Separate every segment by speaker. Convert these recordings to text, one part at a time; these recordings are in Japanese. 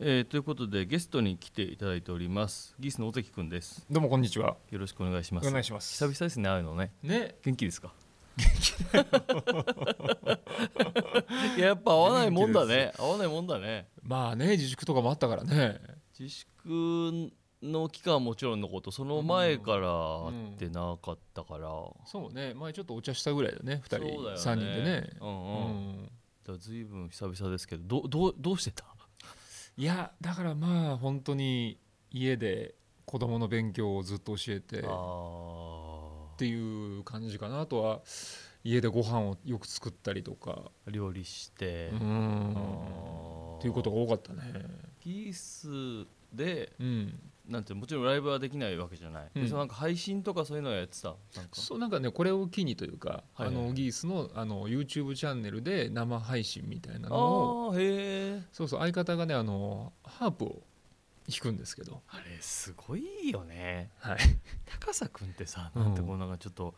Speaker 1: えーということでゲストに来ていただいておりますギースの尾関くんです
Speaker 2: どうもこんにちは。
Speaker 1: よろしくお願いします
Speaker 2: お願いします
Speaker 1: 久々ですね会うのね
Speaker 2: ね。
Speaker 1: 元気ですか元気だよやっぱ会わないもんだね会わないもんだね
Speaker 2: まあね、自粛とかもあったからね。
Speaker 1: 自粛の期間はもちろんのことその前から会ってなかったから、
Speaker 2: そうね、前ちょっとお茶したぐらいだね、二
Speaker 1: そうだよ
Speaker 2: 人、三人でね。
Speaker 1: うん
Speaker 2: う
Speaker 1: うん、
Speaker 2: ん。
Speaker 1: だずいぶん久々ですけどどどうどうしてた
Speaker 2: いや、だからまあ本当に家で子供の勉強をずっと教えてっ
Speaker 1: あー
Speaker 2: ていう感じかな。あとは家でご飯をよく作ったりとか、
Speaker 1: 料理して、
Speaker 2: う
Speaker 1: あ
Speaker 2: ん。
Speaker 1: ー
Speaker 2: っていうことが多かったね。
Speaker 1: ギースで
Speaker 2: うん。
Speaker 1: なんていうのもちろんライブはできないわけじゃない、
Speaker 2: うん
Speaker 1: でそのなんか配信とかそういうのはやってたなんか
Speaker 2: そうなんかねこれを機にというか、
Speaker 1: はいはい
Speaker 2: あのギースのあの YouTube チャンネルで生配信みたいな
Speaker 1: あ
Speaker 2: のを
Speaker 1: ーへえ
Speaker 2: そうそう相方がねあのハープを弾くんですけど、
Speaker 1: あれすごいよね
Speaker 2: はい、
Speaker 1: 高さ君ってさ
Speaker 2: うん
Speaker 1: なんてこうなんかちょっと、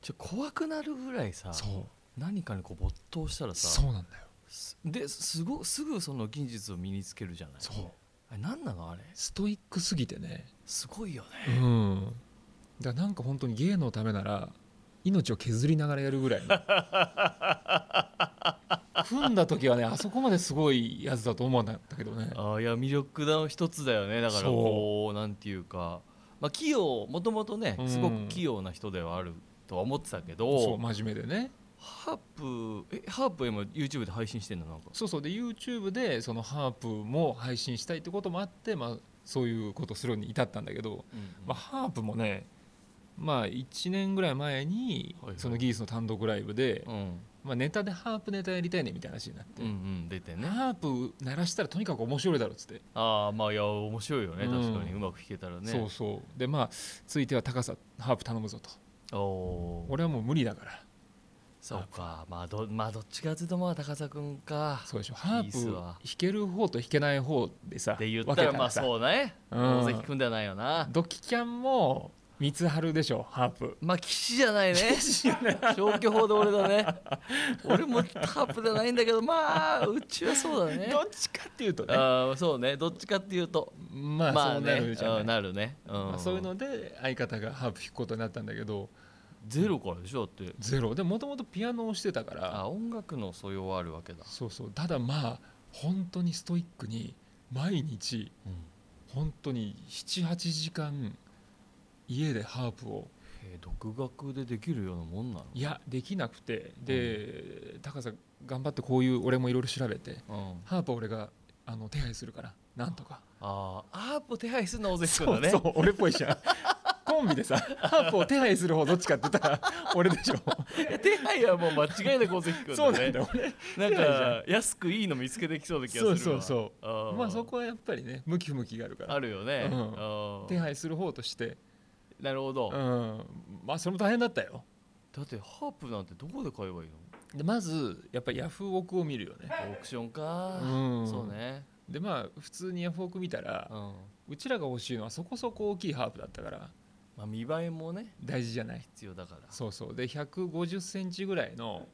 Speaker 1: ちょっと怖くなるぐらいさ
Speaker 2: そう
Speaker 1: 何かにこう没頭したらさ
Speaker 2: そうなんだよ
Speaker 1: すですごすぐその技術を身につけるじゃない
Speaker 2: そう
Speaker 1: あれ何なのあれ
Speaker 2: ストイックすぎてね
Speaker 1: すごいよ
Speaker 2: う
Speaker 1: ね、
Speaker 2: んだからなんか本当に芸のためなら命を削りながらやるぐらいの 組んだ時はねあそこまですごいやつだと思わなかったけどね
Speaker 1: ああいや魅力の一つだよねだから
Speaker 2: そう
Speaker 1: こうなんていうか、まあ、器用もともとね
Speaker 2: うん
Speaker 1: すごく器用な人ではあるとは思ってたけ
Speaker 2: そ
Speaker 1: ど、
Speaker 2: う真面目でね
Speaker 1: ハープえハープ今 YouTube で配信してんのなんか
Speaker 2: そうそうで YouTube でそのハープも配信したいってこともあって、まあ、そういうことするに至ったんだけど、まあ、ハープもね、まあ、1年ぐらい前に
Speaker 1: はいはい
Speaker 2: そのギースの単独ライブで、
Speaker 1: うんうん
Speaker 2: まあ、ネタでハープネタやりたいねみたいな話になっ
Speaker 1: う
Speaker 2: て、
Speaker 1: んうん出てね
Speaker 2: ハープ鳴らしたらとにかく面白いだろうっつって、
Speaker 1: ああまあいや面白いよね
Speaker 2: うん
Speaker 1: 確かにうまく弾けたらね
Speaker 2: そうそうでまあついては高さハープ頼むぞと
Speaker 1: おー
Speaker 2: 俺はもう無理だから
Speaker 1: そうかまあど,、まあ、どっちかというとまあ高さ君か
Speaker 2: そうでしょハー
Speaker 1: ギース
Speaker 2: プ弾
Speaker 1: は
Speaker 2: ける方と弾けない方でさ
Speaker 1: って言っ
Speaker 2: 分
Speaker 1: たら
Speaker 2: け
Speaker 1: まあ
Speaker 2: さ
Speaker 1: そうね
Speaker 2: うん
Speaker 1: 大関君ではないよな
Speaker 2: ドキキャンも三春でしょハープ
Speaker 1: まあ岸じゃないね消去法で俺だね俺もハープじゃないんだけどまあうちはそうだね
Speaker 2: どっちかっていうとね
Speaker 1: あーそうねどっちかっていうと
Speaker 2: まあ
Speaker 1: ま
Speaker 2: そ
Speaker 1: あ
Speaker 2: うな
Speaker 1: ね
Speaker 2: るじゃない、
Speaker 1: うんなるね、うん
Speaker 2: まあ、そういうので相方がハープ弾くことになったんだけど
Speaker 1: ゼロからでしょだって
Speaker 2: ゼロでもともとピアノをしてたか
Speaker 1: あ
Speaker 2: ら
Speaker 1: 音楽の素養はあるわけだ、
Speaker 2: そうそうただまあ本当にストイックに毎日本当に78時間家でハープを
Speaker 1: えー独学でできるようなもんなの
Speaker 2: いやできなくてで、高さ頑張ってこういう俺もいろいろ調べて
Speaker 1: うん、
Speaker 2: ハープは俺があの手配するからなんとか
Speaker 1: あーハープ手配するの大関
Speaker 2: そ
Speaker 1: 君だ
Speaker 2: う
Speaker 1: ね
Speaker 2: そう俺っぽい じゃんコンビでさハープを手配する方どっちかって言ったら俺でしょ
Speaker 1: いや手配はもう間違いない大関君だね
Speaker 2: そうなんだよ俺
Speaker 1: なん
Speaker 2: 手配じゃ
Speaker 1: か安くいいの見つけてきそうな気がするわ
Speaker 2: そうそう
Speaker 1: あー
Speaker 2: まあそこはやっぱりね向き不向きがあるから
Speaker 1: あるよね、
Speaker 2: うん
Speaker 1: あー
Speaker 2: 手配する方として
Speaker 1: なるほど、
Speaker 2: うんまあそれも大変だったよ
Speaker 1: だってハープなんてどこで買えばいいの
Speaker 2: でまずやっぱりヤフオクを見るよ
Speaker 1: オ
Speaker 2: ね
Speaker 1: ークションか、
Speaker 2: うん
Speaker 1: そうね、
Speaker 2: でまあ普通にヤフオク見たら
Speaker 1: うん
Speaker 2: うちらが欲しいのはそこそこ大きいハープだったから
Speaker 1: まあ、見栄えもね
Speaker 2: 大事じゃない
Speaker 1: 必要だから
Speaker 2: そうそうで1 5 0ンチぐらいの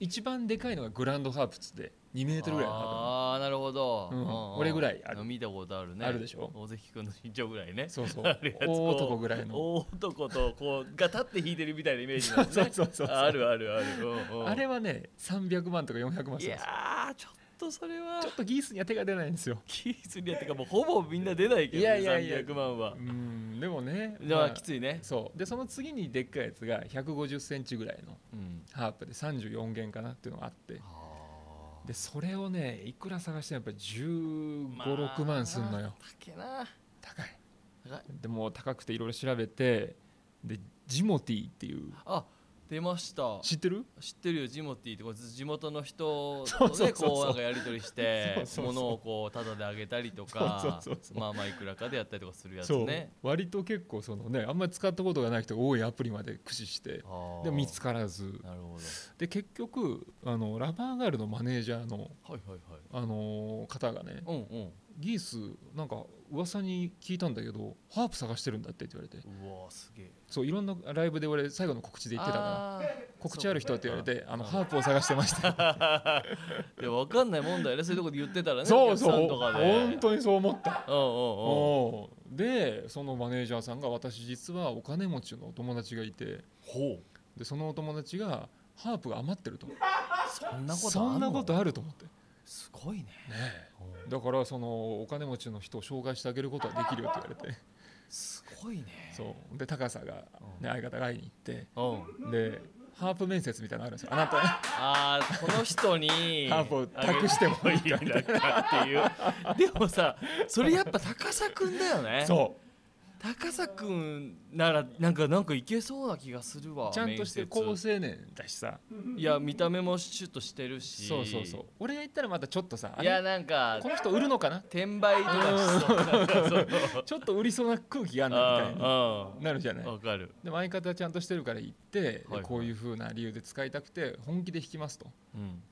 Speaker 2: 一番でかいのがグランドハープっつって2メートルぐらいのハー
Speaker 1: ああなるほど、
Speaker 2: うん俺ぐらいある
Speaker 1: 見たことあるね
Speaker 2: あるでしょ
Speaker 1: 大関君の身長ぐらいね
Speaker 2: プそうそう
Speaker 1: あるやつこう
Speaker 2: 大男ぐらいの
Speaker 1: 大男とこうが立って引いてるみたいなイメージなんです
Speaker 2: そう
Speaker 1: ね
Speaker 2: そうそう
Speaker 1: あるあるある、うんうん
Speaker 2: あれはね300万とか400万
Speaker 1: い
Speaker 2: する
Speaker 1: や
Speaker 2: んですよ
Speaker 1: ーちょっとそれは
Speaker 2: ちょっとギースには手が出ないんですよ
Speaker 1: キースにやってかもうほぼみんな出ないけど、ね、
Speaker 2: いやいやいや
Speaker 1: 300万は
Speaker 2: うんでもね
Speaker 1: じゃあきついね、
Speaker 2: そうでその次にでっかいやつが1 5 0ンチぐらいの
Speaker 1: うん
Speaker 2: ハープで34弦かなっていうのがあって
Speaker 1: あー
Speaker 2: でそれをねいくら探してもやっぱ1 5
Speaker 1: まあ
Speaker 2: 6 6万すんのよ
Speaker 1: 高えな
Speaker 2: 高い
Speaker 1: 高い
Speaker 2: でもう高くていろいろ調べてでジモティっていう
Speaker 1: あ出ました
Speaker 2: 知ってる
Speaker 1: 知ってるよジモティーってこいつ地元の人
Speaker 2: そう
Speaker 1: と
Speaker 2: そう
Speaker 1: ね
Speaker 2: そうそう
Speaker 1: こうなんかやり取りして
Speaker 2: そうそうそう
Speaker 1: 物をこうタダであげたりとか
Speaker 2: そうそうそうそう
Speaker 1: まあまあいくらかでやったりとかするやつ
Speaker 2: そう
Speaker 1: ね
Speaker 2: 割と結構そのねあんまり使ったことがない人が多いアプリまで駆使してで
Speaker 1: で
Speaker 2: も見つからず
Speaker 1: なるほ
Speaker 2: で結局あのラバーガールのマネージャーの
Speaker 1: どはいはいはい
Speaker 2: あのー方がね
Speaker 1: うんうん
Speaker 2: ギースなんか噂に聞いたんだけどハープ探してるんだってって言われて
Speaker 1: うわすげえ
Speaker 2: そういろんなライブで俺最後の告知で言ってたから
Speaker 1: あ
Speaker 2: 告知ある人って言われてあのハープを探して ました
Speaker 1: ーいやわかんないもんだよねそういうとこで言ってたらね
Speaker 2: そうそ
Speaker 1: お客さ
Speaker 2: う
Speaker 1: んとかで
Speaker 2: 本当にそう思った
Speaker 1: うんうんうん
Speaker 2: おうでそのマネージャーさんが私実はお金持ちのお友達がいて
Speaker 1: ほう
Speaker 2: でそのお友達がハープが余ってると
Speaker 1: そんなことあ
Speaker 2: そんなこと
Speaker 1: る
Speaker 2: あると思ってね
Speaker 1: すごいね
Speaker 2: えだからそのお金持ちの人を紹介してあげることはできるよって言 われて
Speaker 1: すごいね
Speaker 2: そうで高さが、ね、相方が会いに行って
Speaker 1: うん
Speaker 2: でハープ面接みたいなのあるんですよあなたハ
Speaker 1: あーこの人に
Speaker 2: ープを託してもいい
Speaker 1: あげるんだっていう でもさそれやっぱ高佐くんだよね
Speaker 2: そう
Speaker 1: 高佐くんならなんかなんかいけそうな気がするわ
Speaker 2: ちゃんとして高青
Speaker 1: 面接
Speaker 2: 年だしさ
Speaker 1: いや見た目もシュッとしてるし
Speaker 2: そうそうそう俺が行ったらまたちょっとさあ
Speaker 1: いや
Speaker 2: れ
Speaker 1: なんか
Speaker 2: この人売るのかな
Speaker 1: 転売とかしそうなんかそう
Speaker 2: ちょっと売りそうな空気があるなみたいに
Speaker 1: う
Speaker 2: なるじゃない
Speaker 1: んうんわかる
Speaker 2: でも相方はちゃんとしてるから行って、で
Speaker 1: はいはい
Speaker 2: こういう風な理由で使いたくて本気で弾きますと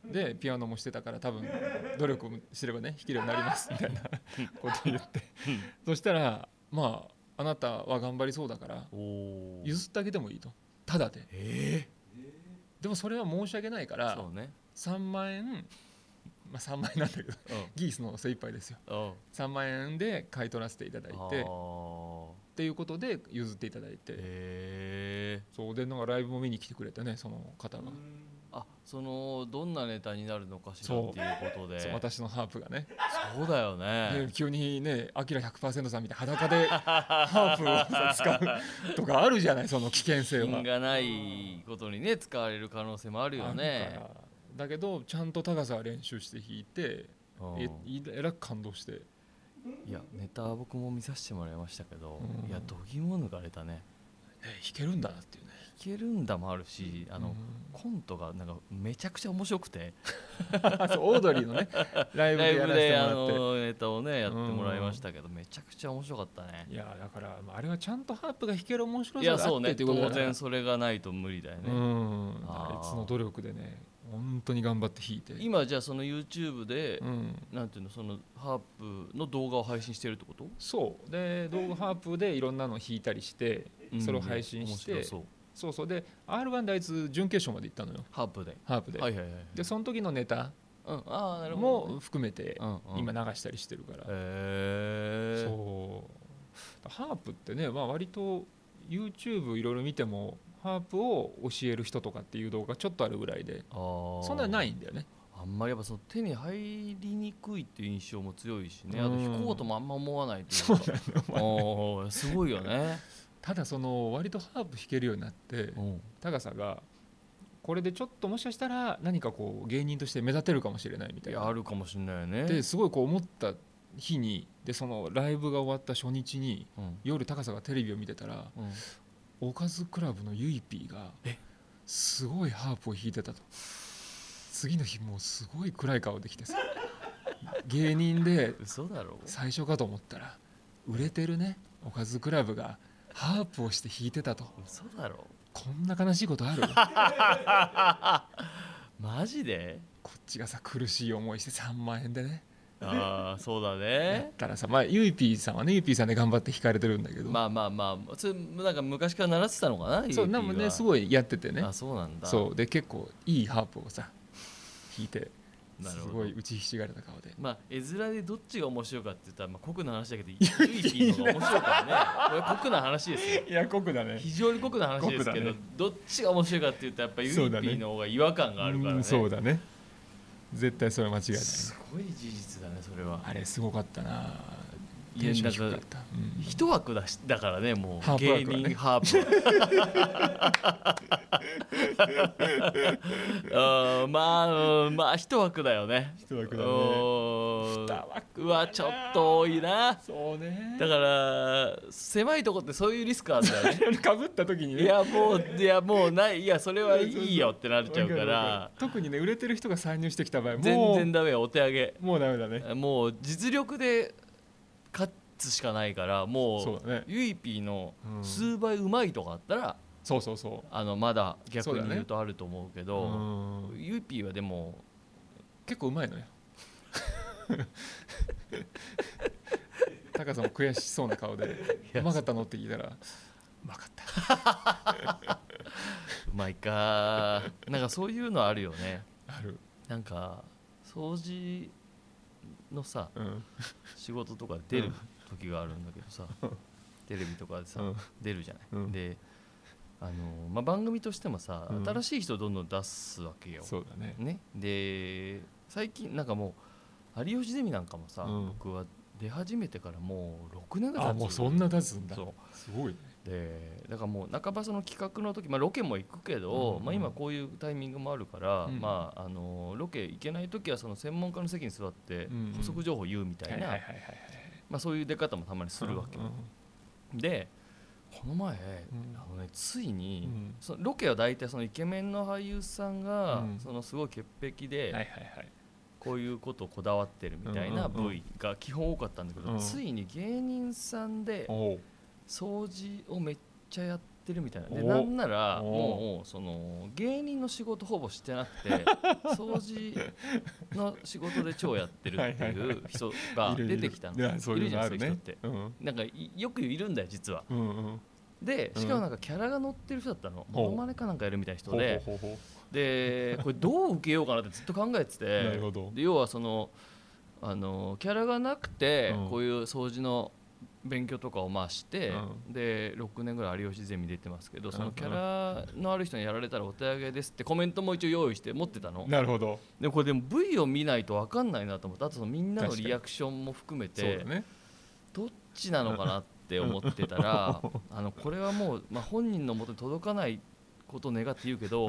Speaker 1: うん
Speaker 2: でピアノもしてたから多分努力もすればね弾けるようになりますみたいなこと言ってそしたらまああなたは頑張りそうだから
Speaker 1: おー
Speaker 2: 譲ってあげてもいいとただで
Speaker 1: え
Speaker 2: でもそれは申し訳ないか
Speaker 1: ー
Speaker 2: ら
Speaker 1: そうね
Speaker 2: 3万円まあ3万円なんだけど ギースの精一杯ですよ
Speaker 1: うんうん
Speaker 2: 3万円で買い取らせていただい
Speaker 1: あ
Speaker 2: てっ
Speaker 1: ー
Speaker 2: ていうことで譲っていただいて、
Speaker 1: へえ
Speaker 2: そうでなんかライブも見に来てくれてねその方が、
Speaker 1: あそのどんなネタになるのかしら
Speaker 2: そう
Speaker 1: っていうことで
Speaker 2: そう
Speaker 1: そう
Speaker 2: 私のハープがね、
Speaker 1: だよ
Speaker 2: ね
Speaker 1: ね
Speaker 2: 急にね「アキラ100%さん」みたいな裸 でハープを使うとかあるじゃないその危険性は
Speaker 1: 品。がないことにね使われる可能性もあるよ
Speaker 2: ある
Speaker 1: ね
Speaker 2: からだけどちゃんと高さは練習して弾いて
Speaker 1: うん
Speaker 2: えいえらく感動して
Speaker 1: いやネタは僕も見させてもらいましたけど
Speaker 2: うん
Speaker 1: いや度肝も抜かれたね
Speaker 2: え弾けるんだなっていうね
Speaker 1: いけるんだもあるしあ
Speaker 2: う
Speaker 1: の
Speaker 2: ん
Speaker 1: コントがなんかめちゃくちゃ面白くて
Speaker 2: あそうオードリーのねライブ
Speaker 1: ラ
Speaker 2: で
Speaker 1: イ
Speaker 2: や
Speaker 1: ブ
Speaker 2: らせ
Speaker 1: で
Speaker 2: て
Speaker 1: あ
Speaker 2: もらっ
Speaker 1: のネタをねやってもらいましたけどめちゃくちゃ面白かったね
Speaker 2: ていやだからまああれはちゃんとハープが弾ける面白
Speaker 1: い
Speaker 2: さ
Speaker 1: や
Speaker 2: があ
Speaker 1: そう
Speaker 2: って
Speaker 1: ね
Speaker 2: っていうこと
Speaker 1: 当
Speaker 2: だから
Speaker 1: 然それがないと無理だよね
Speaker 2: うんだ
Speaker 1: あ
Speaker 2: か
Speaker 1: ー
Speaker 2: らいつの努力でね本当に頑張って弾いて
Speaker 1: 今じゃあその YouTube で、
Speaker 2: うん
Speaker 1: なんていうのそのハープの動画を配信してるってこと
Speaker 2: そうで動画ハープでいろんなの弾いたりしてそれを配信して、
Speaker 1: うん面白
Speaker 2: そ
Speaker 1: そうう
Speaker 2: そうで r 1であいつ準決勝まで行ったのよ
Speaker 1: ハープで
Speaker 2: ハープで、
Speaker 1: はいはいはい
Speaker 2: でその時のネタ
Speaker 1: うん、ああなるほど、ね
Speaker 2: も含めて
Speaker 1: うんうん
Speaker 2: 今流したりしてるから、
Speaker 1: へえ
Speaker 2: そうハープってね、まあ、割と YouTube いろいろ見てもハープを教える人とかっていう動画ちょっとあるぐらいで
Speaker 1: あー
Speaker 2: そんなにないんだよね
Speaker 1: あんまりやっぱその手に入りにくいっていう印象も強いしねあ
Speaker 2: う
Speaker 1: と
Speaker 2: ん
Speaker 1: 弾こうともあんま思わないというかおーすごいよね、
Speaker 2: ただその割とハープ弾けるようになって
Speaker 1: うん、
Speaker 2: 高さがこれでちょっともしかしたら何かこう芸人として目立てるかもしれないみた
Speaker 1: い
Speaker 2: い
Speaker 1: や
Speaker 2: な
Speaker 1: あるかもしれないよね
Speaker 2: ですごいこう思った日にでそのライブが終わった初日に
Speaker 1: うん
Speaker 2: 夜高さがテレビを見てたら
Speaker 1: うん
Speaker 2: おかずクラブのゆいぴーが
Speaker 1: え
Speaker 2: すごいハープを弾いてたと次の日もうすごい暗い顔できてさ 芸人で
Speaker 1: 嘘だろ
Speaker 2: 最初かと思ったら売れてるねおかずクラブがハープをして弾いてたと
Speaker 1: 嘘だろ
Speaker 2: こんな悲しいこと ある
Speaker 1: マジで
Speaker 2: こっちがさ苦しい思いして3万円でね
Speaker 1: ああそうだ
Speaker 2: や
Speaker 1: ね
Speaker 2: ったらさまあゆいぴーさんはねゆいぴーさんで頑張って弾かれてるんだけど、
Speaker 1: まあまあまあそれなんか昔から習ってたのかな
Speaker 2: そうなんもねす
Speaker 1: い
Speaker 2: ごいやっててね
Speaker 1: あそうなんだ
Speaker 2: そうで結構いいハープをさ弾いて
Speaker 1: な
Speaker 2: す
Speaker 1: るほど
Speaker 2: ごい打ちひしがれた顔で
Speaker 1: まあ絵面でどっちが面白いかって言ったら、まあ、酷な話だけど唯一の方が面白いからねこれ酷な話ですよ
Speaker 2: いや酷だね
Speaker 1: 非常に酷な話ですけ
Speaker 2: 酷
Speaker 1: ど、
Speaker 2: だね
Speaker 1: どっちが面白いかって言ったらやっぱユイピ
Speaker 2: そうだね
Speaker 1: ーの方が違和感があるからね
Speaker 2: うんそうだね絶対それは間違いない
Speaker 1: すごい事実だねそれは
Speaker 2: あれすごかったないテ
Speaker 1: や
Speaker 2: ンション
Speaker 1: だか
Speaker 2: 低からった、うん
Speaker 1: 一枠だしだからねも
Speaker 2: ハ
Speaker 1: う芸
Speaker 2: ープ枠はね
Speaker 1: 人ハープ はうんまあうんまあ一枠だよね
Speaker 2: 一枠だね
Speaker 1: うん
Speaker 2: 二枠
Speaker 1: うわちょっと多いな
Speaker 2: そうね
Speaker 1: だから狭いとこってそういうリスクあるんだ よね
Speaker 2: かぶった時にね
Speaker 1: いやもういやもうないいやそれはいいよってなっちゃうか
Speaker 2: わるわ
Speaker 1: ら
Speaker 2: る特にね売れてる人が参入してきた場合も
Speaker 1: 全
Speaker 2: う
Speaker 1: 然ダメよお手上げ
Speaker 2: もうダメだね
Speaker 1: もう実力で勝つしかないから
Speaker 2: そ
Speaker 1: も
Speaker 2: うだね
Speaker 1: うゆいぴーの
Speaker 2: うん
Speaker 1: 数倍うまいとかあったら、
Speaker 2: そうそうそ
Speaker 1: あのまだ逆
Speaker 2: そうだ
Speaker 1: に
Speaker 2: ね
Speaker 1: 言うとあると思うけ
Speaker 2: うう
Speaker 1: ど
Speaker 2: ん
Speaker 1: ゆいぴーはでも
Speaker 2: 結構うまいのよタカさんも悔しそうな顔で「
Speaker 1: や
Speaker 2: うまかったの?」って聞いたら「うまかった
Speaker 1: うまい かなんかそういうのあるよね」
Speaker 2: ある、
Speaker 1: なんか掃除のさ
Speaker 2: うん
Speaker 1: 仕事とかで出る時があるんだけど さ、テレビとかでさ、
Speaker 2: うん
Speaker 1: 出るじゃない、
Speaker 2: うん
Speaker 1: であの、まあ、番組としてもさ、
Speaker 2: うん
Speaker 1: 新しい人をどんどん出すわけよ、
Speaker 2: そうだね
Speaker 1: ね、で最近なんかもう有吉ゼミなんかもさ、
Speaker 2: うん
Speaker 1: 僕は出始めてからもう6年ぐらい経つ
Speaker 2: あもうそんな出すんだ
Speaker 1: そ
Speaker 2: すごいね
Speaker 1: うでだからもう半ばその企画の時、まあ、ロケも行くけど、
Speaker 2: うんうん
Speaker 1: まあ、今こういうタイミングもあるから、
Speaker 2: うん
Speaker 1: まあ、あのロケ行けない時はその専門家の席に座って
Speaker 2: うんうん
Speaker 1: 補足情報言うみたいな、
Speaker 2: はいはいはいはい
Speaker 1: まあ、そういう出方もたまにするわけ、
Speaker 2: うん
Speaker 1: でこの前、
Speaker 2: ん
Speaker 1: あのね、つい
Speaker 2: うん
Speaker 1: に、
Speaker 2: うん
Speaker 1: そのロケは大体そのイケメンの俳優さんが、
Speaker 2: うん
Speaker 1: そのすごい潔癖で、
Speaker 2: はいはいはい
Speaker 1: こういうことをこだわってるみたいな
Speaker 2: うんうんうん
Speaker 1: 部位が基本多かったんだけど、
Speaker 2: うん
Speaker 1: ついに芸人さんで
Speaker 2: おう
Speaker 1: 掃除をめっちゃやってるみたいなで
Speaker 2: お
Speaker 1: なんなら
Speaker 2: お
Speaker 1: もうその芸人の仕事ほぼしてな くて掃除の仕事で超やってるって
Speaker 2: はいはい
Speaker 1: い
Speaker 2: は
Speaker 1: う人が
Speaker 2: いるい
Speaker 1: 出
Speaker 2: る
Speaker 1: てきたの
Speaker 2: いやそういう
Speaker 1: いるじ
Speaker 2: の
Speaker 1: ゃん
Speaker 2: ある
Speaker 1: そうい
Speaker 2: ね
Speaker 1: う人って
Speaker 2: うん
Speaker 1: なんかいよくいるんだよ実は
Speaker 2: うんうん
Speaker 1: でしかもなんかキャラが乗ってる人だったのモノマネかなんかやるみたいな人で
Speaker 2: ほうほうほうほ
Speaker 1: でこれどう受けようかなってずっと考えてて
Speaker 2: なるほど
Speaker 1: で要はそのあのキャラがなくて、
Speaker 2: うん
Speaker 1: こういう掃除の勉強とかをまあして、
Speaker 2: う
Speaker 1: で6年ぐらい有吉ゼミ出てますけどそ
Speaker 2: うんう
Speaker 1: の
Speaker 2: ん
Speaker 1: キャラのある人にやられたらお手上げですってコメントも一応用意して持ってたの
Speaker 2: うなるほど
Speaker 1: でもこれでも V を見ないと分かんないなと思ってあとそのみんなのリアクションも含め
Speaker 2: そう
Speaker 1: て、
Speaker 2: だね
Speaker 1: どっちなのかなって思ってたら あのこれはもう、まあ、本人のもとに届かないことを願って言うけ ど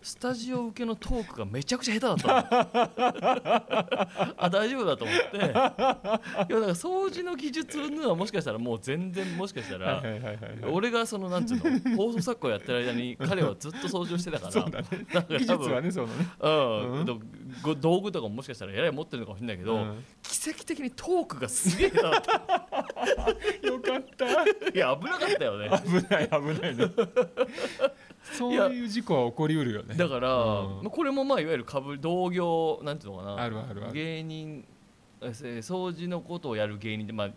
Speaker 1: スタジオ受けのトークがめちゃくちゃ下手だったのあ大丈夫だと思っていやだから掃除の技術云々はもしかしたらもう全然もしかした
Speaker 2: はい
Speaker 1: ら
Speaker 2: はいはいはいはい
Speaker 1: 俺がそのなんつう の放送作家をやってる間に彼はずっと掃除をしてたから
Speaker 2: そうだね
Speaker 1: なんか
Speaker 2: 技術
Speaker 1: 多分
Speaker 2: はねそのね
Speaker 1: う
Speaker 2: うんん
Speaker 1: どご道具とかももしかしたらやらい持ってるのかもしれないけど、
Speaker 2: うん
Speaker 1: 奇跡的にトークがすげえ下手だった
Speaker 2: よかった
Speaker 1: いや危なかったよね
Speaker 2: 危ない危ないねそういう事故は起こりうるよね
Speaker 1: だから、
Speaker 2: うん
Speaker 1: まあこれもまあいわゆる株同業なんていうのかな
Speaker 2: あるあるある
Speaker 1: 芸人えー掃除のことをやる芸人でまあ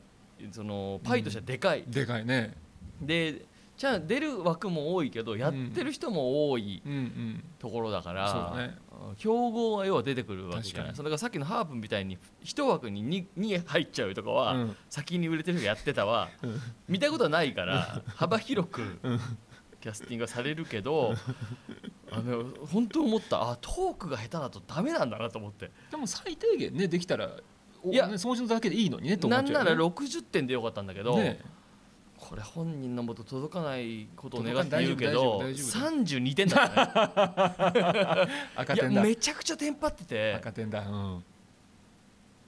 Speaker 1: そのパイとしてはでかい、
Speaker 2: でかいね
Speaker 1: でちゃん出る枠も多いけどやってる人も多い
Speaker 2: うんうん
Speaker 1: ところだか
Speaker 2: そう
Speaker 1: ら、
Speaker 2: だね
Speaker 1: うん競合が要は出てくるわけじゃない
Speaker 2: 確かに
Speaker 1: それがさっきのハープみたいに一枠に 2, に入っちゃうとかは、
Speaker 2: うん
Speaker 1: 先に売れてる人がやってたは、
Speaker 2: うん
Speaker 1: 見たことはないから幅広くキャスティングはされるけどあの本当思ったあトークが下手だとダメなんだなと思って
Speaker 2: でも最低限ねできたらお
Speaker 1: いや
Speaker 2: ね掃除のだけでいいのにねと思
Speaker 1: な
Speaker 2: っ
Speaker 1: ん
Speaker 2: ち
Speaker 1: な
Speaker 2: ゃう
Speaker 1: ら
Speaker 2: よね
Speaker 1: 60点でよかったんだけど、
Speaker 2: ね
Speaker 1: これ本人のもと届かないことを願って言うけ
Speaker 2: 届
Speaker 1: ど
Speaker 2: かない大丈夫大
Speaker 1: 32点だったね
Speaker 2: 赤
Speaker 1: いや
Speaker 2: 点だ
Speaker 1: めちゃくちゃテンパってて
Speaker 2: 赤点だうん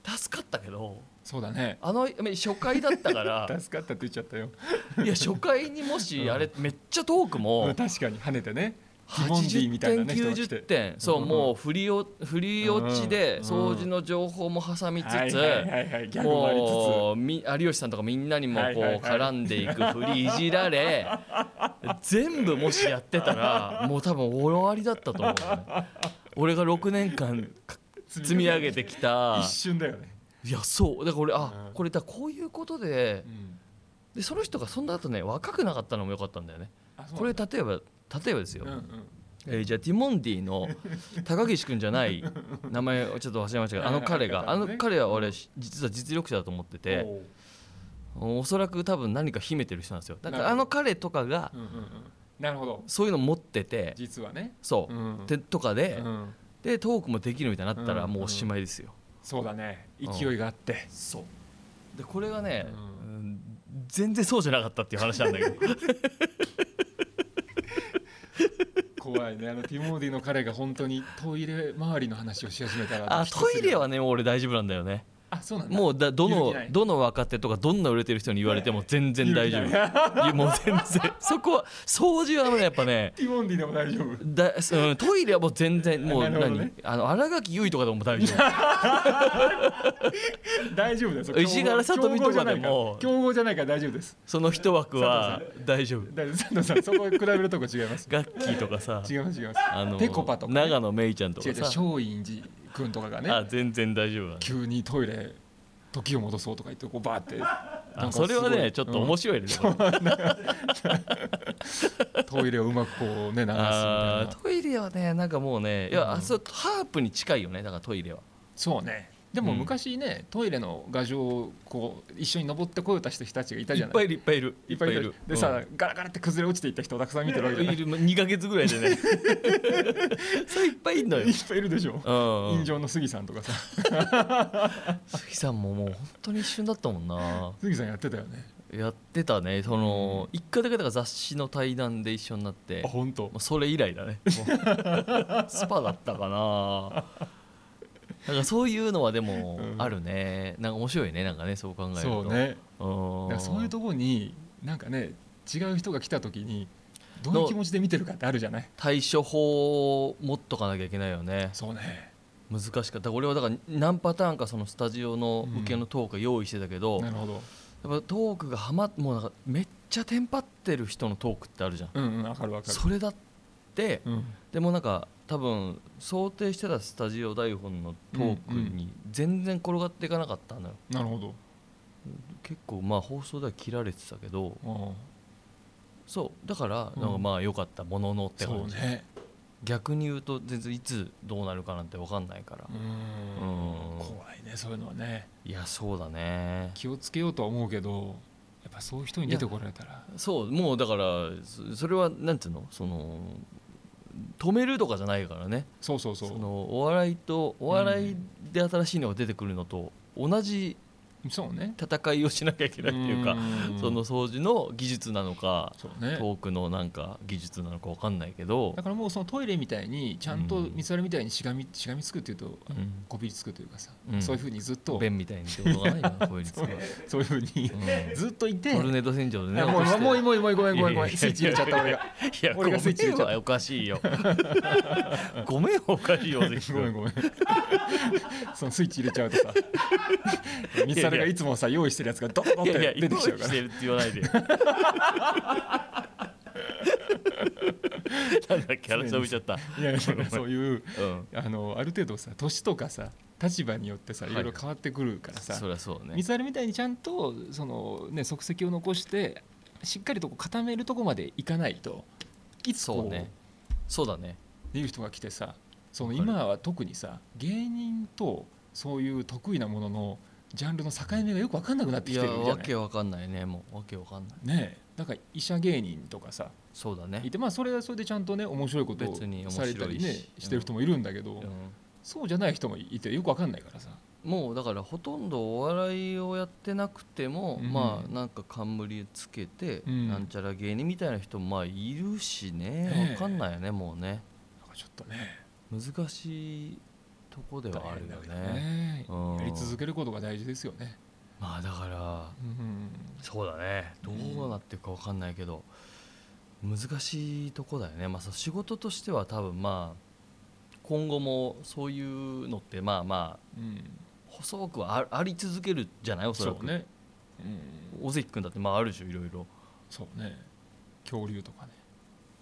Speaker 1: 助かったけど
Speaker 2: そうだね
Speaker 1: あの初回だったから
Speaker 2: 助かったって言っちゃったよ
Speaker 1: いや初回にもしあれめっちゃトークも。
Speaker 2: うん確かに跳ねてねティモンディ
Speaker 1: 80
Speaker 2: みたい
Speaker 1: 点
Speaker 2: なね人が来て
Speaker 1: 90点そう
Speaker 2: うん
Speaker 1: もう振りお振り落ちで
Speaker 2: うん
Speaker 1: 掃除の情報も挟みつ
Speaker 2: はいはい
Speaker 1: つ
Speaker 2: はいはいギャグもあり
Speaker 1: もうみ有吉さんとかみんなにも
Speaker 2: はい
Speaker 1: こう
Speaker 2: はいはい
Speaker 1: 絡んでいく振りいじられ全部もしやってたらもう多分終わりだったと思うね俺が6年間
Speaker 2: つつ
Speaker 1: 積み上げてきた
Speaker 2: 一瞬だよね
Speaker 1: いやそうだから俺あ
Speaker 2: うん
Speaker 1: これだからこういうことで
Speaker 2: うん
Speaker 1: でその人がそんな後ね若くなかったのも良かったんだよね
Speaker 2: あそう
Speaker 1: これ例えば例えばですよ、
Speaker 2: うんうん
Speaker 1: えーじゃあティモンディ の高岸君じゃない名前をちょっと忘れましたけどあの彼が
Speaker 2: あ
Speaker 1: あ
Speaker 2: の
Speaker 1: の
Speaker 2: ね
Speaker 1: 彼は俺し実は実力者だと思ってて
Speaker 2: おう
Speaker 1: おそらく多分何か秘めてる人なんですよだか
Speaker 2: な
Speaker 1: ら
Speaker 2: る
Speaker 1: あ
Speaker 2: ほど
Speaker 1: の彼とかが
Speaker 2: うんうんうんなるほど
Speaker 1: そういうの持ってて
Speaker 2: 実はね
Speaker 1: そう、
Speaker 2: うん
Speaker 1: てとかで、
Speaker 2: うん
Speaker 1: でトークもできるみたいになったら
Speaker 2: うん
Speaker 1: もうおしまいですよ、
Speaker 2: そうだね
Speaker 1: うん
Speaker 2: 勢いがあって
Speaker 1: そうでこれがね、
Speaker 2: うん
Speaker 1: うん全然そうじゃなかったっていう話なんだけ ど
Speaker 2: 怖いねあのティモンディの彼が本当にトイレ周りの話をし始めたら
Speaker 1: あ
Speaker 2: きっと
Speaker 1: ト
Speaker 2: す
Speaker 1: イ
Speaker 2: る
Speaker 1: レ
Speaker 2: よ
Speaker 1: はねもう俺大丈夫なんだよね
Speaker 2: あそうなんだ
Speaker 1: もうだど
Speaker 2: 揺る
Speaker 1: の
Speaker 2: ぎない
Speaker 1: どの若手とかどんな売れてる人に言われても全然大丈
Speaker 2: 揺る
Speaker 1: 夫
Speaker 2: ぎない
Speaker 1: いやもう全然 そこは掃除はねやっぱね
Speaker 2: ティモンディでも大丈夫
Speaker 1: だ、うん、トイレはもう全然もう
Speaker 2: なるほど
Speaker 1: 何、
Speaker 2: ね
Speaker 1: あの新垣結衣とかでも大丈 夫
Speaker 2: 大丈夫です
Speaker 1: 石原さとみとかでも
Speaker 2: 競合じゃないから大丈夫です
Speaker 1: その一枠は大丈夫
Speaker 2: 大丈夫 佐藤さんそこ比べるとこ違います
Speaker 1: ガッキーとかさ
Speaker 2: 違います違います
Speaker 1: あの
Speaker 2: ペコパとかね
Speaker 1: 長野めいちゃんと
Speaker 2: 違う
Speaker 1: か
Speaker 2: 違う松
Speaker 1: さ
Speaker 2: 陰寺君とかがね
Speaker 1: あ全然大丈夫だね
Speaker 2: 急にトイレ時を戻そうとか言ってこうバーってなん
Speaker 1: あ
Speaker 2: か
Speaker 1: それは
Speaker 2: すご
Speaker 1: ね
Speaker 2: い
Speaker 1: ちょっと面白いね、でも
Speaker 2: トイレをうまくこうね流すみたい
Speaker 1: あ
Speaker 2: な
Speaker 1: ートイレはねなんかもうねいや、
Speaker 2: うん
Speaker 1: あそうハープに近いよねだからトイレは
Speaker 2: そうねでも
Speaker 1: うん
Speaker 2: 昔ね、トイレの牙城をこう一緒に登ってこようとした人たちがいた
Speaker 1: い
Speaker 2: じ
Speaker 1: っ
Speaker 2: ゃない
Speaker 1: ぱいいるいっぱいいる
Speaker 2: いっぱいいるでさ、
Speaker 1: うん
Speaker 2: ガラガラって崩れ落ちていった人をたくさん見てるわけじゃない
Speaker 1: いる2ヶ月ぐらいで ねそれいっぱいいんのよ
Speaker 2: いっぱいいるでしょ
Speaker 1: うん
Speaker 2: 印象の杉さん とかさ
Speaker 1: 杉さんももう本当に一瞬だったもんな
Speaker 2: 杉さんやってたよね
Speaker 1: やってたねその一回だけだから雑誌の対談で一緒になって
Speaker 2: あ本当
Speaker 1: もうそれ以来だね もうスパだったかななんかそういうのはでも
Speaker 2: うん
Speaker 1: あるね、なんか面白いねなんかねそう考える
Speaker 2: そ
Speaker 1: と
Speaker 2: うねだか
Speaker 1: う
Speaker 2: ら
Speaker 1: ん
Speaker 2: そういうところになんかね違う人が来た時にどの気持ちで見てるかってあるじゃない
Speaker 1: 対処法を持っとかなきゃいけないよね
Speaker 2: そうね
Speaker 1: 難しかっただから俺はだから何パターンかそのスタジオの受けのトーク用意してたけど、
Speaker 2: な
Speaker 1: やっ
Speaker 2: るほど
Speaker 1: ぱトークがはまもうなんかめっちゃテンパってる人のトークってあるじゃん
Speaker 2: うんうんわかるわかる
Speaker 1: それだって
Speaker 2: うん
Speaker 1: でもなんか多分想定してたスタジオ台本のトークに全然転がっていかなかったのよ
Speaker 2: なるほど
Speaker 1: 結構まあ放送では切られてたけど
Speaker 2: うん
Speaker 1: そうだから
Speaker 2: うん
Speaker 1: なんかまあ良かったもののって
Speaker 2: そう
Speaker 1: 感じ、
Speaker 2: ね
Speaker 1: 逆に言うと全然いつどうなるかなんて分かんないから、
Speaker 2: う
Speaker 1: うん
Speaker 2: ん怖いねそういうのはね
Speaker 1: いやそうだね
Speaker 2: 気をつけようとは思うけどやっぱそういう人に出てこられたら
Speaker 1: そうもうだからそそれはなんていうのその止めるとかじゃないからね
Speaker 2: そうそうそ
Speaker 1: そうのお笑いとお笑いで新しいのが出てくるのと同じ
Speaker 2: そうね
Speaker 1: 戦いをしなきゃいけないっていうか、
Speaker 2: ん
Speaker 1: その掃除の技術なのか
Speaker 2: そうね
Speaker 1: トークのなんか技術なのか分かんないけど
Speaker 2: だ、からもうそのトイレみたいにちゃんと見つかるみたいにしがみしがみつくっていうと
Speaker 1: うん、
Speaker 2: こびりつくというかさ、
Speaker 1: うん
Speaker 2: そういうふうにずっと
Speaker 1: 便みたいにってことがない なこういうの
Speaker 2: そうそういうふうに
Speaker 1: うん
Speaker 2: ずっといて、
Speaker 1: トルネード洗浄でね
Speaker 2: あもう
Speaker 1: 落として
Speaker 2: もういいもういいもういいごめんごめんご
Speaker 1: いやいやい
Speaker 2: めん
Speaker 1: や
Speaker 2: スイッチ入れちゃった俺が
Speaker 1: いや
Speaker 2: 俺がスイッチ入れち
Speaker 1: ごめ
Speaker 2: ゃっ
Speaker 1: ん
Speaker 2: た
Speaker 1: はおかしいよごめんおかしいよ関
Speaker 2: ごめん
Speaker 1: 君
Speaker 2: ごめんそのスイッチ入れちゃうとさミサルがいつもさ用意してるやつがドンドンっ
Speaker 1: い
Speaker 2: て
Speaker 1: やいや
Speaker 2: 出てきちゃ
Speaker 1: 用
Speaker 2: う
Speaker 1: 意し
Speaker 2: から
Speaker 1: てるって言わない でなんだっけ話を見ちゃった
Speaker 2: いやいやそういう
Speaker 1: うん
Speaker 2: あのある程度さ年とかさ立場によってさ
Speaker 1: はい
Speaker 2: いろいろ変わってくるからさ、
Speaker 1: そりゃそうね
Speaker 2: ミサルみたいにちゃんとその、ね、足跡を残してしっかりとこう固めるとこまでいかないといつ
Speaker 1: そう
Speaker 2: こう
Speaker 1: ねそうだね
Speaker 2: 見る人が来てさその
Speaker 1: わかる
Speaker 2: 今は特にさ芸人とそういう得意なもののジャンルの境目がよく分かんなくなって
Speaker 1: い
Speaker 2: き
Speaker 1: や
Speaker 2: てるじゃ
Speaker 1: わ
Speaker 2: ない
Speaker 1: けわかんないねもうわけわかんない
Speaker 2: ねえだから医者芸人とかさ
Speaker 1: そうだね
Speaker 2: いてまあそれはそれでちゃんとね面白いことを
Speaker 1: 別に面
Speaker 2: さ
Speaker 1: 白い
Speaker 2: れ
Speaker 1: した
Speaker 2: りね
Speaker 1: うん
Speaker 2: してる人もいるんだけど、
Speaker 1: うん
Speaker 2: そうじゃない人もいてよく分かんないからさ
Speaker 1: もうだからほとんどお笑いをやってなくても、
Speaker 2: うん
Speaker 1: まあなんか冠つけて、
Speaker 2: うん
Speaker 1: なんちゃら芸人みたいな人もまあいるし
Speaker 2: ね
Speaker 1: ね
Speaker 2: え
Speaker 1: わかんないよねもうね
Speaker 2: なんかちょっとね
Speaker 1: 難しいとこではあるよ
Speaker 2: 大変だけど
Speaker 1: ね
Speaker 2: ね
Speaker 1: うん
Speaker 2: やり続けることが大事ですよね、
Speaker 1: まあだから
Speaker 2: うん
Speaker 1: そうだねどうなっていくかわかんないけど、難しいとこだよねまあそう仕事としては多分まあ今後もそういうのってまあまあ
Speaker 2: うん、
Speaker 1: 細くはああり続けるじゃないおそら
Speaker 2: そう
Speaker 1: く、
Speaker 2: ね、うん、
Speaker 1: 尾関君だってまああるでしょいろいろ
Speaker 2: そうね恐竜とかね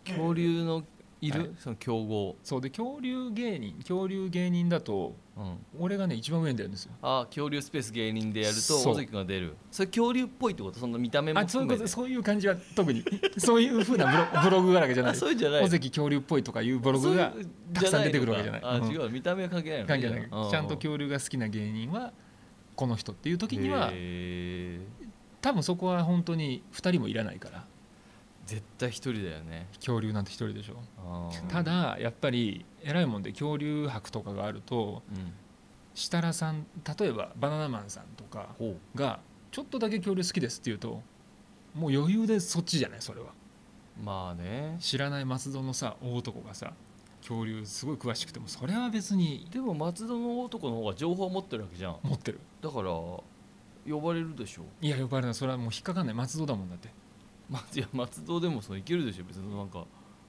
Speaker 1: 恐竜のいる、
Speaker 2: はい
Speaker 1: その競合、
Speaker 2: そうで恐竜芸人恐竜芸人だと
Speaker 1: うん、
Speaker 2: 俺がね一番上に出るんですよ
Speaker 1: あ恐竜スペース芸人でやると
Speaker 2: そう
Speaker 1: 尾関君が出るそれ恐竜っぽいってことその見た目も
Speaker 2: あそうい
Speaker 1: 含め
Speaker 2: うこと
Speaker 1: て
Speaker 2: そういう感じは特に そういうふうなブロブログがあるわけじゃない
Speaker 1: あそういうんじゃない
Speaker 2: 尾関恐竜っぽいとかいうブロ
Speaker 1: そう
Speaker 2: グ
Speaker 1: い
Speaker 2: が
Speaker 1: う
Speaker 2: たくさん出てくるわけじゃない
Speaker 1: じゃないのか
Speaker 2: うん
Speaker 1: あ違う見た目は関係ないのね
Speaker 2: 関係ない
Speaker 1: じゃあう
Speaker 2: ちゃんと恐竜が好きな芸人はこの人っていう時には
Speaker 1: へー
Speaker 2: 多分そこは本当に2人もいらないから
Speaker 1: 絶対一人だよね
Speaker 2: 恐竜なんて1人でしょ
Speaker 1: あー
Speaker 2: た、だやっぱり偉いもんで恐竜博とかがあると
Speaker 1: うん、
Speaker 2: 設楽さん例えばバナナマンさんとか
Speaker 1: ほ
Speaker 2: がちょっとだけ恐竜好きですって言うともう余裕でそっちじゃないそれは
Speaker 1: うまあね
Speaker 2: 知らない松戸のさ大男がさ恐竜すごい詳しくてもそれは別に
Speaker 1: でも松戸の男の方が情報を持ってるわけじゃん
Speaker 2: 持ってる
Speaker 1: だから呼ばれるでしょ
Speaker 2: いや呼ばれないそれはもう引っかかんない松戸だもんだって
Speaker 1: まいや松戸でもそのいけるでしょ別になんか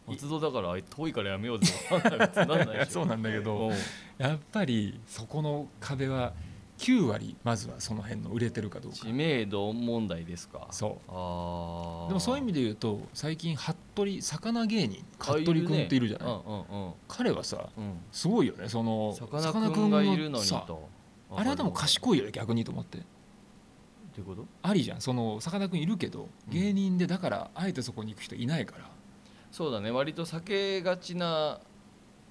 Speaker 1: 松戸だからあい遠いからやめようぜとかなんないでしょ
Speaker 2: そうなんだけ
Speaker 1: う
Speaker 2: ど
Speaker 1: ん
Speaker 2: やっぱりそこの壁は9割まずはその辺の売れてるかどうか
Speaker 1: 知名度問題ですか
Speaker 2: そ
Speaker 1: あ
Speaker 2: う
Speaker 1: あ
Speaker 2: でもそういう意味で言うと最近服部魚芸人服部君っているじゃない
Speaker 1: うんうんうん
Speaker 2: 彼はさ
Speaker 1: うん
Speaker 2: すごいよねその
Speaker 1: さかなクンがいるのに
Speaker 2: さ
Speaker 1: と
Speaker 2: あれはでも
Speaker 1: い
Speaker 2: 賢いよね逆にと思って
Speaker 1: ってこと
Speaker 2: ありじゃんそのさかなクンいるけど
Speaker 1: うん
Speaker 2: 芸人でだからあえてそこに行く人いないから
Speaker 1: そうだね割と避けがちな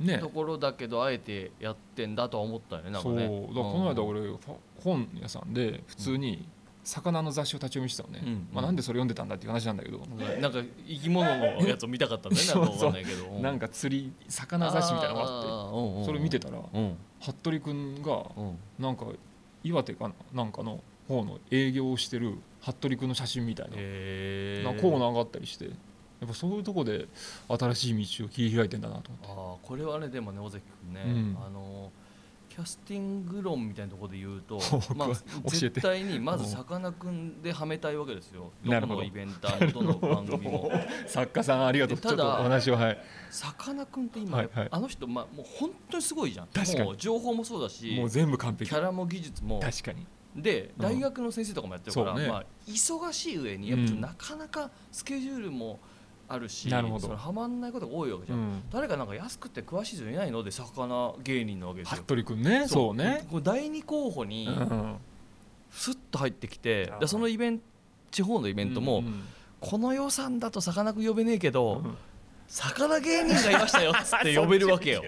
Speaker 2: ね
Speaker 1: ところだけどあえてやってんだとは思ったよねなんか
Speaker 2: そうだ
Speaker 1: ね
Speaker 2: からこの間
Speaker 1: うん
Speaker 2: 俺本屋さんで普通に魚の雑誌を立ち読みしてたのね、
Speaker 1: うん
Speaker 2: まあ、なんでそれ読んでたんだっていう話なんだけど、
Speaker 1: なんか生き物のやつを見たか ったんだよねなんかわかんないけど
Speaker 2: なん
Speaker 1: か
Speaker 2: か釣り魚雑誌みたいなのがあっ
Speaker 1: って
Speaker 2: それ見てたら
Speaker 1: うん
Speaker 2: 服部君が
Speaker 1: うん
Speaker 2: なんか岩手かななんかの方の営業をしてる服部君の写真みたいな,、
Speaker 1: へえ
Speaker 2: なんかコーナーがあったりしてやっぱそういうとこで新しい道を切り開いてんだなと思って
Speaker 1: ああこれはねでもね尾関君ね、
Speaker 2: うん
Speaker 1: あのキャスティング論みたいなところで言うと
Speaker 2: 僕、
Speaker 1: まあ
Speaker 2: 教、えて
Speaker 1: 絶対にま
Speaker 2: う
Speaker 1: ず
Speaker 2: ん
Speaker 1: さかなクンではめたいわけですよど
Speaker 2: な
Speaker 1: こ
Speaker 2: るほど
Speaker 1: のイベンターもどの番組も
Speaker 2: 作家さんありがとう
Speaker 1: で
Speaker 2: ちょったと
Speaker 1: だ
Speaker 2: お話をはい
Speaker 1: さかなクンって今、
Speaker 2: はいはい
Speaker 1: あの人、まあ、もう本当にすごいじゃん
Speaker 2: 確かに
Speaker 1: もう情報もそうだし
Speaker 2: もう全部完
Speaker 1: キ
Speaker 2: 璧
Speaker 1: ャラも技術も
Speaker 2: 確かに
Speaker 1: で
Speaker 2: うん
Speaker 1: 大学の先生とかもやってるから、
Speaker 2: そうね
Speaker 1: まあ、忙しい上にやっぱちょっとなかなかスケジュールもあるし、
Speaker 2: なるほど
Speaker 1: そのはまんないことが多いわけじ
Speaker 2: う
Speaker 1: ゃん、
Speaker 2: ん
Speaker 1: 誰かなんか安くて詳しい人いないので魚芸人なわけですよ
Speaker 2: 服部君ねそうね
Speaker 1: こう第二候補に
Speaker 2: うん
Speaker 1: スッと入ってきて、
Speaker 2: あー
Speaker 1: でそのイベント地方のイベントも、
Speaker 2: うんうん
Speaker 1: この予算だとさかなクン呼べねえけど、
Speaker 2: うん
Speaker 1: 魚芸人がいましたよっつって呼べるわ けよ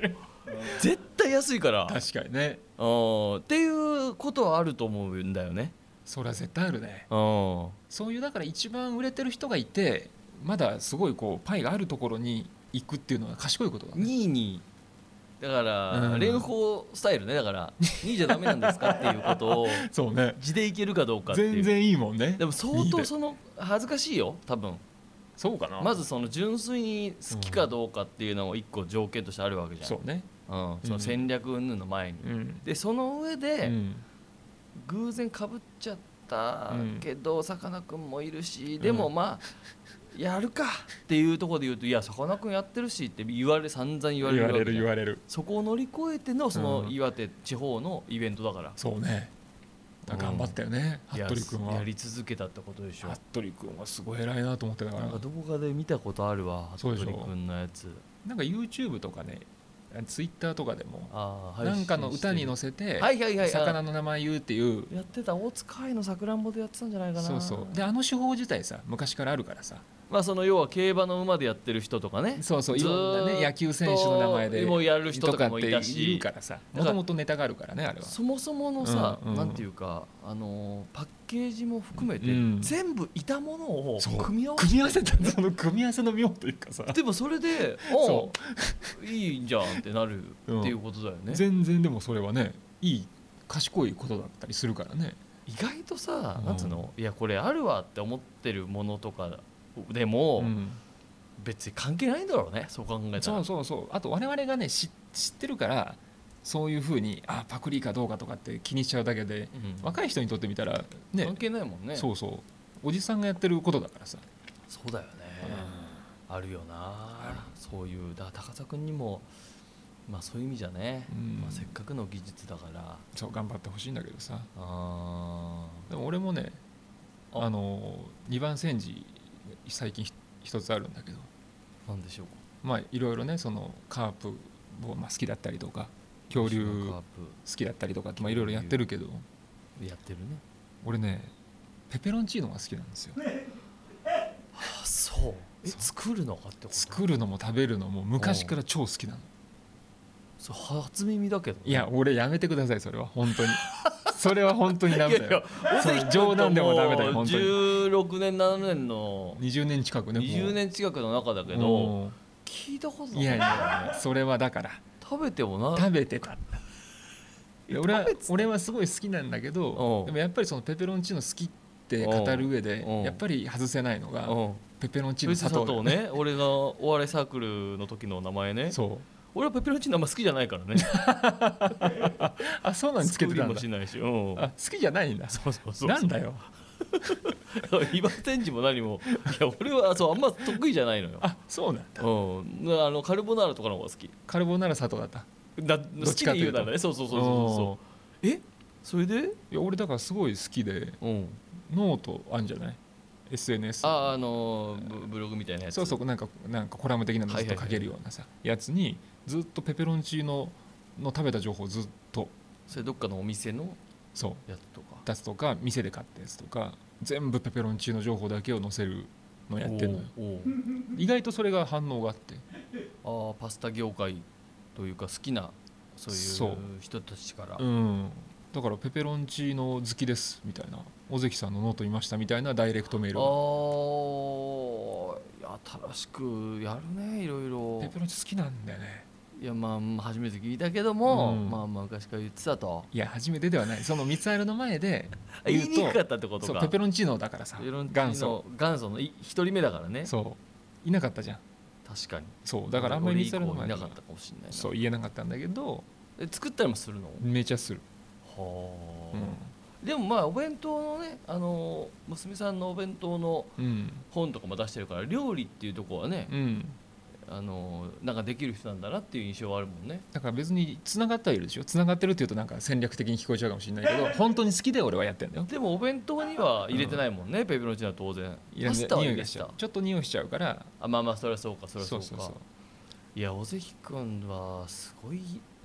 Speaker 1: 絶対安いから
Speaker 2: 確かにね
Speaker 1: うんっていうことはあると思うんだよね
Speaker 2: それは絶対あるね
Speaker 1: うん
Speaker 2: そういうだから一番売れてる人がいてまだすごいこうパイがあるところに行くっていうのは賢いことだね
Speaker 1: 2位にだから、
Speaker 2: うん
Speaker 1: 蓮舫スタイルねだから2位じゃダメなんですかっていう ことを
Speaker 2: そうね
Speaker 1: 地でいけるかどうかっていう
Speaker 2: 全然いいもんね
Speaker 1: でも相
Speaker 2: いい
Speaker 1: 当
Speaker 2: ね
Speaker 1: その恥ずかしいよ多分
Speaker 2: そうかな
Speaker 1: まずその純粋に好きかどうかっていうのも一個条件としてあるわけじゃん、
Speaker 2: そうね
Speaker 1: うんその戦略云々の前に、
Speaker 2: うん
Speaker 1: でその上
Speaker 2: う
Speaker 1: で
Speaker 2: ん
Speaker 1: 偶然かぶっちゃったけどさかなクンもいるしでも
Speaker 2: う
Speaker 1: まあやるかっていうところで言うと「いやさかなクンやってるし」って言われ散々言われるわけじゃん
Speaker 2: 言われる
Speaker 1: そこを乗り越えてのその
Speaker 2: うん
Speaker 1: 岩手地方のイベントだから、
Speaker 2: そうねだから頑張ったよね
Speaker 1: いや
Speaker 2: 服部君は
Speaker 1: やり続けたってことでしょ
Speaker 2: 服部君はすごい偉いなと思ってたか
Speaker 1: な
Speaker 2: ら
Speaker 1: んか動画で見たことあるわ
Speaker 2: そう
Speaker 1: 服
Speaker 2: でし
Speaker 1: 部
Speaker 2: ょ
Speaker 1: 君のやつ
Speaker 2: なんか YouTube とかね Twitter とかでも
Speaker 1: あー
Speaker 2: なんかの歌に載
Speaker 1: せ
Speaker 2: せて
Speaker 1: はいはいはい
Speaker 2: 魚
Speaker 1: あ
Speaker 2: の名前言うっていう
Speaker 1: やってた大塚愛のさくらんぼでやってたんじゃないかな
Speaker 2: そうそうであの手法自体さ昔からあるからさ
Speaker 1: まあその要は競馬の馬でやってる人とかね
Speaker 2: そうそうい
Speaker 1: ずーっ
Speaker 2: ろ
Speaker 1: と
Speaker 2: んなね野球選手の名前で
Speaker 1: もうやる人とかもいた
Speaker 2: とかってい
Speaker 1: し
Speaker 2: るからさ
Speaker 1: だ
Speaker 2: も
Speaker 1: から
Speaker 2: ともとネタがあるからねあれは
Speaker 1: そもそものさ、
Speaker 2: うんうん
Speaker 1: なんていうかあのーパッケージも含めて、
Speaker 2: うん
Speaker 1: 全部いたものを
Speaker 2: そう
Speaker 1: 組み合わせ
Speaker 2: 組み合わせたその組み合わせの妙というかさ
Speaker 1: でもそれで「
Speaker 2: そ
Speaker 1: あいいんじゃん」ってなる
Speaker 2: うん
Speaker 1: っていうことだよね、
Speaker 2: 全然でもそれはねいい賢いことだったりするからね
Speaker 1: 意外とさ、
Speaker 2: うん
Speaker 1: なんつうのいやこれあるわって思ってるものとかでも、
Speaker 2: うん
Speaker 1: 別に関係ないんだろうねそう考えた
Speaker 2: そ
Speaker 1: ら
Speaker 2: うそうそうあと我々がね知知ってるからそういうふうにあパクリかどうかとかって気にしちゃうだけで
Speaker 1: うん
Speaker 2: 若い人にとってみたらね
Speaker 1: 関係ないもんね
Speaker 2: そうそうおじさんがやってることだからさ
Speaker 1: そうだよね、あるよなそういうだから高田君にもまあそういう意味じゃね、
Speaker 2: うん
Speaker 1: まあ、せっかくの技術だから
Speaker 2: そう頑張ってほしいんだけどさ
Speaker 1: あ
Speaker 2: でも俺もね
Speaker 1: あ
Speaker 2: あの2番煎じ最近ひ一つあるんだけど
Speaker 1: ーなんでしょうか
Speaker 2: まあいろいろねそのカープをまあ好きだったりとか恐竜
Speaker 1: カー
Speaker 2: 好きだったりとかってまあいろいろやってるけど
Speaker 1: プやってるね
Speaker 2: 俺ねペペロンチーノが好きなんですよ
Speaker 1: あそうえ
Speaker 2: そう
Speaker 1: 作るのかってこと
Speaker 2: 作るのも食べるのも昔から超好きなの
Speaker 1: そう初耳だけどね、
Speaker 2: いや俺やめてくださいそれは本 当にそれは本当にダメだよ
Speaker 1: 尾
Speaker 2: そう
Speaker 1: 関君と
Speaker 2: 冗談でもダメだよ
Speaker 1: もう
Speaker 2: 本当に
Speaker 1: 16年7年の
Speaker 2: 20年近くねもう
Speaker 1: 20年近くの中だけど
Speaker 2: うん
Speaker 1: 聞いたことない
Speaker 2: いやいやそれはだから
Speaker 1: 食べてもな
Speaker 2: 食べてたいや俺は俺はすごい好きなんだけ
Speaker 1: お
Speaker 2: ど
Speaker 1: う
Speaker 2: でもやっぱりそのペペロンチーノ好きって語る上で
Speaker 1: おう
Speaker 2: やっぱり外せないのが
Speaker 1: うん
Speaker 2: ペペロンチー
Speaker 1: 藤
Speaker 2: ノ
Speaker 1: 田
Speaker 2: 砂
Speaker 1: 佐
Speaker 2: 糖だ
Speaker 1: 藤
Speaker 2: よ
Speaker 1: ね俺がお笑いサークルの時の名前ね
Speaker 2: そう
Speaker 1: 俺はペペロンチーノあんま好きじゃないからね
Speaker 2: あそう なんつけ
Speaker 1: 作
Speaker 2: てたん
Speaker 1: り
Speaker 2: だ
Speaker 1: もしないし、うん、
Speaker 2: あ好きじゃないんだ
Speaker 1: そうそうそう
Speaker 2: なんだよ
Speaker 1: イバテンジも何もいや俺はそうあんま得意じゃないのよ
Speaker 2: あそうなんだ
Speaker 1: うん、あのカルボナーラとかの方が好き
Speaker 2: カルボナーラ砂糖だった
Speaker 1: だ
Speaker 2: っ
Speaker 1: 好
Speaker 2: ち
Speaker 1: き
Speaker 2: か
Speaker 1: で言
Speaker 2: という
Speaker 1: う
Speaker 2: と
Speaker 1: ならねそうそうそうそう
Speaker 2: お
Speaker 1: そううえそれで
Speaker 2: いや俺だからすごい好きで
Speaker 1: うん
Speaker 2: ノートあんじゃない SNS
Speaker 1: ああのーブブログみたいなやつ
Speaker 2: そうそうなんかなんかコラム的なのずっと書けるようなさやつにずっとペペロンチーノの食べた情報をずっと
Speaker 1: それどっかのお店の
Speaker 2: そう
Speaker 1: やつとか
Speaker 2: やつとか店で買ったやつとか全部ペペロンチーノ情報だけを載せるのやってるのよ
Speaker 1: おう
Speaker 2: 意外とそれが反応があって
Speaker 1: おうあーパスタ業界というか好きなそう
Speaker 2: そう
Speaker 1: いう人たちから
Speaker 2: うんだからペペロンチーノ好きですみたいな尾関さんのノート見ましたみたいなダイレクトメールが
Speaker 1: ああ新しくやるねいろいろ
Speaker 2: ペペロンチーノ好きなんだよね
Speaker 1: いやまあ初めて聞いたけども、
Speaker 2: うん
Speaker 1: まあまあ昔から言ってたと
Speaker 2: いや初めてではないその三つあるの前で
Speaker 1: あ
Speaker 2: 言
Speaker 1: 言
Speaker 2: う
Speaker 1: い
Speaker 2: と
Speaker 1: にくかったってこと
Speaker 2: そう
Speaker 1: か
Speaker 2: ペペロンチーノだからさ
Speaker 1: ペペロンチーノ
Speaker 2: 元祖
Speaker 1: 元祖のい一人目だからね
Speaker 2: そういなかったじゃん
Speaker 1: 確かに
Speaker 2: そうだからあんまり三つあるの前
Speaker 1: 俺以降
Speaker 2: に
Speaker 1: いなかったかもしれないな
Speaker 2: そう言えなかったんだけど
Speaker 1: え作ったりもするの
Speaker 2: めちゃする、
Speaker 1: は
Speaker 2: う
Speaker 1: あ、
Speaker 2: ん
Speaker 1: でもまあお弁当のねあの娘さんのお弁当の
Speaker 2: うん
Speaker 1: 本とかも出してるから料理っていうとこはね、
Speaker 2: うん、
Speaker 1: あのなんかできる人なんだなっていう印象はあるもんね
Speaker 2: だから別に繋がったはいるでしょ繋がってるっていうとなんか戦略的に聞こえちゃうかもしれない けど本当に好きで俺はやってんだよ
Speaker 1: でもお弁当には入れてないもんね、ペペロンチーノは当然
Speaker 2: いや
Speaker 1: パスタは
Speaker 2: 匂
Speaker 1: 入
Speaker 2: い
Speaker 1: れ
Speaker 2: が
Speaker 1: て
Speaker 2: しちゃ
Speaker 1: た
Speaker 2: うちょっと匂いしちゃうから
Speaker 1: あまあまあそりゃそうかそりゃそ
Speaker 2: そうう
Speaker 1: か
Speaker 2: そうそう
Speaker 1: いや尾関君はすごい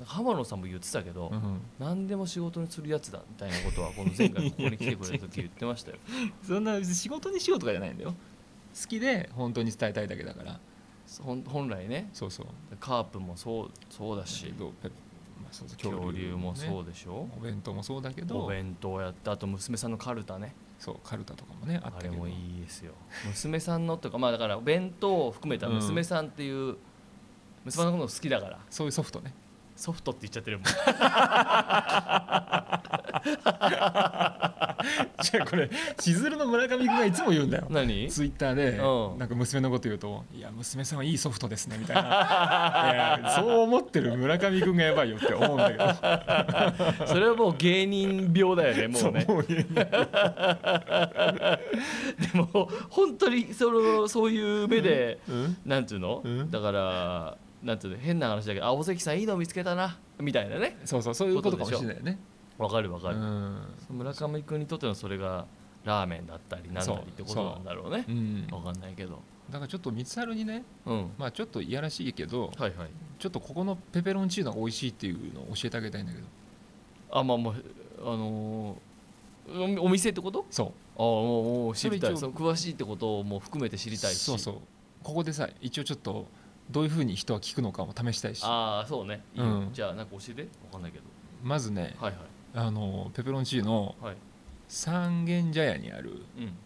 Speaker 1: 浜野さんも言ってたけど、
Speaker 2: うん
Speaker 1: 何でも仕事にするやつだみたいなことはこの前回ここに来てくれた時言ってました よ
Speaker 2: そんな別に仕事にしようとかじゃないんだよ好きで本当に伝えたいだけだから
Speaker 1: ほん本来ね
Speaker 2: そうそう
Speaker 1: カープもそうそうだし
Speaker 2: どうペまあそうそう
Speaker 1: 恐竜もそう
Speaker 2: ね
Speaker 1: でしょ、
Speaker 2: お弁当もそうだけ
Speaker 1: お
Speaker 2: ど
Speaker 1: 弁当やったあと娘さんのカルタね
Speaker 2: そうカルタとかもねあ
Speaker 1: あ
Speaker 2: ったけ
Speaker 1: れ
Speaker 2: ど
Speaker 1: もいいですよ娘さんのとかまあだから弁当を含めた娘さんっていう、娘さんのこと好きだから
Speaker 2: そういうソフトね
Speaker 1: ソフトって言っちゃってるもん
Speaker 2: じゃあこれしずるの村上君がいつも言うんだよ
Speaker 1: 何
Speaker 2: ツイッターで
Speaker 1: うん
Speaker 2: なんか娘のこと言うと「いや娘さんはいいソフトですね」 みたいないやそう思ってる村上君がやばいよって思うんだけ ど
Speaker 1: それはもう芸人病だよねもうね
Speaker 2: そうもう言えない
Speaker 1: でも本当にそのそういう目で、
Speaker 2: うん
Speaker 1: なんていうの、
Speaker 2: うん
Speaker 1: だからなんていうの変な話だけど「あ尾関さんいいの見つけたな」みたいなね
Speaker 2: そうそうそういうことかもしれないよね
Speaker 1: わかるわかる、
Speaker 2: うん
Speaker 1: 村上君にとってのそれがラーメンだったりなんだりってことなんだろうね
Speaker 2: うん
Speaker 1: わかんないけど
Speaker 2: だからちょっと三春にね
Speaker 1: うん
Speaker 2: まあちょっといやらしいけど
Speaker 1: はいはい
Speaker 2: ちょっとここのペペロンチーノが美味しいっていうのを教えてあげたいんだけど
Speaker 1: あまあもうあのーおお店ってこと
Speaker 2: そう
Speaker 1: ああもうもう知りたい
Speaker 2: そ
Speaker 1: そ
Speaker 2: れ
Speaker 1: の詳しいってことも含めて知りたいし
Speaker 2: そうそうここでさ一応ちょっとどういうふうに人は聞くのかも試したいし
Speaker 1: ああそうねいいよ
Speaker 2: うん
Speaker 1: じゃあなんか教えてわかんないけど
Speaker 2: まずね
Speaker 1: はいは
Speaker 2: あのペペロンチーノ
Speaker 1: いはい
Speaker 2: 三軒茶屋にある
Speaker 1: うん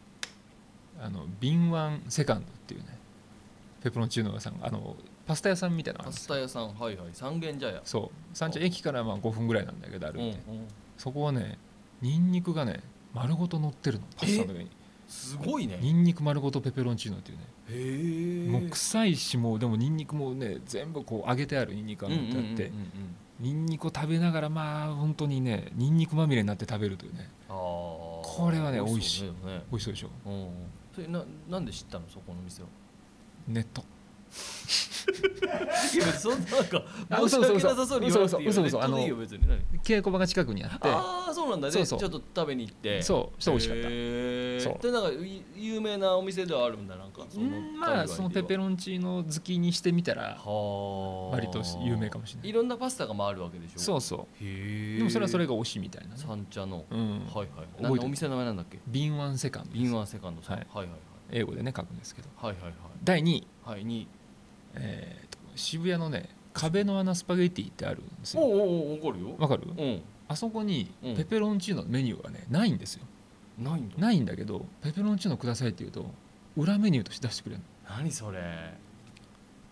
Speaker 2: あの敏腕セカンドっていうねペペロンチーノ屋さんがあのパスタ屋さんみたいなのがあ
Speaker 1: パ
Speaker 2: るんで
Speaker 1: ス
Speaker 2: すよ
Speaker 1: タ屋さんはいはい三軒茶屋
Speaker 2: そう三茶駅からまあ5分ぐらいなんだけど歩
Speaker 1: うんう
Speaker 2: いて、
Speaker 1: ん
Speaker 2: そこはねニンニクがね丸ごと乗ってるのパスタの上に
Speaker 1: すごいね
Speaker 2: ニンニク丸ごとペペロンチーノっていうね
Speaker 1: へえ
Speaker 2: もう臭いしもうでもニンニクもね全部こう揚げてあるニンニクが乗ってあって、ニンニクを食べながらまあ本当にねニンニクまみれになって食べるというね
Speaker 1: あこ
Speaker 2: これはね
Speaker 1: いそうね
Speaker 2: 美味しそうでしょ
Speaker 1: でもねうんそれななんで知ったのそこの店を
Speaker 2: ネット
Speaker 1: いや別 にそんななんか
Speaker 2: あ
Speaker 1: 申し
Speaker 2: 嘘
Speaker 1: 訳
Speaker 2: 嘘
Speaker 1: なさそうに言わなくていいよ
Speaker 2: 嘘嘘嘘
Speaker 1: ネッ
Speaker 2: 嘘
Speaker 1: トでいいよ別に何
Speaker 2: 稽古場が近くにあっ
Speaker 1: ああそうなんだね
Speaker 2: そうそう
Speaker 1: ちょっと食べに行って
Speaker 2: てそうそう美味しかった
Speaker 1: か
Speaker 2: そ
Speaker 1: で
Speaker 2: う
Speaker 1: なんかい有名なお店ではあるんだなんかその
Speaker 2: うんまあそのペペ
Speaker 1: ン
Speaker 2: ロンチーノ好きにしてみたら
Speaker 1: は
Speaker 2: 割と有名かもしれない
Speaker 1: いろんなパスタが回るわけでしょ
Speaker 2: そうそ
Speaker 1: へ
Speaker 2: う
Speaker 1: え
Speaker 2: でもそれはそれが美味しいみたいなね
Speaker 1: 三茶の、
Speaker 2: うん
Speaker 1: はいはい
Speaker 2: てる
Speaker 1: なんだお店の名前なんだっけ
Speaker 2: 敏腕セカンドです
Speaker 1: 敏腕セカンドさん、
Speaker 2: はい
Speaker 1: はい、はい
Speaker 2: 英語でね書くんですけど
Speaker 1: はいはいはい
Speaker 2: 第2位、
Speaker 1: はいはいに
Speaker 2: えーと渋谷のね壁の穴スパゲティってあるんです
Speaker 1: おう
Speaker 2: よ
Speaker 1: おうおうわかるよ
Speaker 2: わかる
Speaker 1: うん
Speaker 2: あそこに
Speaker 1: うん
Speaker 2: ペペロンチーノのメニューがねないんですよ
Speaker 1: ないんだ
Speaker 2: ないんだけどペペロンチーノくださいって言うと裏メニューとして出してくれるの
Speaker 1: 何それ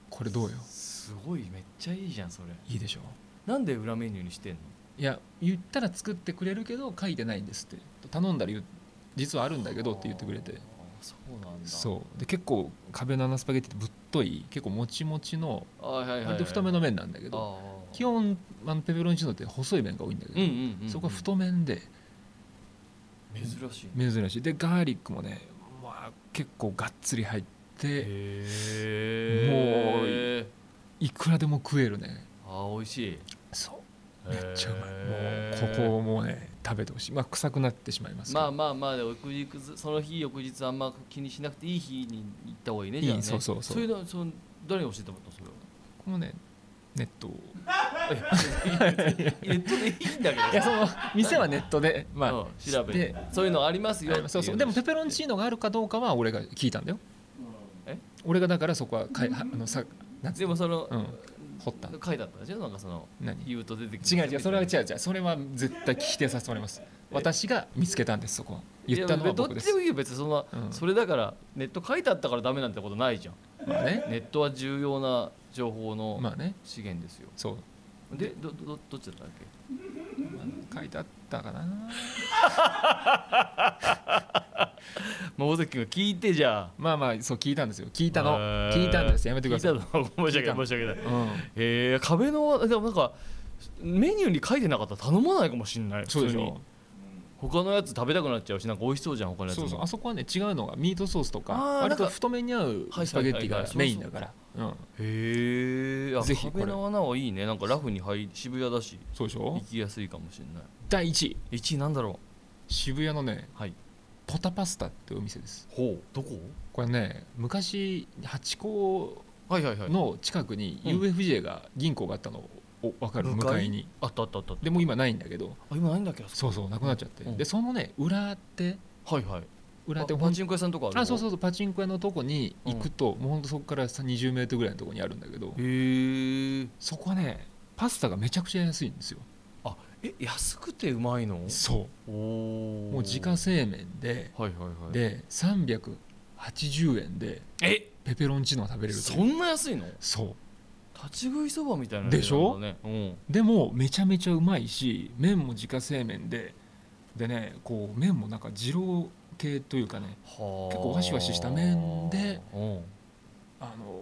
Speaker 2: これどうよ
Speaker 1: すごいめっちゃいいじゃんそれ
Speaker 2: いいでしょ
Speaker 1: なんで裏メニューにしてんの
Speaker 2: いや言ったら作ってくれるけど書いてないんですって頼んだら言う実はあるんだけどって言ってくれ
Speaker 1: あ
Speaker 2: て
Speaker 1: ーそうなんだ
Speaker 2: そうで結構壁の穴スパゲティってぶっとい結構もちもちの
Speaker 1: うはいはいはい、は
Speaker 2: 割
Speaker 1: い、
Speaker 2: と太めの麺なんだけ
Speaker 1: け
Speaker 2: ど基本あのペペロンチーノって細い麺が多いんだけ
Speaker 1: うんう
Speaker 2: ど、
Speaker 1: ん、うん、
Speaker 2: そこは太麺で
Speaker 1: 珍しいね
Speaker 2: 珍しいでガーリックもね、まあ、結構がっつり入って
Speaker 1: へえ
Speaker 2: いくらでも食えるね
Speaker 1: もうあー美味しい
Speaker 2: そうめっちゃうま
Speaker 1: へ
Speaker 2: いもう
Speaker 1: ー
Speaker 2: ここをもうね食べてほしいまあ臭くなってしまいますけど
Speaker 1: まあまあまあで翌日その日翌日あんま気にしなくていい日に行った方がいいねじゃあね
Speaker 2: いいそうそうそう
Speaker 1: いうのその誰に教えてもらったのそれは
Speaker 2: このねネットを
Speaker 1: ネットでいいんだけど
Speaker 2: いやその店はネットでまあ、
Speaker 1: うん調べ
Speaker 2: で
Speaker 1: てそういうのありますよっていの
Speaker 2: そうそうでもペペロンチーノがあるかどうかは俺が聞いたんだよ
Speaker 1: え
Speaker 2: 俺がだからそこはかいあのさなんつう
Speaker 1: でもその、
Speaker 2: うん掘った
Speaker 1: 書いてあったでしょなんかその
Speaker 2: 何
Speaker 1: 言うと出てく
Speaker 2: 違う違うそれは違
Speaker 1: う
Speaker 2: う違うそれは絶対否定させてもらいます私が見つけたんですそこは言ったのは
Speaker 1: どっ
Speaker 2: 僕で
Speaker 1: ち
Speaker 2: す
Speaker 1: でもいいよ別にそんな、
Speaker 2: うん
Speaker 1: それだからネット書いてあったからダメなんてことないじゃん
Speaker 2: まあね
Speaker 1: ネットは重要な情報の
Speaker 2: まあね
Speaker 1: 資源ですよ、
Speaker 2: そう
Speaker 1: でどどどっちだったっけ
Speaker 2: 書いてあったかな
Speaker 1: もう尾崎君が聞いてじゃあ
Speaker 2: まあまあそう聞いたんですよ聞いたの
Speaker 1: へー
Speaker 2: 聞いたんですやめてください
Speaker 1: 聞いたの 申し訳ない申し訳ない
Speaker 2: うん
Speaker 1: へえ壁のでもなんかメニューに書いてなかったら頼まないかもしれない
Speaker 2: そうでし
Speaker 1: 普通
Speaker 2: ょ
Speaker 1: に他のやつ食べたくなっちゃうしなんか美味しそうじゃん他のやつ
Speaker 2: そう
Speaker 1: も
Speaker 2: そうあそこはね違うのがミートソースとか
Speaker 1: あー
Speaker 2: 割
Speaker 1: な
Speaker 2: と
Speaker 1: んか
Speaker 2: 太めに合う
Speaker 1: はい
Speaker 2: スパゲッティ
Speaker 1: はい
Speaker 2: が
Speaker 1: はい
Speaker 2: メインだからうん
Speaker 1: へえあ
Speaker 2: ぜひこれ
Speaker 1: 壁の穴はいいねなんかラフに入り渋谷だし
Speaker 2: そうでし
Speaker 1: 行
Speaker 2: ょ
Speaker 1: きやすいかもしれない
Speaker 2: 第1位
Speaker 1: 1位なんだろ
Speaker 2: 渋谷のね
Speaker 1: うはい
Speaker 2: ポタパスタってお店です
Speaker 1: ほうどこ
Speaker 2: これね昔ハチ公
Speaker 1: はいはいはい
Speaker 2: の近くに
Speaker 1: うん
Speaker 2: UFJ が銀行があったのを分かる
Speaker 1: 向
Speaker 2: 向
Speaker 1: かい
Speaker 2: かいに
Speaker 1: あったあったあった
Speaker 2: でもう今ないんだけど
Speaker 1: あ今ないんだっけど
Speaker 2: そうそうなくなっちゃって
Speaker 1: うん
Speaker 2: でそのね裏手
Speaker 1: はいはい
Speaker 2: 裏手
Speaker 1: あ
Speaker 2: ほ
Speaker 1: パ
Speaker 2: ん
Speaker 1: チンコ屋さんとかある
Speaker 2: あそうそうそうパチンコ屋のとこに行くともうほんとそこからさ20メートルぐらいのとこにあるんだけど
Speaker 1: へえ
Speaker 2: そこはねパスタがめちゃくちゃ安いんですよ
Speaker 1: え安くてうまいの
Speaker 2: そ
Speaker 1: おお
Speaker 2: うもう自家製麺で
Speaker 1: はいはいはい
Speaker 2: で380円で
Speaker 1: え
Speaker 2: ペペロンチーノが食べれるという
Speaker 1: そんな安いの
Speaker 2: そう
Speaker 1: 立ち食いそばみたいな
Speaker 2: でしょ
Speaker 1: 値段だね
Speaker 2: でもめちゃめちゃうまいし麺も自家製麺ででねこう麺もなんか二郎系というかね
Speaker 1: うん、はあ
Speaker 2: 結構ワシワシした麺で、
Speaker 1: うん
Speaker 2: あの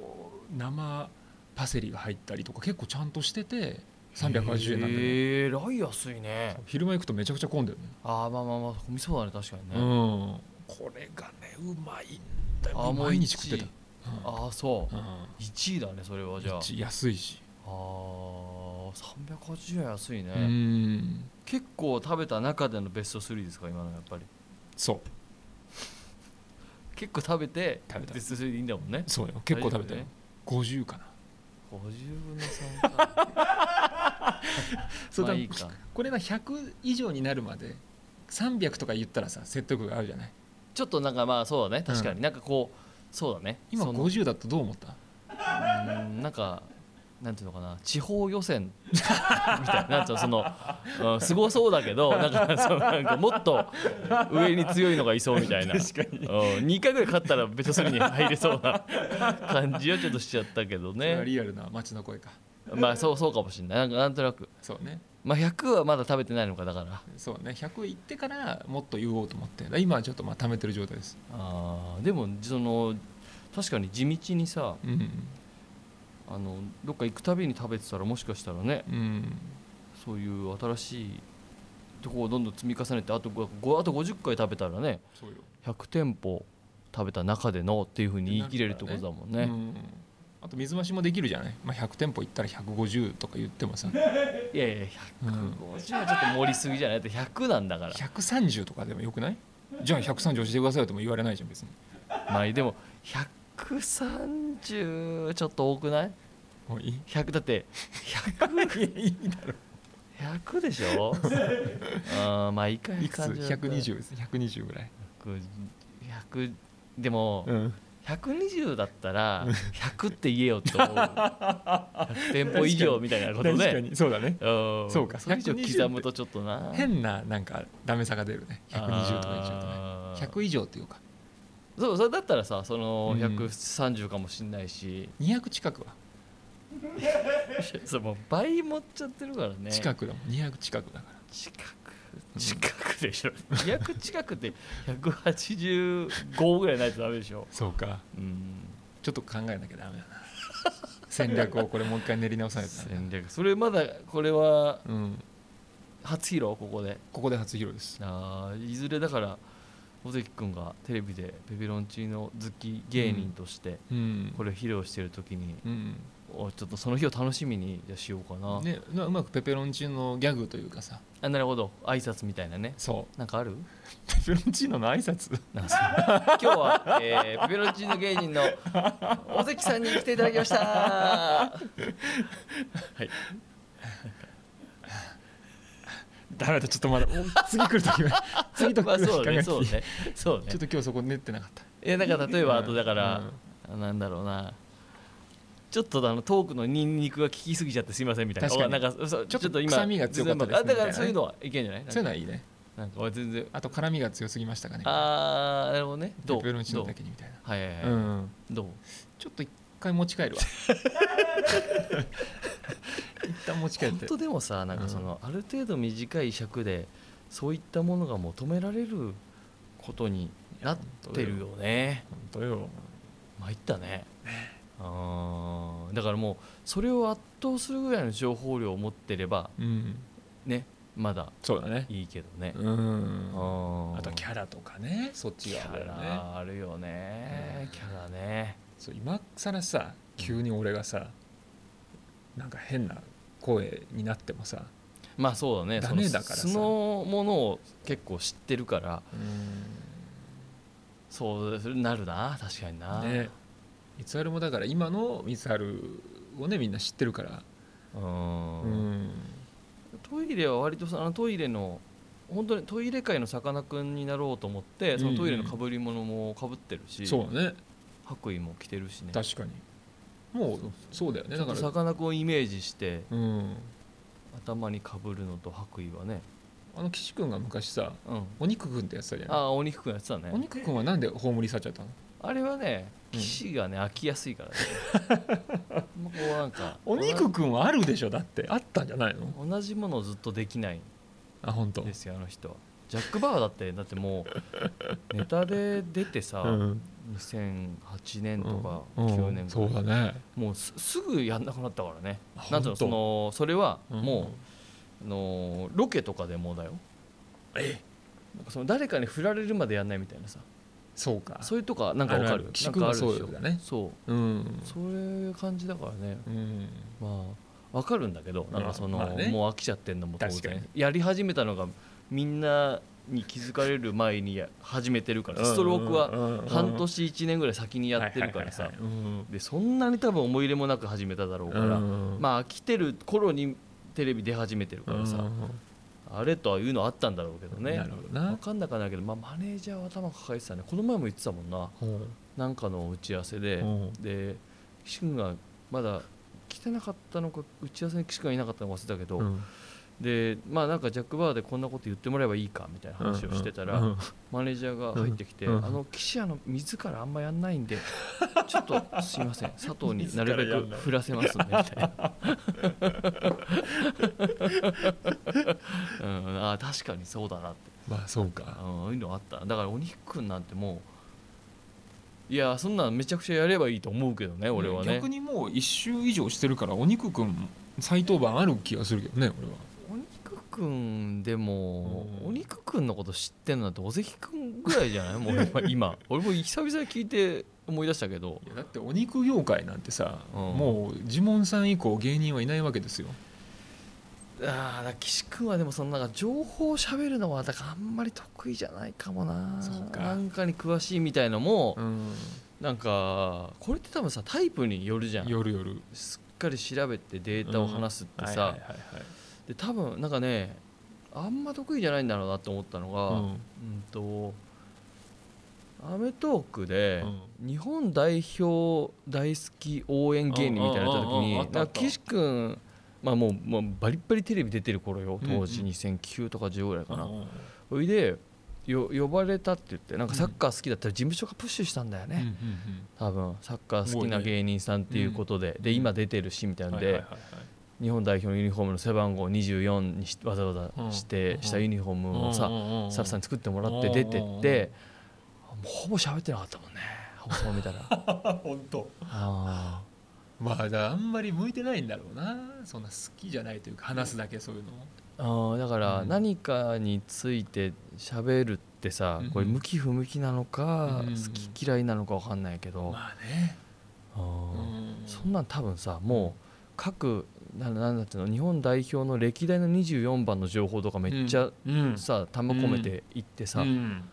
Speaker 2: 生パセリが入ったりとか結構ちゃんとしてて380円なんで、ね、
Speaker 1: へえらい安いね
Speaker 2: 昼間行くとめちゃくちゃ混んでるね
Speaker 1: あーまあまあまあ混みそうだね確かに
Speaker 2: う
Speaker 1: ね、
Speaker 2: んこれがねうまいん
Speaker 1: あ
Speaker 2: だよ
Speaker 1: ーもう
Speaker 2: 毎日食って
Speaker 1: 一位
Speaker 2: た、うん
Speaker 1: ああそう
Speaker 2: うん
Speaker 1: 1位だねそれはじゃあ
Speaker 2: 一安いし
Speaker 1: あー380円安いね、
Speaker 2: うん
Speaker 1: 結構食べた中でのベスト3ですか今のやっぱり
Speaker 2: そう
Speaker 1: 結構食べて
Speaker 2: 食べた
Speaker 1: ベスト3でいいんだもんね
Speaker 2: そうよ結構食べたよ、
Speaker 1: 大丈
Speaker 2: 50かな
Speaker 1: 50分の3か まあいいか
Speaker 2: これが100以上になるまで300とか言ったらさ説得があるじゃない
Speaker 1: ちょっとなんかまあそうだね確か
Speaker 2: う
Speaker 1: になんかこうそうだね
Speaker 2: 今
Speaker 1: その
Speaker 2: 50だとどう思った
Speaker 1: うーんなんかなんていうのかな地方予選 みたいななんつうのその、うん、すごそうだけどなんかそのなんかもっと上に強いのがいそうみたいな
Speaker 2: 確かに
Speaker 1: うん、2回ぐらい勝ったらベスト3に入れそうな感じはちょっとしちゃったけど
Speaker 2: それは
Speaker 1: ね
Speaker 2: リアルな街の声か
Speaker 1: まあそうそうかもしれないなんかなんとなく、
Speaker 2: そうね
Speaker 1: まあ、100はまだ食べてないのかだから
Speaker 2: そうね100いってからもっと言おうと思って今はちょっとまあ貯めてる状態です
Speaker 1: あーでもその確かに地道にさ
Speaker 2: うん
Speaker 1: あのどっか行くたびに食べてたらもしかしたらね
Speaker 2: うん
Speaker 1: そういう新しいとこをどんどん積み重ねてあとごごあと50回食べたらね
Speaker 2: そうよ、
Speaker 1: 100店舗食べた中でのっていうふうに言い切れるってことだもんね
Speaker 2: うんあと水増しもできるじゃない、まあ、100店舗行ったら150とか言ってもさ
Speaker 1: いやいや150はちょっと盛りすぎじゃないだって100なんだから
Speaker 2: 130とかでもよくないじゃあ130教えてくださいよとも言われないじゃん別に
Speaker 1: まあでも130ちょっと多くない
Speaker 2: もういい
Speaker 1: 100だって
Speaker 2: いやいいだろ
Speaker 1: 100でし ょあーまあいいか
Speaker 2: いく
Speaker 1: 130
Speaker 2: つ
Speaker 1: だったら
Speaker 2: 120です120ぐらい、
Speaker 1: 100でも、
Speaker 2: ん、
Speaker 1: 120だったら100って言えよって思う100店舗以上みたいなこと
Speaker 2: 確か
Speaker 1: ね
Speaker 2: にそうだね
Speaker 1: うん
Speaker 2: そうか
Speaker 1: 100以上刻むとちょっとな
Speaker 2: 変ななんかダメさが出るね120とかにしちゃうとね
Speaker 1: あー
Speaker 2: 100以上っていうか
Speaker 1: そうそれだったらさその
Speaker 2: うん
Speaker 1: 130かもしんないし、
Speaker 2: 200近くは
Speaker 1: そうもう倍持っちゃってるからね
Speaker 2: 近くだもん200近くだか
Speaker 1: 近く近くでしょ200近くで185ぐらいないとダメでしょ
Speaker 2: らそうか
Speaker 1: うん
Speaker 2: ちょっと考えなきゃダメだな戦略をこれもう一回練り直さない とダメだ
Speaker 1: 戦略それまだこれは
Speaker 2: うん
Speaker 1: 初披露ここで
Speaker 2: ここで初披露です
Speaker 1: あーいずれだから尾関君がテレビでペペロンチーノ好き芸人として
Speaker 2: うん
Speaker 1: これを披露してる時に
Speaker 2: うん
Speaker 1: おちょっとその日を楽しみにじゃあしようかな、
Speaker 2: ね、なうまくペペロンチーノのギャグというかさ
Speaker 1: あなるほど挨拶みたいなね
Speaker 2: そ
Speaker 1: なんかある
Speaker 2: う ペペロンチーノの挨拶
Speaker 1: なんかそう今日は、えー、ペペロンチーノ芸人の尾関さんに来ていただきましたはい
Speaker 2: ダメだちょっとまだお次来 る時は次と
Speaker 1: まあ
Speaker 2: 来る
Speaker 1: そう
Speaker 2: 時考
Speaker 1: ね
Speaker 2: えて
Speaker 1: そうねそうね
Speaker 2: ちょっと今日そこ練ってなかった
Speaker 1: えなんか例えばあとだから
Speaker 2: うん、
Speaker 1: あなんだろうなちょっとあのトークのニンニクが効きすぎちゃってすいませんみたいな
Speaker 2: 確かに
Speaker 1: おなんかそう
Speaker 2: ちょっと
Speaker 1: ちょっと今
Speaker 2: 臭みが強かったです
Speaker 1: あだからそういう
Speaker 2: み
Speaker 1: の
Speaker 2: たいなね
Speaker 1: はいけんじゃないなんか
Speaker 2: そういうのはいいね
Speaker 1: なんか俺全然
Speaker 2: あと辛みが強すぎましたかね
Speaker 1: あーなるほどねど
Speaker 2: ペ
Speaker 1: う
Speaker 2: ペロンチー
Speaker 1: ど
Speaker 2: ノ
Speaker 1: う
Speaker 2: だけにみたい
Speaker 1: はいはいはい、
Speaker 2: な、うん、
Speaker 1: どう
Speaker 2: ちょっと一回持ち帰 るわ一旦持ち帰っ
Speaker 1: 本
Speaker 2: て
Speaker 1: 当でもさなんかその、ある程度短い尺でそういったものが求められることになってるよね
Speaker 2: 本当よ
Speaker 1: 参ったねあーだからもうそれを圧倒するぐらいの情報量を持ってれば
Speaker 2: うん
Speaker 1: ねまだ
Speaker 2: そうだね
Speaker 1: いいけどね、
Speaker 2: うん
Speaker 1: あ
Speaker 2: あとキ
Speaker 1: ャ
Speaker 2: ャラとかねそっち
Speaker 1: キ
Speaker 2: が
Speaker 1: ャラあるよね、
Speaker 2: うん
Speaker 1: キャラね
Speaker 2: そう今更さ急に俺がさなんか変な声になってもさ
Speaker 1: まあそうだね
Speaker 2: ダ
Speaker 1: その
Speaker 2: メだから
Speaker 1: 素
Speaker 2: さ
Speaker 1: のものを結構知ってるからそうなるな確かにな、
Speaker 2: ねミツハルもだから今のミツハルをねみんな知ってるから
Speaker 1: うん
Speaker 2: うん
Speaker 1: トイレは割とさあのトイレの本当にトイレ界のさかなクンになろうと思ってそのトイレの被り物も被ってるし、
Speaker 2: そうだね
Speaker 1: 白衣も着てるしね
Speaker 2: 確かにもうそうだよね
Speaker 1: ちょ
Speaker 2: だ
Speaker 1: っ
Speaker 2: か
Speaker 1: と
Speaker 2: ら
Speaker 1: さかなクンをイメージして
Speaker 2: うん
Speaker 1: 頭にかぶるのと白衣はね、
Speaker 2: あの岸君が昔さ
Speaker 1: うん、
Speaker 2: お肉くんってやってたじゃ
Speaker 1: あ
Speaker 2: ない
Speaker 1: あお肉くんやってたね
Speaker 2: お肉くんはなんで葬り去っちゃったの
Speaker 1: あれはね
Speaker 2: うん
Speaker 1: 岸がね、飽きやすいからね もうこうなんか
Speaker 2: お肉くんはあるでしょだってあったんじゃないの
Speaker 1: 同じ同じものをずっとできないん
Speaker 2: あ本当
Speaker 1: ですよあの人はジャック・バーだってだっても うネタで出てさ、
Speaker 2: うん
Speaker 1: 2008年とか
Speaker 2: うん
Speaker 1: 9年と
Speaker 2: そう
Speaker 1: か
Speaker 2: だね
Speaker 1: もうすすぐやんなくなったからね
Speaker 2: あ
Speaker 1: なんだろう
Speaker 2: ほ
Speaker 1: そ
Speaker 2: んと
Speaker 1: のそれは
Speaker 2: うん
Speaker 1: もう、あのロケとかでもだよ
Speaker 2: え
Speaker 1: なんかその誰かに振られるまでやんないみたいなさ
Speaker 2: そうか
Speaker 1: そういうとかなんかわか
Speaker 2: あ
Speaker 1: る
Speaker 2: あ
Speaker 1: な
Speaker 2: 岸
Speaker 1: ん
Speaker 2: 君
Speaker 1: かあ
Speaker 2: は
Speaker 1: るで
Speaker 2: そ
Speaker 1: しょ
Speaker 2: うだね
Speaker 1: そう
Speaker 2: うん
Speaker 1: そういう感じだからね
Speaker 2: うん
Speaker 1: まあわかるんだけどなんかその、
Speaker 2: まあまあね
Speaker 1: もう飽きちゃってんのも当
Speaker 2: 確か
Speaker 1: 然
Speaker 2: に
Speaker 1: やり始めたのがみんなに気づかれる前にや始めてるからストロークは半年1年ぐらい先にやってるからさ
Speaker 2: はいはいはいはいうん
Speaker 1: でそんなに多分思い入れもなく始めただろうから、
Speaker 2: うん
Speaker 1: まあ飽きてる頃にテレビ出始めてるからさ、
Speaker 2: う
Speaker 1: あれとはいうのあったんだろうけど
Speaker 2: ん
Speaker 1: ね
Speaker 2: なるほど
Speaker 1: 分
Speaker 2: な、
Speaker 1: かんなかないけど、まあ、マネージャーは頭抱えてたねこの前も言ってたもんな
Speaker 2: うん
Speaker 1: なんかの打ち合わせで、
Speaker 2: うん
Speaker 1: で岸君がまだ来てなかったのか打ち合わせに岸君がいなかったのか忘れたけど、
Speaker 2: うん
Speaker 1: でまあなんかジャック・バーでこんなこと言ってもらえばいいかみたいな話をしてたら、
Speaker 2: うんうん
Speaker 1: マネージャーが入ってきて「
Speaker 2: うんうん
Speaker 1: あの岸あの自らあんまやんないんでちょっとすいません佐藤になるべ
Speaker 2: 自らやん
Speaker 1: く
Speaker 2: ない
Speaker 1: 振らせますんで」みたい な。うん、あー確かにそうだなって
Speaker 2: まあそう
Speaker 1: あ
Speaker 2: か
Speaker 1: ーいうのあっただからお肉くんなんてもういやそんなんめちゃくちゃやればいいと思うけどね俺はね
Speaker 2: 逆にもう一周以上してるからお肉くん再登板ある気がするけどね俺は
Speaker 1: お肉くんでも、
Speaker 2: うん
Speaker 1: お肉くんのこと知ってんのってお関くんぐらいじゃ ないもう今今俺も久々に聞いて思い出したけど
Speaker 2: いやだってお肉業界なんてさ、
Speaker 1: うん
Speaker 2: もうジモンさん以降芸人はいないわけですよ
Speaker 1: ああだ岸くんはでもそのなんか情報をしゃべるのはだからあんまり得意じゃないかもな
Speaker 2: そうか
Speaker 1: なんかに詳しいみたいのも、
Speaker 2: うん
Speaker 1: なんかこれって多分さタイプによるじゃん
Speaker 2: 夜夜
Speaker 1: すっかり調べてデータを話すってさ、
Speaker 2: はいはいはいはい
Speaker 1: で多分なんかねあんま得意じゃないんだろうなと思ったのが、
Speaker 2: うん
Speaker 1: うんと『アメトーーク』で
Speaker 2: う
Speaker 1: 日本代表大好き応援芸人みたいなのやった時
Speaker 2: うんうんうんうんあ
Speaker 1: に
Speaker 2: ったあ
Speaker 1: なん
Speaker 2: っ
Speaker 1: か
Speaker 2: た
Speaker 1: 岸君まあもうもうバリッバリテレビ出てる頃よ当時
Speaker 2: うんうん
Speaker 1: 2009とか10ぐらいか
Speaker 2: う
Speaker 1: なんそれでよ呼ばれたって言ってなんかサッカー好きだったら事務所がプッシュしたんだよ
Speaker 2: うんうん
Speaker 1: ね多分サッカー好きな芸人さんっていうことで
Speaker 2: うん
Speaker 1: で今出てるしみたい
Speaker 2: うん
Speaker 1: なん
Speaker 2: はいはい
Speaker 1: で
Speaker 2: はいはい
Speaker 1: 日本代表のユニフォームの背番号24にしわざわざし
Speaker 2: う
Speaker 1: て
Speaker 2: ん
Speaker 1: したユニフォームをさスタッフさんに作ってもらって出て
Speaker 2: うんうん
Speaker 1: っ
Speaker 2: うんうん
Speaker 1: てもうほぼ喋ってなかったもんね放送見たら
Speaker 2: 本当
Speaker 1: あ
Speaker 2: まあだあんまり向いてないんだろうなそんな好きじゃないというか話すだけそういうの
Speaker 1: ーあーだから
Speaker 2: うん
Speaker 1: 何かについて喋るってさ
Speaker 2: うんうん
Speaker 1: これ向き不向きなのか
Speaker 2: うんうん
Speaker 1: 好き嫌いなのか分かんないけど
Speaker 2: まあね
Speaker 1: う
Speaker 2: うん
Speaker 1: そんなん多分さもう各ななんだっていうの日本代表の歴代の24番の情報とかめっちゃ
Speaker 2: うん
Speaker 1: さ玉込めていってさ、
Speaker 2: うん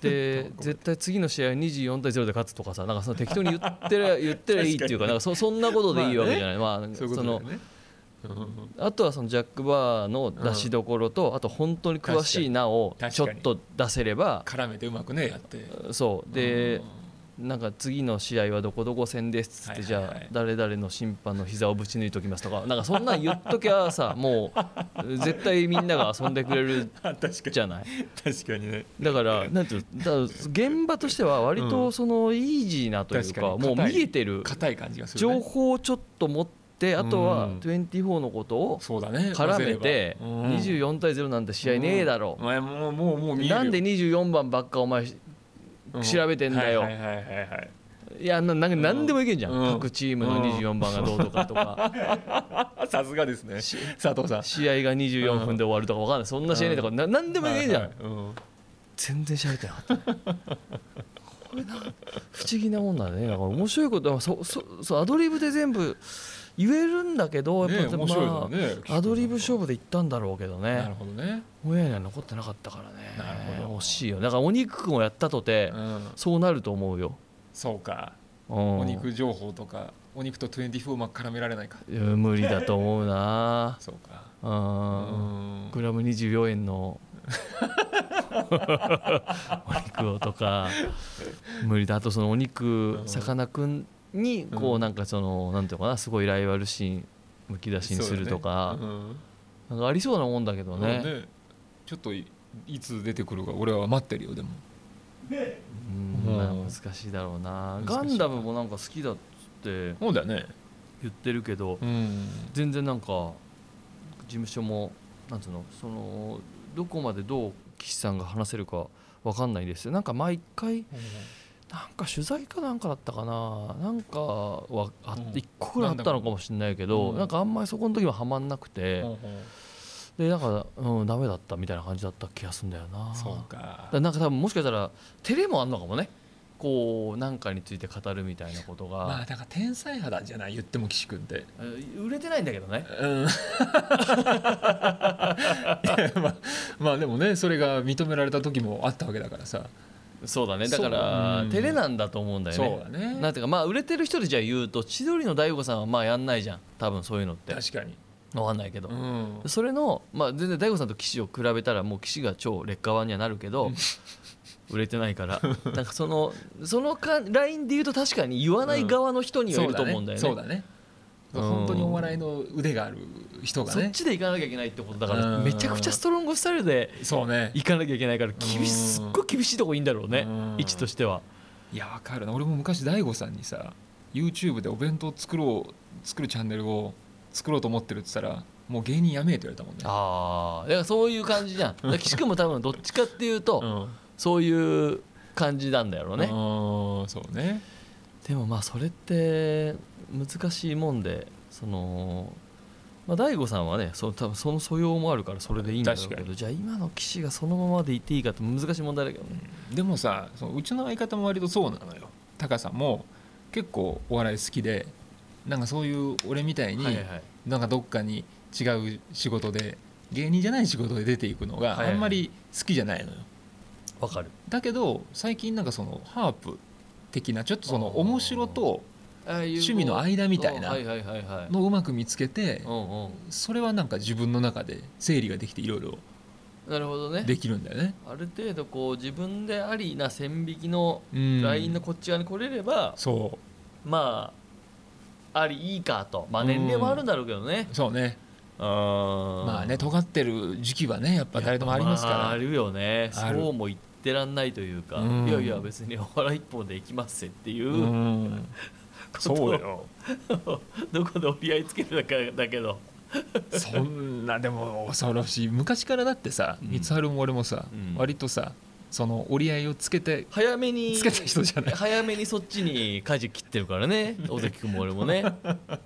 Speaker 1: で絶対次の試合24対0で勝つとかさなんかその適当に言ってりゃ 言ってりゃいいっていうかなんかそそんなことでいいわけじゃない、まあなんか
Speaker 2: そういうこ
Speaker 1: そ
Speaker 2: とだよ
Speaker 1: の
Speaker 2: ねうん
Speaker 1: あとはそのジャック・バーの出しどころと、あと本当に詳しいなを
Speaker 2: 確
Speaker 1: ちょ
Speaker 2: か
Speaker 1: っ
Speaker 2: に
Speaker 1: と出せれば
Speaker 2: 絡めてうまくねやって
Speaker 1: そうで、なんか次の試合はどこどこ戦ですっつって、
Speaker 2: はいはいはい
Speaker 1: じゃあ誰々の審判の膝をぶち抜いときますとかなんかそんなん言っときゃさもう絶対みんなが遊んでくれる
Speaker 2: うん確かに
Speaker 1: じゃない
Speaker 2: 確かにね
Speaker 1: だからなんていうのだから現場としては割とそのイージーなというか,、
Speaker 2: 確か
Speaker 1: も
Speaker 2: に
Speaker 1: う
Speaker 2: 硬い
Speaker 1: 見えてる
Speaker 2: 硬い感じがするね
Speaker 1: 情報をちょっと持ってあとは
Speaker 2: うん
Speaker 1: 24のことを
Speaker 2: そうだね
Speaker 1: 絡めて
Speaker 2: 混ぜれば
Speaker 1: 24対0なんて試合ねえだろ
Speaker 2: うんお前もうもうもう見えるよ
Speaker 1: なんで24番ばっかお前
Speaker 2: うん
Speaker 1: 調べてんだよ
Speaker 2: はいはいはいはいはい
Speaker 1: いやななんか何でもいけんじゃん、
Speaker 2: うん
Speaker 1: 各チームの24番がどうとかと か、
Speaker 2: あさすがですね
Speaker 1: し
Speaker 2: 佐藤さん
Speaker 1: 試合が24分で終わるとか分かんないそんな試合ねえとかな何でもいけんじゃん、
Speaker 2: はいはいうん
Speaker 1: 全然喋ってなかったねこれな不思議なもんだねだから面白いことそそそうアドリブで全部言えるんだけどや
Speaker 2: ね
Speaker 1: っぱ、
Speaker 2: 面白い
Speaker 1: ま
Speaker 2: よね
Speaker 1: あ、アドリブ勝
Speaker 2: 負
Speaker 1: 負で行ったんだろうけど
Speaker 2: なる
Speaker 1: ね
Speaker 2: ほどね
Speaker 1: オンエアには残ってなかったからね
Speaker 2: なるほど
Speaker 1: 惜しいよだからお肉くんをやったとて、
Speaker 2: うん
Speaker 1: そうなると思うよ、
Speaker 2: そうか
Speaker 1: うん、
Speaker 2: お肉情報とかお肉と24うまく絡められないか
Speaker 1: いや無理だと思うな
Speaker 2: そうか
Speaker 1: うん
Speaker 2: うん
Speaker 1: グラム24円 のお肉をとか無理だあとそのお肉
Speaker 2: うん
Speaker 1: さかなクンにこ
Speaker 2: う
Speaker 1: うんなんかそのなんていうのかなすごいライバル心むき出しにするとか
Speaker 2: そうだね
Speaker 1: なんかありそうなもんだけ
Speaker 2: う
Speaker 1: ど
Speaker 2: ん
Speaker 1: ね
Speaker 2: ねちょっといいつ出てくるか俺は待ってるよでも
Speaker 1: う
Speaker 2: うんん
Speaker 1: まあ難しいだろうな
Speaker 2: 難しい
Speaker 1: ガンダムもなんか好きだっつって
Speaker 2: そうだよね
Speaker 1: 言ってるけど
Speaker 2: うん
Speaker 1: 全然なんか事務所もなんつうのそのどこまでどう岸さんが話せるかわかんないですよなんか毎回なんか取材かなんかだったかななんかはあ
Speaker 2: うん
Speaker 1: 一個ぐらいあったのかもしれないけど、
Speaker 2: うん
Speaker 1: なんかあんまりそこの時ははまんなくて、
Speaker 2: うんうん
Speaker 1: でなんか、うん、ダメだったみたいな感じだった気がするんだよな
Speaker 2: そう
Speaker 1: だ
Speaker 2: か
Speaker 1: からなんか多分もしかしたら照れもあんのかもねこうなんかについて語るみたいなことが、
Speaker 2: まあだから天才肌じゃない言っても岸君って
Speaker 1: え売れてないんだけどね
Speaker 2: うんいやまあまあでもねそれが認められた時もあったわけだからさ
Speaker 1: そうだねだか
Speaker 2: そう
Speaker 1: ら
Speaker 2: うん
Speaker 1: 照れなんだと思うんだよね
Speaker 2: そうだね
Speaker 1: なんていうかまあ売れてる人でじゃあ言うと千鳥の大悟さんはまあやんないじゃん多分そういうのって
Speaker 2: 確かに
Speaker 1: わかんないけど、
Speaker 2: うん
Speaker 1: それの、まあ、全然大悟さんと岸を比べたらもう岸が超劣化版にはなるけど売れてないから なんかそのそのかラインで言うと確かに言わない側の人にはいると思うんだよね,、
Speaker 2: そうだねそうだね
Speaker 1: うん
Speaker 2: 本当にお笑いの腕がある人が
Speaker 1: そっ
Speaker 2: ね
Speaker 1: ちで行かなきゃいけないってことだから
Speaker 2: うん
Speaker 1: めちゃくちゃストロングスタイルで
Speaker 2: そうね
Speaker 1: 行かなきゃいけないから厳し
Speaker 2: うん
Speaker 1: すっごい厳しいとこいいんだろうね
Speaker 2: うん
Speaker 1: 位置としてはい
Speaker 2: やわかるな俺も昔大悟さんにさ YouTube でお弁当作ろう作るチャンネルを作ろうと思ってるって言ったらもう芸人やめえって言われたもんね
Speaker 1: ああだからそういう感じじゃんだから岸君も多分どっちかっていうと
Speaker 2: うん
Speaker 1: そういう感じなんだよね
Speaker 2: うんそうね
Speaker 1: でもまあそれって難しいもんでその、まあ、大悟さんはねその多分その素養もあるからそれでいいんだろうけ
Speaker 2: 確か
Speaker 1: どじゃあ今の騎士がそのままでいていいかって難しい問題だけどね
Speaker 2: でもさそのうちの相方も割とそうなのよタカさんも結構お笑い好きでなんかそういう俺みたいに、
Speaker 1: い
Speaker 2: なんかどっかに違う仕事で芸人じゃない仕事で出ていくのが
Speaker 1: はい
Speaker 2: あんまり好きじゃないのよ、
Speaker 1: わかる
Speaker 2: だけど最近なんかそのハープ的なちょっとその
Speaker 1: あー
Speaker 2: 面白と
Speaker 1: 趣
Speaker 2: 趣味の間みたいな
Speaker 1: はいはいはいはい
Speaker 2: のをうまく見つけて
Speaker 1: うんうん
Speaker 2: それはなんか自分の中で整理ができていろいろ
Speaker 1: なるほどね
Speaker 2: できるんだよね。
Speaker 1: ある程度こう自分でありな線引きの
Speaker 2: うん
Speaker 1: ラインのこっち側に来れれば、
Speaker 2: そ
Speaker 1: まあありいいかとまあ年齢もあるんだろうけどね
Speaker 2: うそうねま
Speaker 1: ま
Speaker 2: あね尖ってる時期はねやっぱ誰でもありますから、
Speaker 1: やっぱあるよね
Speaker 2: ある
Speaker 1: そうも言ってらんないというか、
Speaker 2: うん
Speaker 1: いやいや別にお笑い一本でいきますっていう、
Speaker 2: うん
Speaker 1: こと
Speaker 2: そう
Speaker 1: を
Speaker 2: よ
Speaker 1: どこで折り合いつけるかだけど、
Speaker 2: そんなでも恐ろしい昔からだってさ
Speaker 1: うん
Speaker 2: 光晴も俺もさ、
Speaker 1: うん
Speaker 2: 割とさその折り合いをつけて
Speaker 1: 早めに
Speaker 2: つけた人じゃない
Speaker 1: 早めにそっちに舵切ってるから ね尾関君も俺もね、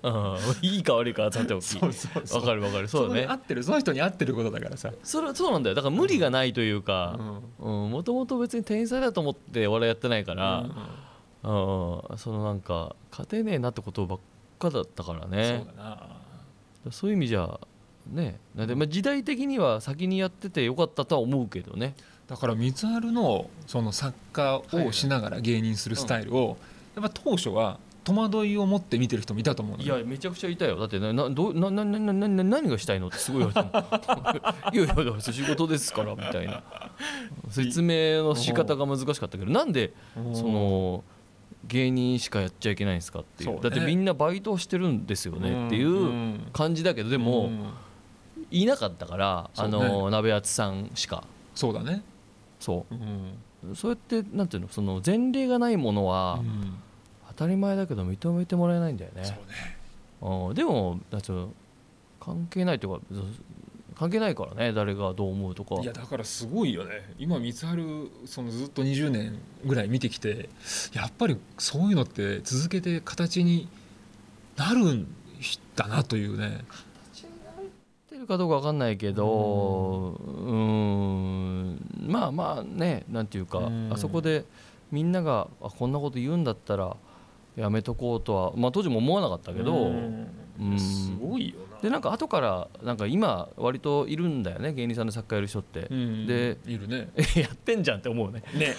Speaker 1: うん、いいか悪いかさておき
Speaker 2: そうそうそう
Speaker 1: わかるわかるそうだ
Speaker 2: そこに合
Speaker 1: ね
Speaker 2: ってるその人に合ってることだからさ、
Speaker 1: それそうなんだよだから無理がないという
Speaker 2: う
Speaker 1: か
Speaker 2: ん
Speaker 1: もともと別に天才だと思ってお笑いやってないから、
Speaker 2: うん
Speaker 1: うんそのなんか勝てねえなってことばっかだったからね
Speaker 2: そうだな
Speaker 1: そういう意味じゃねなんでまあ時代的には先にやっててよかったとは思うけどね
Speaker 2: だから水原のその作家をしながら芸人するスタイルをやっぱ当初は戸惑いを持って見てる人もいたと思うの
Speaker 1: い
Speaker 2: よ
Speaker 1: やめちゃくちゃ痛いよだってななどうなななななな何がしたいのってすごい言われたもん いやいやだから仕事ですからみたいな説明の仕方が難しかったけどなんで
Speaker 2: うん
Speaker 1: その芸人しかやっちゃいけないんですかっていう
Speaker 2: そうね
Speaker 1: だってみんなバイトをしてるんですよねってい
Speaker 2: ん
Speaker 1: う感じだけどで
Speaker 2: う
Speaker 1: も
Speaker 2: ん
Speaker 1: いなかったから
Speaker 2: そ
Speaker 1: あ
Speaker 2: うね
Speaker 1: の鍋厚さんしか
Speaker 2: そうだね
Speaker 1: そ
Speaker 2: うん
Speaker 1: うそうやってなんていうのその前例がないものは
Speaker 2: うん
Speaker 1: 当たり前だけど認めてもらえないんだよね。
Speaker 2: そうね
Speaker 1: ああでもだって関係ないというかそ関係ないからね誰がどう思うとか
Speaker 2: いやだからすごいよね今光晴そのずっと20年ぐらい見てきてやっぱりそういうのって続けて形になるんだなというね
Speaker 1: ってるかどうか分かんないけどうーんまあまあねなんていうか
Speaker 2: うん
Speaker 1: あそこでみんながあこんなこと言うんだったらやめとこうとは、まあ、当時も思わなかったけどうん
Speaker 2: すごいよな
Speaker 1: でなんか後からなんか今割といるんだよね芸人さんで作家やる人って
Speaker 2: う。ん
Speaker 1: で
Speaker 2: いるね
Speaker 1: やってんじゃんって思うね
Speaker 2: ね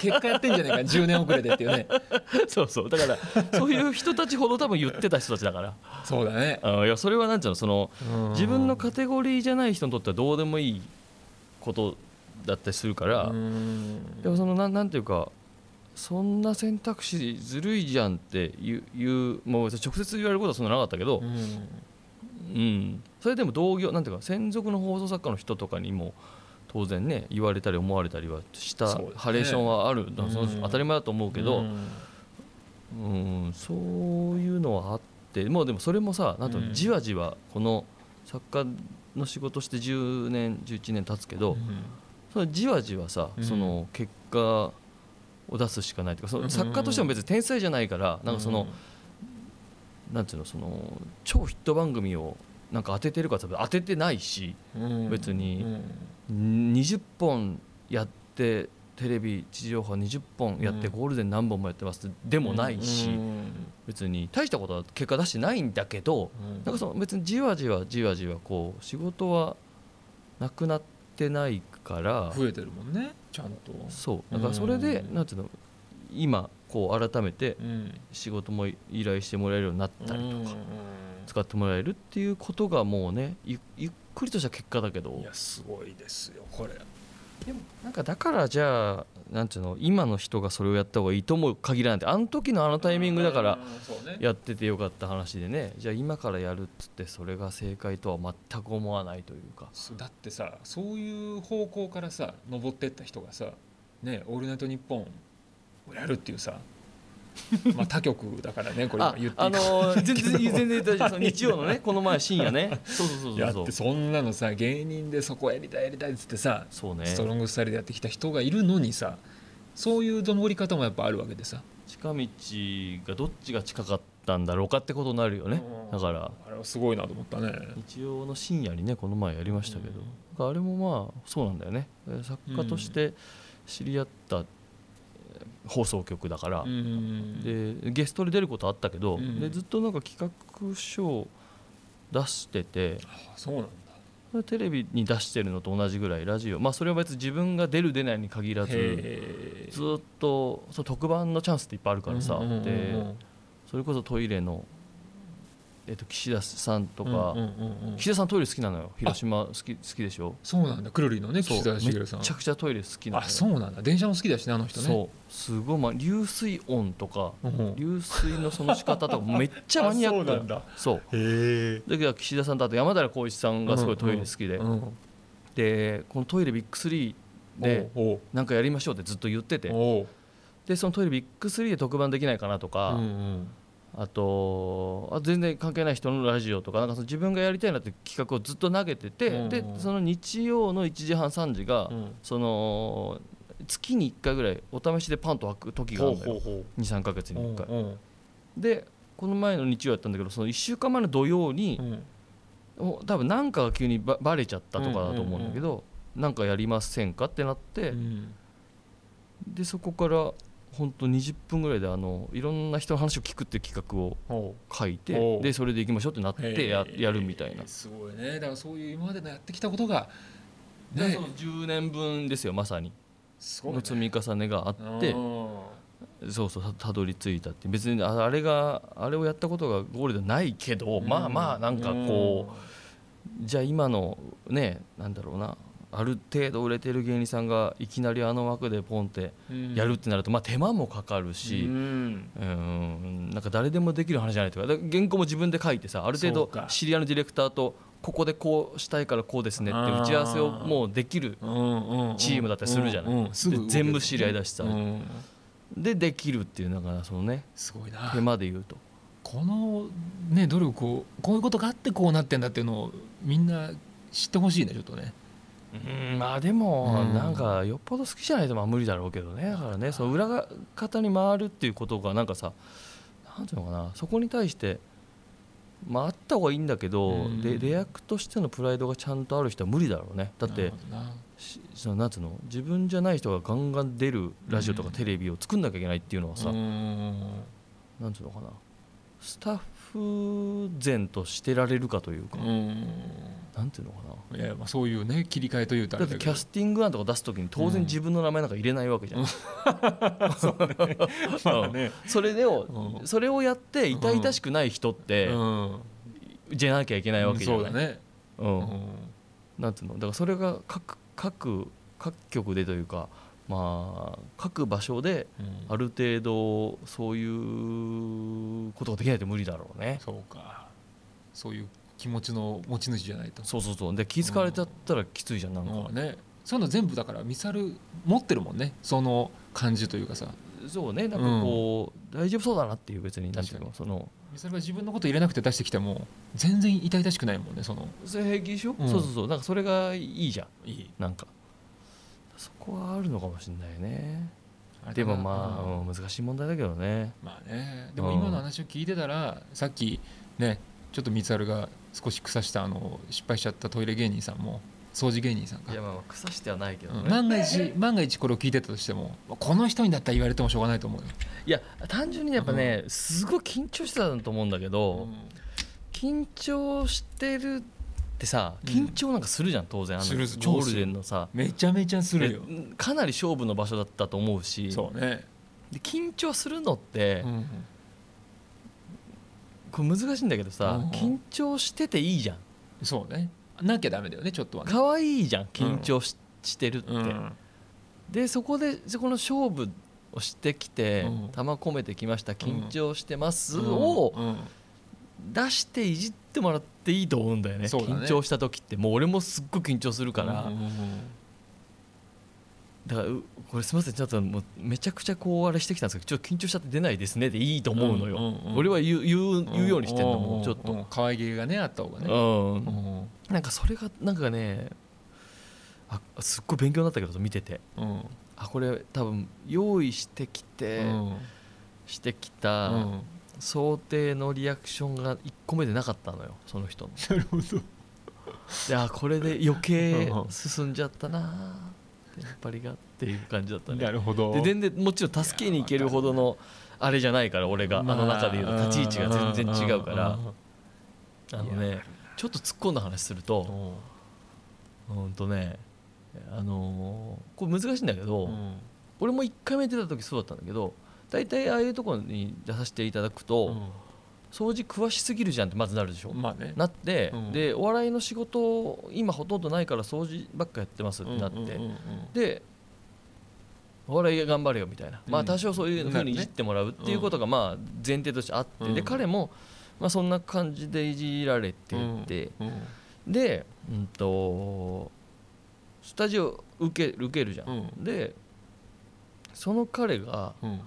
Speaker 2: 結果やってんじゃねえか10年遅れでっていうね
Speaker 1: そうそうだからそういう人たちほど多分言ってた人たちだから
Speaker 2: そうだね
Speaker 1: あいやそれはなんていうのその自分のカテゴリーじゃない人にとってはどうでもいいことだったりするから、
Speaker 2: うん
Speaker 1: でもそのなんなんていうかそんな選択肢ずるいじゃんっていういうもう直接言われることはそんななかったけど
Speaker 2: う、ん
Speaker 1: うん、それでも同業なんていうか専属の放送作家の人とかにも当然ね言われたり思われたりはした
Speaker 2: そうですね
Speaker 1: ハレーションはある、その
Speaker 2: うん
Speaker 1: 当たり前だと思うけど、
Speaker 2: うん
Speaker 1: うん、そういうのはあってもうでもそれもさなんと
Speaker 2: うん
Speaker 1: じわじわこの作家の仕事して10年11年経つけど、そのじわじわさ、
Speaker 2: うん
Speaker 1: その結果を出すしかないとかそ
Speaker 2: うん
Speaker 1: の作家としても別に天才じゃないから、なんかその、なんていうのその超ヒット番組をなんか当ててるかって言ったら当ててないし
Speaker 2: うん
Speaker 1: 別に
Speaker 2: うん
Speaker 1: 20本やってテレビ地上波20本やって
Speaker 2: うん
Speaker 1: ゴールデン何本もやってますでもないし。
Speaker 2: うん
Speaker 1: 別に大したことは結果出してないんだけど
Speaker 2: うん
Speaker 1: なんかその別にじわじわじわじわこう仕事はなくなってないから
Speaker 2: 増えてるもんねちゃんと、
Speaker 1: そうだからそれで
Speaker 2: うん
Speaker 1: なんていうの今こう改めて
Speaker 2: うん、
Speaker 1: 仕事も依頼してもらえるようになったりとか
Speaker 2: う
Speaker 1: 使ってもらえるっていうことがもうねゆゆっくりとした結果だけ
Speaker 2: んい
Speaker 1: ど
Speaker 2: やすごいですよこれ
Speaker 1: なんかだからじゃあなんていうの今の人がそれをやった方がいいとも限らないってあの時のあのタイミングだから
Speaker 2: うんそうね
Speaker 1: やっててよかった話でねじゃあ今からやるっつってそれが正解とは全く思わないというか
Speaker 2: だってさそういう方向からさ登ってった人がさ「ねオールナイトニッポン」をやるっていう さまあ他局だからねこれ今
Speaker 1: あ
Speaker 2: 言ってい
Speaker 1: あ
Speaker 2: いか
Speaker 1: の ー全然全然大丈夫その日曜のねこの前深夜ねそうそうそう
Speaker 2: や
Speaker 1: そ
Speaker 2: っ
Speaker 1: う
Speaker 2: てそんなのさ芸人でそこやりたいやりたいっつってさ、
Speaker 1: そうね
Speaker 2: ストロングスタイルでやってきた人がいるのにさそういう登り方もやっぱあるわけでさ
Speaker 1: 近道がどっちが近かったんだろうかってことになるよね
Speaker 2: うん
Speaker 1: だから
Speaker 2: あれはすごいなと思ったね
Speaker 1: 日曜の深夜にねこの前やりましたけどな
Speaker 2: うん
Speaker 1: んかあれもまあそうなんだよね作家として知り合った放送局だから、
Speaker 2: うん
Speaker 1: でゲストで出ることあったけど、
Speaker 2: うん
Speaker 1: でずっとなんか企画書を出してて
Speaker 2: あそうなんだ
Speaker 1: テレビに出してるのと同じぐらいラジオまあそれは別に自分が出る出ないに限らず
Speaker 2: へえ
Speaker 1: ずっとそう特番のチャンスっていっぱいあるからさ、
Speaker 2: うんうんうんうん
Speaker 1: でそれこそトイレの、えっと岸田さんとか、
Speaker 2: うんうんうんうん
Speaker 1: 岸田さんトイレ好きなのよ広島好き好きでしょ
Speaker 2: そうなんだくるりのね
Speaker 1: そう
Speaker 2: 岸田
Speaker 1: め
Speaker 2: 茂さん
Speaker 1: っちゃくちゃトイレ好きなの
Speaker 2: あ
Speaker 1: よ
Speaker 2: そうなんだ電車も好きだしねあの人ね
Speaker 1: そうすごい、まあ、流水音とか
Speaker 2: うんうん
Speaker 1: 流水のその仕方とかめっちゃマニアック
Speaker 2: あそうなんだ
Speaker 1: そう
Speaker 2: へえ
Speaker 1: だけど岸田さんとあと山寺宏一さんがすごいトイレ好きで、
Speaker 2: うん
Speaker 1: でこのトイレビッグ3で
Speaker 2: おう
Speaker 1: なんかやりましょうってずっと言って
Speaker 2: おう
Speaker 1: て
Speaker 2: おう
Speaker 1: でそのトイレビッグ3で特番できないかなとか、
Speaker 2: うんうん
Speaker 1: あとあ全然関係ない人のラジオとかなんかその自分がやりたいなって企画をずっと投げてて、
Speaker 2: うんうん
Speaker 1: でその日曜の1時半3時が、
Speaker 2: うん
Speaker 1: その月に1回ぐらいお試しでパンと開く時があるのよ
Speaker 2: ほ
Speaker 1: 23ヶ月に1回、
Speaker 2: うんうん
Speaker 1: でこの前の日曜やったんだけどその1週間前の土曜に、
Speaker 2: うん
Speaker 1: もう多分なんかが急にばバレちゃったとかだと思うんだけど、なんかやりませんかってなって、
Speaker 2: うん
Speaker 1: でそこから本当20分ぐらいであのいろんな人の話を聞くっていう企画を
Speaker 2: ほ
Speaker 1: 書いて
Speaker 2: おう
Speaker 1: でそれでいきましょうってなっ
Speaker 2: う
Speaker 1: てや
Speaker 2: へー
Speaker 1: やるみたいな
Speaker 2: すごいねだからそういう今までのやってきたことが
Speaker 1: だから
Speaker 2: ね
Speaker 1: その10年分ですよまさに
Speaker 2: すごい、
Speaker 1: の
Speaker 2: ね、
Speaker 1: 積み重ねがあって
Speaker 2: うん
Speaker 1: そうそうたたどり着いたって別にああれがあれをやったことがゴールではないけどまあまあなんかこうじゃあ今のねなんだろうなある程度売れてる芸人さんがいきなりあの枠でポンって
Speaker 2: うん
Speaker 1: やるってなるとまあ手間もかかる
Speaker 2: う
Speaker 1: し。
Speaker 2: ん
Speaker 1: うんなんか誰でもできる話じゃないとかだから原稿も自分で書いてさある程
Speaker 2: そ
Speaker 1: 度
Speaker 2: うか
Speaker 1: 知り合いのディレクターとここでこうしたいからこうですねって打ち合わせをもうできるチ
Speaker 2: チ
Speaker 1: ームだったりするじゃない
Speaker 2: すぐ動け
Speaker 1: で
Speaker 2: る
Speaker 1: 全部知り合いだしさ
Speaker 2: うん
Speaker 1: でできるっていうだからそのね
Speaker 2: すごいな
Speaker 1: 手間で言うと
Speaker 2: このね努力をこういうことがあってこうなってんだっていうのをみんな知ってほしいねちょっとね
Speaker 1: うんまあでも
Speaker 2: うん
Speaker 1: なんかよっぽど好きじゃないとまあ無理だろうけどねだからねその裏方に回るっていうことがなんかさなんていうのかなそこに対してまああった方がいいんだけど
Speaker 2: うん
Speaker 1: で出役としてのプライドがちゃんとある人は無理だろうねだって
Speaker 2: なるほどな
Speaker 1: しそのなんつうの自分じゃない人がガンガン出るラジオとか
Speaker 2: うん
Speaker 1: テレビを作んなきゃいけないっていうのはさ、
Speaker 2: うん
Speaker 1: なんつうのかなスタッフ前としてられるかというか、
Speaker 2: うん
Speaker 1: なんていうのかない
Speaker 2: やまあそういうね切り替えというとあ
Speaker 1: だ
Speaker 2: れ
Speaker 1: って
Speaker 2: だけ
Speaker 1: キ
Speaker 2: ど
Speaker 1: ャスティング案とか出す時に当然自分の名前なんか入れないわけじ ゃん、
Speaker 2: まあね
Speaker 1: それでを、
Speaker 2: う
Speaker 1: それをやって痛々しくない人って、
Speaker 2: うん
Speaker 1: じゃなきゃいけないわけじゃ
Speaker 2: そ
Speaker 1: な
Speaker 2: う
Speaker 1: い、
Speaker 2: だね
Speaker 1: うん
Speaker 2: うん
Speaker 1: なんていうのだからそれが各各各局でというかまあ各場所で
Speaker 2: うん
Speaker 1: ある程度そういうことができないと無理だろうね
Speaker 2: そうかそういう気持ちの持ち主じゃないと
Speaker 1: そうそうそうで気づかれちゃったらきついじゃんなんか、
Speaker 2: もうねそういうの全部だからミサル持ってるもんねその感じというかさ
Speaker 1: そうねなんかこう、大丈夫そうだなっていう別になんていうのその
Speaker 2: ミサルが自分のこと入れなくて出してきても全然痛々しくないもんねその
Speaker 1: それ平気でしょ、
Speaker 2: うん
Speaker 1: そうそうそうなんかそれがいいじゃん
Speaker 2: いい
Speaker 1: なんかそこはあるのかもしれないねでもまあ、
Speaker 2: うん
Speaker 1: うん難しい問題だけどね
Speaker 2: まあねでも
Speaker 1: うん
Speaker 2: 今の話を聞いてたらさっきねちょっとミサルが少し腐したあの失敗しちゃったトイレ芸人さんも掃除芸人さんか
Speaker 1: いやまあまあ腐してはないけど
Speaker 2: うん
Speaker 1: ね、
Speaker 2: 万が一万が一これを聞いてたとしてもこの人にだったら言われてもしょうがないと思うよ、
Speaker 1: いや単純にやっぱね、すごい緊張してたんだと思うんだけど、緊張してるってさ
Speaker 2: うん
Speaker 1: 緊張なんかするじゃん、当然あの
Speaker 2: する
Speaker 1: ゴールデンのさ
Speaker 2: めちゃめちゃするよ
Speaker 1: でかなり勝負の場所だったと思うし
Speaker 2: そうね、
Speaker 1: で緊張するのって、
Speaker 2: うん
Speaker 1: これ難しいんだけどさ、
Speaker 2: うん
Speaker 1: 緊張してていいじゃん
Speaker 2: そうねなきゃダメだよねちょっとはね、
Speaker 1: 可愛いじゃん緊張し,、してるって、
Speaker 2: うん
Speaker 1: でそこでそこの勝負をしてきて、
Speaker 2: うん
Speaker 1: 玉込めてきました緊張してます、
Speaker 2: うん
Speaker 1: を
Speaker 2: うん
Speaker 1: 出していじってもらっていいと思うんだよね
Speaker 2: そうだね
Speaker 1: 緊張した時ってもう俺もすっごい緊張するから、
Speaker 2: うんうんうん
Speaker 1: だからうこれすみませんちょっともうめちゃくちゃこうあれしてきたんですけどちょっと緊張しちゃって出ないですねでいいと思うのよ、
Speaker 2: うんうんうん
Speaker 1: 俺は言う言う
Speaker 2: うん
Speaker 1: 言うようにしてんのもうちょっ
Speaker 2: ん
Speaker 1: と
Speaker 2: ん可愛げがねあった方がね、
Speaker 1: うん、
Speaker 2: うん
Speaker 1: なんかそれがなんかねあすっごい勉強になったけど見てて
Speaker 2: うん
Speaker 1: あこれ多分用意してきて、
Speaker 2: うん
Speaker 1: してきた
Speaker 2: うん
Speaker 1: 想定のリアクションが1個目でなかったのよその人の
Speaker 2: なるほど
Speaker 1: であこれで余計
Speaker 2: うんうん
Speaker 1: 進んじゃったなーやっぱりがっていう感じだったね
Speaker 2: なるほど
Speaker 1: で全然もちろん助けに行けるほどのあれじゃないから俺があ
Speaker 2: ま
Speaker 1: の中で言うと立ち位置が全然違うから
Speaker 2: うん
Speaker 1: あのねちょっと突っ込んだ話するとうんとねあのーこれ難しいんだけ
Speaker 2: う
Speaker 1: ど
Speaker 2: ん
Speaker 1: 俺も1回目出た時そうだったんだけど大体ああいうところに出させていただく
Speaker 2: う
Speaker 1: と
Speaker 2: ん
Speaker 1: 掃除詳しすぎるじゃんってまずなるでしょ
Speaker 2: まあね
Speaker 1: なって
Speaker 2: うん
Speaker 1: でお笑いの仕事今ほとんどないから掃除ばっかやってますってなって
Speaker 2: うんうんうん
Speaker 1: でお笑い頑張れよみたいな、ま
Speaker 2: う
Speaker 1: あ
Speaker 2: ん
Speaker 1: 多少そういうふうにい
Speaker 2: な
Speaker 1: じ
Speaker 2: るね
Speaker 1: ってもらうっていうことがまあ前提としてあって、
Speaker 2: うん
Speaker 1: で彼もまあそんな感じでいじられてて、
Speaker 2: うんうん
Speaker 1: で、うん、とスタジオ受け受けるじゃん、
Speaker 2: う
Speaker 1: でその彼が
Speaker 2: うん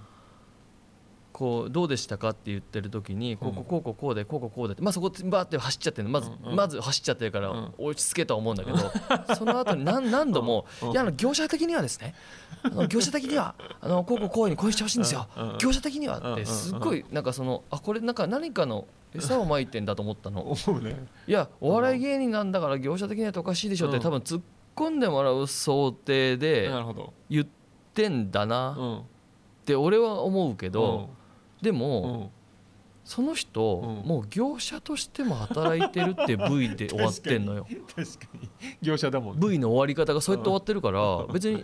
Speaker 1: こうどうでしたかって言ってる時にこうこうこうこうこうでこうこうこうでってまあそこバーって走っちゃってるのまず
Speaker 2: うんうん
Speaker 1: まず走っちゃってるか
Speaker 2: う
Speaker 1: ら
Speaker 2: ん
Speaker 1: 落ち着けとは思うんだけどその後に 何何度も
Speaker 2: うん
Speaker 1: いやあの業者的にはですねあの業者的にはあのこうこうこういうふうにこうしてほしいんですよ
Speaker 2: うんうん
Speaker 1: 業者的には
Speaker 2: うん
Speaker 1: っ
Speaker 2: うんう
Speaker 1: て
Speaker 2: ん
Speaker 1: すっごいなんかそのあこれなんか何かの餌をまいてんだと思ったの
Speaker 2: 思うね
Speaker 1: いやお笑い芸人なんだから業者的にはおかしいでしょって
Speaker 2: うん
Speaker 1: 多分突っ込んでもらう想定で
Speaker 2: なるほど
Speaker 1: 言ってんだな
Speaker 2: うん
Speaker 1: って俺は思うけど、で
Speaker 2: う
Speaker 1: も、
Speaker 2: ん
Speaker 1: その人、
Speaker 2: うん
Speaker 1: もう業者としても働いてるって部位で終わってんのよ
Speaker 2: 確かに業者だもんね
Speaker 1: 部位の終わり方がそうやって終わってるから別に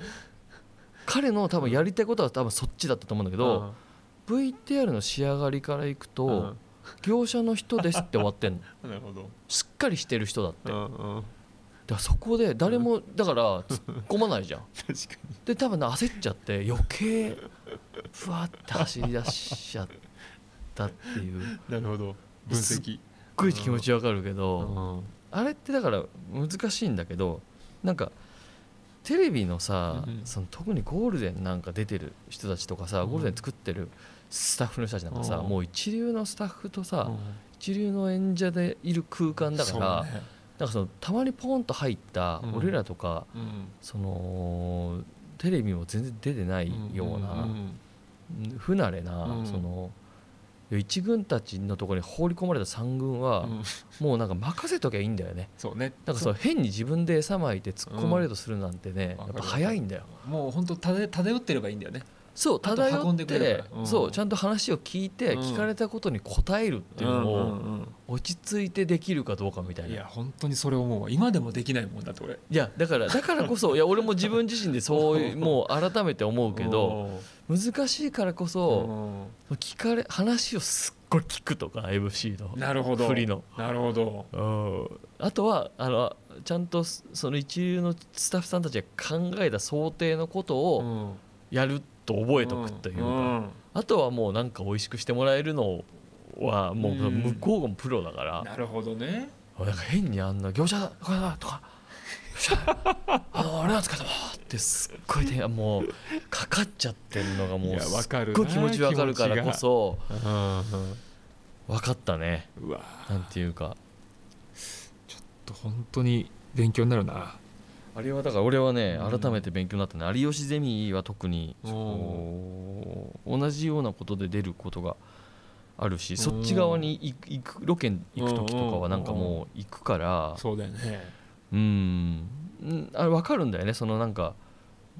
Speaker 1: 彼の多分やりたいことは多分そっちだったと思うんだけど、VTR の仕上がりからいくと、
Speaker 2: うん
Speaker 1: 業者の人ですって終わ ってんの
Speaker 2: うんなるほど
Speaker 1: しっかりしてる人だってだ
Speaker 2: う
Speaker 1: か
Speaker 2: んうん
Speaker 1: らそこで誰もだから突っ込まないじゃん
Speaker 2: 確かに
Speaker 1: で多分ね焦っちゃって余計ふわって走り出しちゃったっていうすっ
Speaker 2: なるほど分析
Speaker 1: ごい気持ちわかるけ
Speaker 2: う
Speaker 1: ど
Speaker 2: ん
Speaker 1: あれってだから難しいんだけどなんかテレビのさ
Speaker 2: うんうん
Speaker 1: その特にゴールデンなんか出てる人たちとかさ
Speaker 2: うん
Speaker 1: ゴールデン作ってるスタッフの人たちなんかさ
Speaker 2: うん
Speaker 1: もう一流のスタッフとさ
Speaker 2: うん
Speaker 1: 一流の演者でいる空間だから
Speaker 2: そうね
Speaker 1: なんかそのたまにポンと入った
Speaker 2: うん
Speaker 1: 俺らとか
Speaker 2: うん
Speaker 1: そのテレビも全然出てないような。
Speaker 2: ん
Speaker 1: 不慣れな、
Speaker 2: うん
Speaker 1: その1軍たちのところに放り込まれた3軍
Speaker 2: う
Speaker 1: は、
Speaker 2: んうん
Speaker 1: もうなんか任せときゃいいんだよね
Speaker 2: そうね
Speaker 1: なんかその変に自分で餌まいて突っ込まれるとするなんてね、
Speaker 2: うん
Speaker 1: やっぱ早いんだよ
Speaker 2: もう本当漂漂ってればいいんだよね
Speaker 1: そう
Speaker 2: あと
Speaker 1: 漂
Speaker 2: 運
Speaker 1: っ
Speaker 2: んでくれる
Speaker 1: て
Speaker 2: か、らうん
Speaker 1: そうちゃんと話を聞いて、
Speaker 2: うん
Speaker 1: 聞かれたことに答えるっていうのを落ち着いてできるかどうかみたいない
Speaker 2: や本当にそれ思うわ今でもできないもんだって俺
Speaker 1: いやだからだからこ そいや俺も自分自身でそういうもう改めて思うけど難しいからこそ、
Speaker 2: そ
Speaker 1: 聞かれ話をすっごい聞くとか MC の
Speaker 2: なるほど
Speaker 1: 振りの
Speaker 2: なるほど
Speaker 1: うんあとはあのちゃんとすその一流のスタッフさんたちが考えた想定のことをやると覚えとくというか、
Speaker 2: うん
Speaker 1: あとはもうなんか美味しくしてもらえるのはもう
Speaker 2: うん
Speaker 1: 向こうもプロだから、
Speaker 2: なるほどね
Speaker 1: なんか変にあんな「業者だこれだ」とか「業者だあのあれなんですかどうも」ってすっごいねもうかかっちゃってるのがも
Speaker 2: いうやわ
Speaker 1: す
Speaker 2: か
Speaker 1: っ
Speaker 2: るな
Speaker 1: ごい気持ちわかるからこそ
Speaker 2: うん
Speaker 1: 分かったね
Speaker 2: うんうわ
Speaker 1: なんていうか
Speaker 2: 本当に勉強になるな
Speaker 1: あれはだから俺はね
Speaker 2: うん
Speaker 1: 改めて勉強になったね、有吉ゼミは特に
Speaker 2: おー
Speaker 1: こう同じようなことで出ることがあるし
Speaker 2: ん
Speaker 1: そっち側に行く行くロケに行く時とかはなんか
Speaker 2: うんうんう
Speaker 1: もう行くから
Speaker 2: そうだよね
Speaker 1: うんうんあれ分かるんだよねそのなんか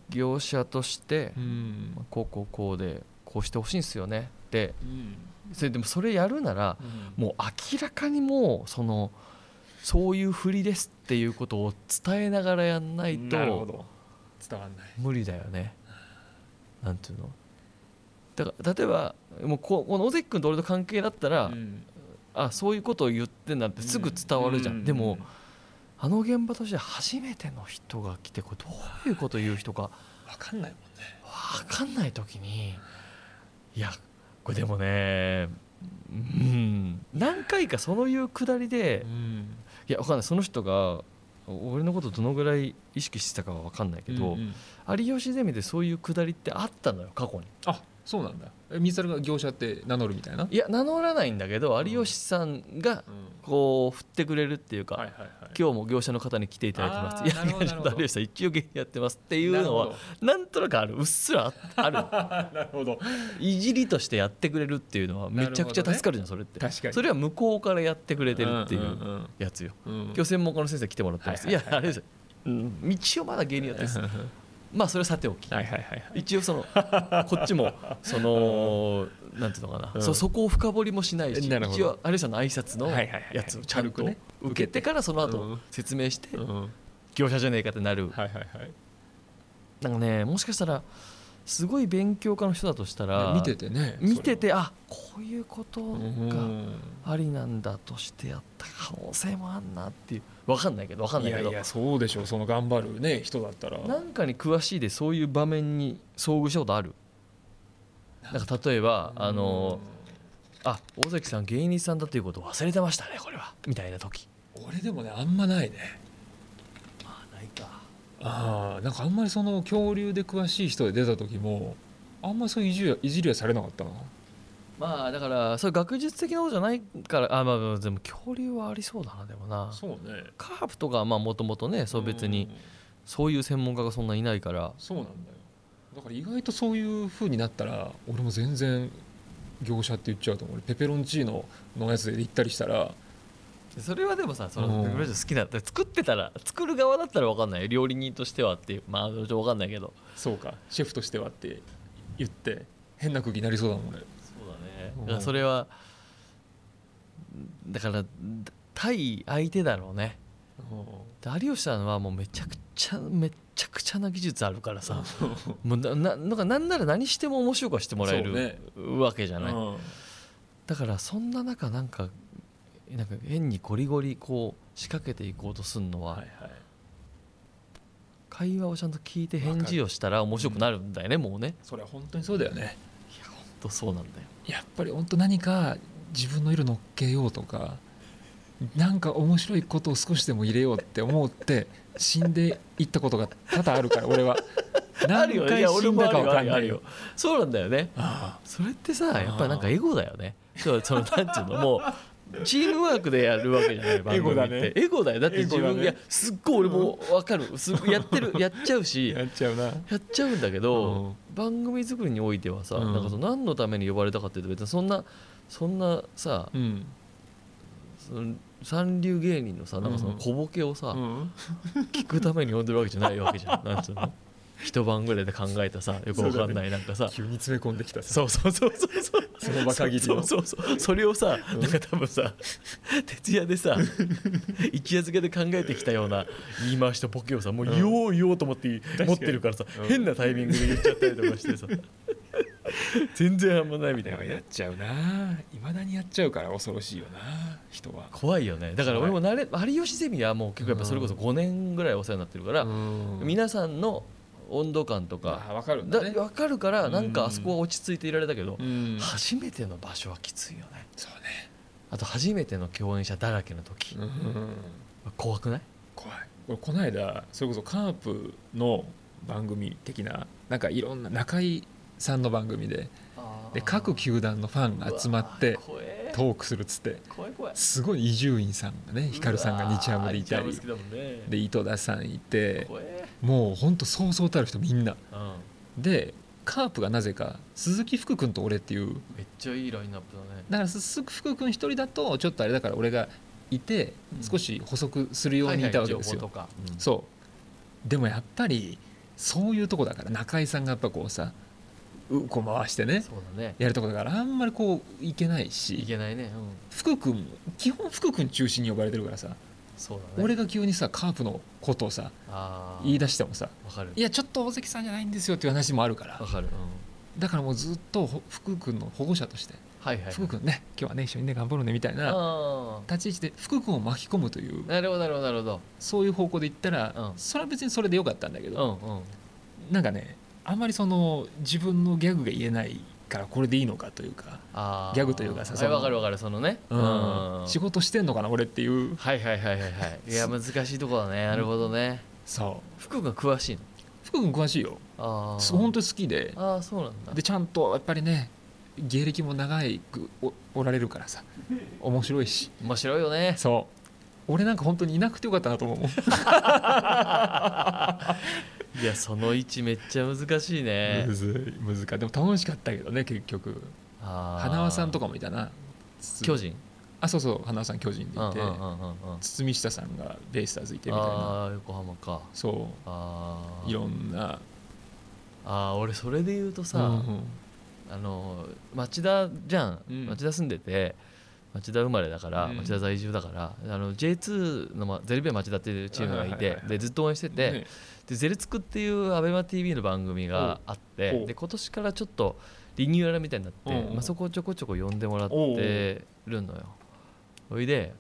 Speaker 1: 業者として
Speaker 2: うん
Speaker 1: まあこうこうこうでこうしてほしいんですよねって
Speaker 2: うん
Speaker 1: それでもそれやるなら
Speaker 2: うん
Speaker 1: もう明らかにもうそのそういうふりですっていうことを伝えながらやんないと。
Speaker 2: なるほど伝わんない
Speaker 1: 無理だよねなんていうのだから例えばもうこうこの尾関君と俺の関係だったら、
Speaker 2: うん
Speaker 1: あそういうことを言ってんなってすぐ伝わるじゃん、
Speaker 2: う
Speaker 1: でもあの現場として初めての人が来てこれどういうこと言う人か
Speaker 2: わかんないもんね
Speaker 1: 分かんない時にいやこれでもねうん何回かそういうくだりで
Speaker 2: うん
Speaker 1: いや分かんないその人が俺のことどのぐらい意識してたかは分かんないけど、
Speaker 2: うんうん
Speaker 1: 有吉ゼミでそういうくだりってあったのよ過去に。
Speaker 2: あそうなんだえミサルが業者って名乗るみたいな、
Speaker 1: いや名乗らないんだけど有吉さんがこう振ってくれるっていうか、
Speaker 2: はいはいはい
Speaker 1: 今日も業者の方に来ていただいてます
Speaker 2: あー
Speaker 1: いや
Speaker 2: なるほ
Speaker 1: い
Speaker 2: ど
Speaker 1: やちょっ
Speaker 2: なる
Speaker 1: と
Speaker 2: ほど
Speaker 1: 有吉さん一応芸人やってますっていうのはなんとなくあるうっすらある
Speaker 2: なるほど
Speaker 1: いじりとしてやってくれるっていうのはめちゃくちゃ助かるじゃんそれって、
Speaker 2: 確かに
Speaker 1: それは向こうからやってくれてるってい
Speaker 2: ん
Speaker 1: う
Speaker 2: うん
Speaker 1: やつよ、
Speaker 2: うんうん
Speaker 1: 今日専門家の先生来てもらってます、
Speaker 2: はいいはいはい
Speaker 1: や有吉さんうん一応まだ芸人やってますまあそれはさておき
Speaker 2: はいはいはいはい
Speaker 1: 一応 そのこっちもそのなんていうのかな、
Speaker 2: うん
Speaker 1: そそこを深掘りもしないし
Speaker 2: なるほど
Speaker 1: 一応有吉さんの挨拶の
Speaker 2: はいはいはいはい
Speaker 1: やつをちゃん
Speaker 2: 軽
Speaker 1: と
Speaker 2: くね
Speaker 1: 受けてからその
Speaker 2: う
Speaker 1: 後
Speaker 2: ん
Speaker 1: 説明して
Speaker 2: うん
Speaker 1: 業者じゃねえかってなる
Speaker 2: はいはいはい
Speaker 1: なんかねもしかしたらすごい勉強家の人だとしたら
Speaker 2: 見ててね
Speaker 1: 見ててあこういうこと
Speaker 2: それは
Speaker 1: がありなんだとしてやった可能性もあんなっていう分かんないけど分か
Speaker 2: うん
Speaker 1: な
Speaker 2: ん
Speaker 1: いいけ
Speaker 2: や
Speaker 1: ど
Speaker 2: いやそうでしょうその頑張るね人だったら
Speaker 1: なんかに詳しいでそういう場面に遭遇したことあるなんか例えばあのあ尾崎さん芸人さんだということを忘れてましたねこれはみたいな時
Speaker 2: 俺でもねあんまないね
Speaker 1: まあないか
Speaker 2: ああなんかあんまりその恐竜で詳しい人で出た時もあんまりそういういじりはいじりはされなかったな
Speaker 1: まあだからそれ学術的なことじゃないからあまあまあでも恐竜はありそうだなでもな
Speaker 2: そうね
Speaker 1: カープとかはまあもともとねそう別にそういう専門家がそんないないから
Speaker 2: そうなんだよだから意外とそういう風になったら俺も全然業者って言っちゃうと思う俺ペペロンチーノのやつで行ったりしたら
Speaker 1: それはでもさそ
Speaker 2: うん
Speaker 1: の好きな作ってたら作る側だったら分かんないよ料理人としてはっていうまあちょっと分かんないけど
Speaker 2: そうかシェフとしてはって言って変な空気になりそうだもん俺
Speaker 1: そうだね
Speaker 2: うん
Speaker 1: だからそれはだから対相手だろうね有吉さんはもうめちゃくちゃめちゃくちゃな技術あるからさもうなななんかなんなら何しても面白くはしてもらえる、
Speaker 2: そうね
Speaker 1: わけじゃない、
Speaker 2: うん
Speaker 1: だからそんな中なんかなんか変にゴリゴリこう仕掛けていこうとするのは、
Speaker 2: はいはい
Speaker 1: 会話をちゃんと聞いて返事をしたら面白くなるんだよね、もうね
Speaker 2: それは本当にそうだよね
Speaker 1: いや本当そうなんだよ
Speaker 2: やっぱり本当何か自分の色乗っけようとかなんか面白いことを少しでも入れようって思って死んでいったことが多々あるから俺は
Speaker 1: あ
Speaker 2: 何
Speaker 1: るよい
Speaker 2: 回
Speaker 1: や
Speaker 2: 死
Speaker 1: 俺
Speaker 2: ん
Speaker 1: も
Speaker 2: だ
Speaker 1: ある
Speaker 2: か分
Speaker 1: よ
Speaker 2: か
Speaker 1: あ
Speaker 2: ん
Speaker 1: るよ
Speaker 2: な
Speaker 1: あ
Speaker 2: い
Speaker 1: る
Speaker 2: よ
Speaker 1: よそうなんだよね
Speaker 2: あ
Speaker 1: それってさやっぱなんかエゴだよねそう そのなんていうのもうチームワークでやるわけじゃない番組って
Speaker 2: エゴだね
Speaker 1: エゴだよだって自
Speaker 2: エゴ
Speaker 1: 分、
Speaker 2: だね
Speaker 1: いやすっごい俺も分かるすっごいやって るやっちゃう
Speaker 2: あ
Speaker 1: し
Speaker 2: やっちゃうな
Speaker 1: やっちゃうんだけど、番組作りにおいてはさ、
Speaker 2: うん
Speaker 1: なんかその何のために呼ばれたかっていうと別にそんなそんなさ
Speaker 2: うん
Speaker 1: その三流芸人のさなんかその小ボケをさ、
Speaker 2: うん
Speaker 1: 聞くために呼んでるわけじゃないわけじゃんなんつう の一晩ぐらいで考えたさよくわかんないなんかさ
Speaker 2: 急に詰め込んできたさ
Speaker 1: そうそうそうそうそう
Speaker 2: その場限り
Speaker 1: そ
Speaker 2: の
Speaker 1: うそうそうそれをさ
Speaker 2: うん
Speaker 1: なんか多分さ徹夜でさ 一夜漬けで考えてきたような言い回しとボケをさもう言おう言おうと思って
Speaker 2: かに
Speaker 1: 持ってるからさ
Speaker 2: うん
Speaker 1: 変なタイミングで言っちゃったりとか してさ全然あんまないみたいな
Speaker 2: でもやっちゃうないまだにやっちゃうから恐ろしいよな人は
Speaker 1: 怖いよねだから俺も慣れ有吉ゼミはもう結構やっぱそれこそ5年ぐらいお世話になってるから
Speaker 2: み
Speaker 1: 皆さんの温度感とか
Speaker 2: あ分かるん
Speaker 1: だ
Speaker 2: だね
Speaker 1: 分かるからなん
Speaker 2: う
Speaker 1: か
Speaker 2: ん
Speaker 1: あそこは落ち着いていられたけど
Speaker 2: うん
Speaker 1: 初めての場所はきついよね
Speaker 2: そうね
Speaker 1: あと初めての共演者だらけの時
Speaker 2: うん
Speaker 1: 怖くない
Speaker 2: 怖い俺この間それこそカープの番組的ななんかいろんな中居さんの番組でで各球団のファンが集まって
Speaker 1: 怖え
Speaker 2: トークするっつって
Speaker 1: 怖い怖い
Speaker 2: すごい伊集院さんがね光さんが日ハムでいた
Speaker 1: うわー
Speaker 2: り
Speaker 1: 日ハム好きだもんね
Speaker 2: で井戸田さんいて
Speaker 1: 怖え
Speaker 2: もうほんとそうそうたる人みんな
Speaker 1: うん
Speaker 2: でカープがなぜか鈴木福君と俺っていう
Speaker 1: めっちゃいいラインナップだね
Speaker 2: だから鈴木福君一人だとちょっとあれだから俺がいて
Speaker 1: うん
Speaker 2: 少し補足するようにいたわけですよ
Speaker 1: 情報とか
Speaker 2: そうでもやっぱりそういうとこだから中居さんがやっぱこうさうこう回してね
Speaker 1: そうだね
Speaker 2: やるとこだからあんまりこういけない
Speaker 1: い
Speaker 2: し
Speaker 1: けないねうん
Speaker 2: 福君も基本福君中心に呼ばれてるからさ、
Speaker 1: そうだね
Speaker 2: 俺が急にさカープのことをさ
Speaker 1: あー
Speaker 2: 言い出してもさ
Speaker 1: わかる
Speaker 2: いやちょっと大関さんじゃないんですよっていう話もあるから
Speaker 1: わかるうん
Speaker 2: だからもうずっとほ福君の保護者として
Speaker 1: はいはい
Speaker 2: 福君ね今日はね一緒にね頑張ろうねみたいな
Speaker 1: あー
Speaker 2: 立ち位置で福君を巻き込むという
Speaker 1: なるほどなるほどなるほど
Speaker 2: そういう方向で言ったら
Speaker 1: うん
Speaker 2: それは別にそれでよかったんだけど
Speaker 1: うんうん
Speaker 2: なんかねあんまりその自分のギャグが言えないからこれでいいのかというか、
Speaker 1: あー
Speaker 2: ギャグというかさ
Speaker 1: はい
Speaker 2: その
Speaker 1: わかるわかるそのね
Speaker 2: うん
Speaker 1: はい
Speaker 2: 仕事してんのかな俺っていう
Speaker 1: はいはいはいはいいや難しいとこだねなるほどね
Speaker 2: そう
Speaker 1: 福君詳しいの
Speaker 2: 福君詳しいよ
Speaker 1: あ
Speaker 2: す
Speaker 1: あ
Speaker 2: 本当に好きで
Speaker 1: ああそうなんだ
Speaker 2: でちゃんとやっぱりね芸歴も長いくおおられるからさ面白いし
Speaker 1: 面白いよね
Speaker 2: そう俺なんか本当にいなくてよかったなと思うもん
Speaker 1: いやその位置めっちゃ難しいね
Speaker 2: むずいむずかでも楽しかったけどね結局花
Speaker 1: 花
Speaker 2: 輪さんと
Speaker 1: か
Speaker 2: かもいたなつつ
Speaker 1: 巨人
Speaker 2: あそうそう花輪さん巨人で
Speaker 1: うん
Speaker 2: いうて
Speaker 1: んうんうんうん
Speaker 2: 堤下さんがベイスターズいてみたいな
Speaker 1: ああ横浜か
Speaker 2: そう
Speaker 1: ああ
Speaker 2: いろんな
Speaker 1: あー俺それで言うと
Speaker 2: う
Speaker 1: さ
Speaker 2: ん
Speaker 1: あの町田じゃ
Speaker 2: うん
Speaker 1: ん町田住んでて町田生まれだから
Speaker 2: うん
Speaker 1: 町田在住だからあの J2 のまゼルビア町田っていうチームがい
Speaker 2: はいはい
Speaker 1: て
Speaker 2: はいはい
Speaker 1: でずっと応援してて、
Speaker 2: ね
Speaker 1: で「ゼルツク」っていう ABEMATV の番組があっ
Speaker 2: おうお
Speaker 1: て
Speaker 2: う
Speaker 1: で今年からちょっとリニューアルみたいになって、
Speaker 2: うんうん、
Speaker 1: まあ、そこをちょこちょこ呼んでもらってるのよ。おいで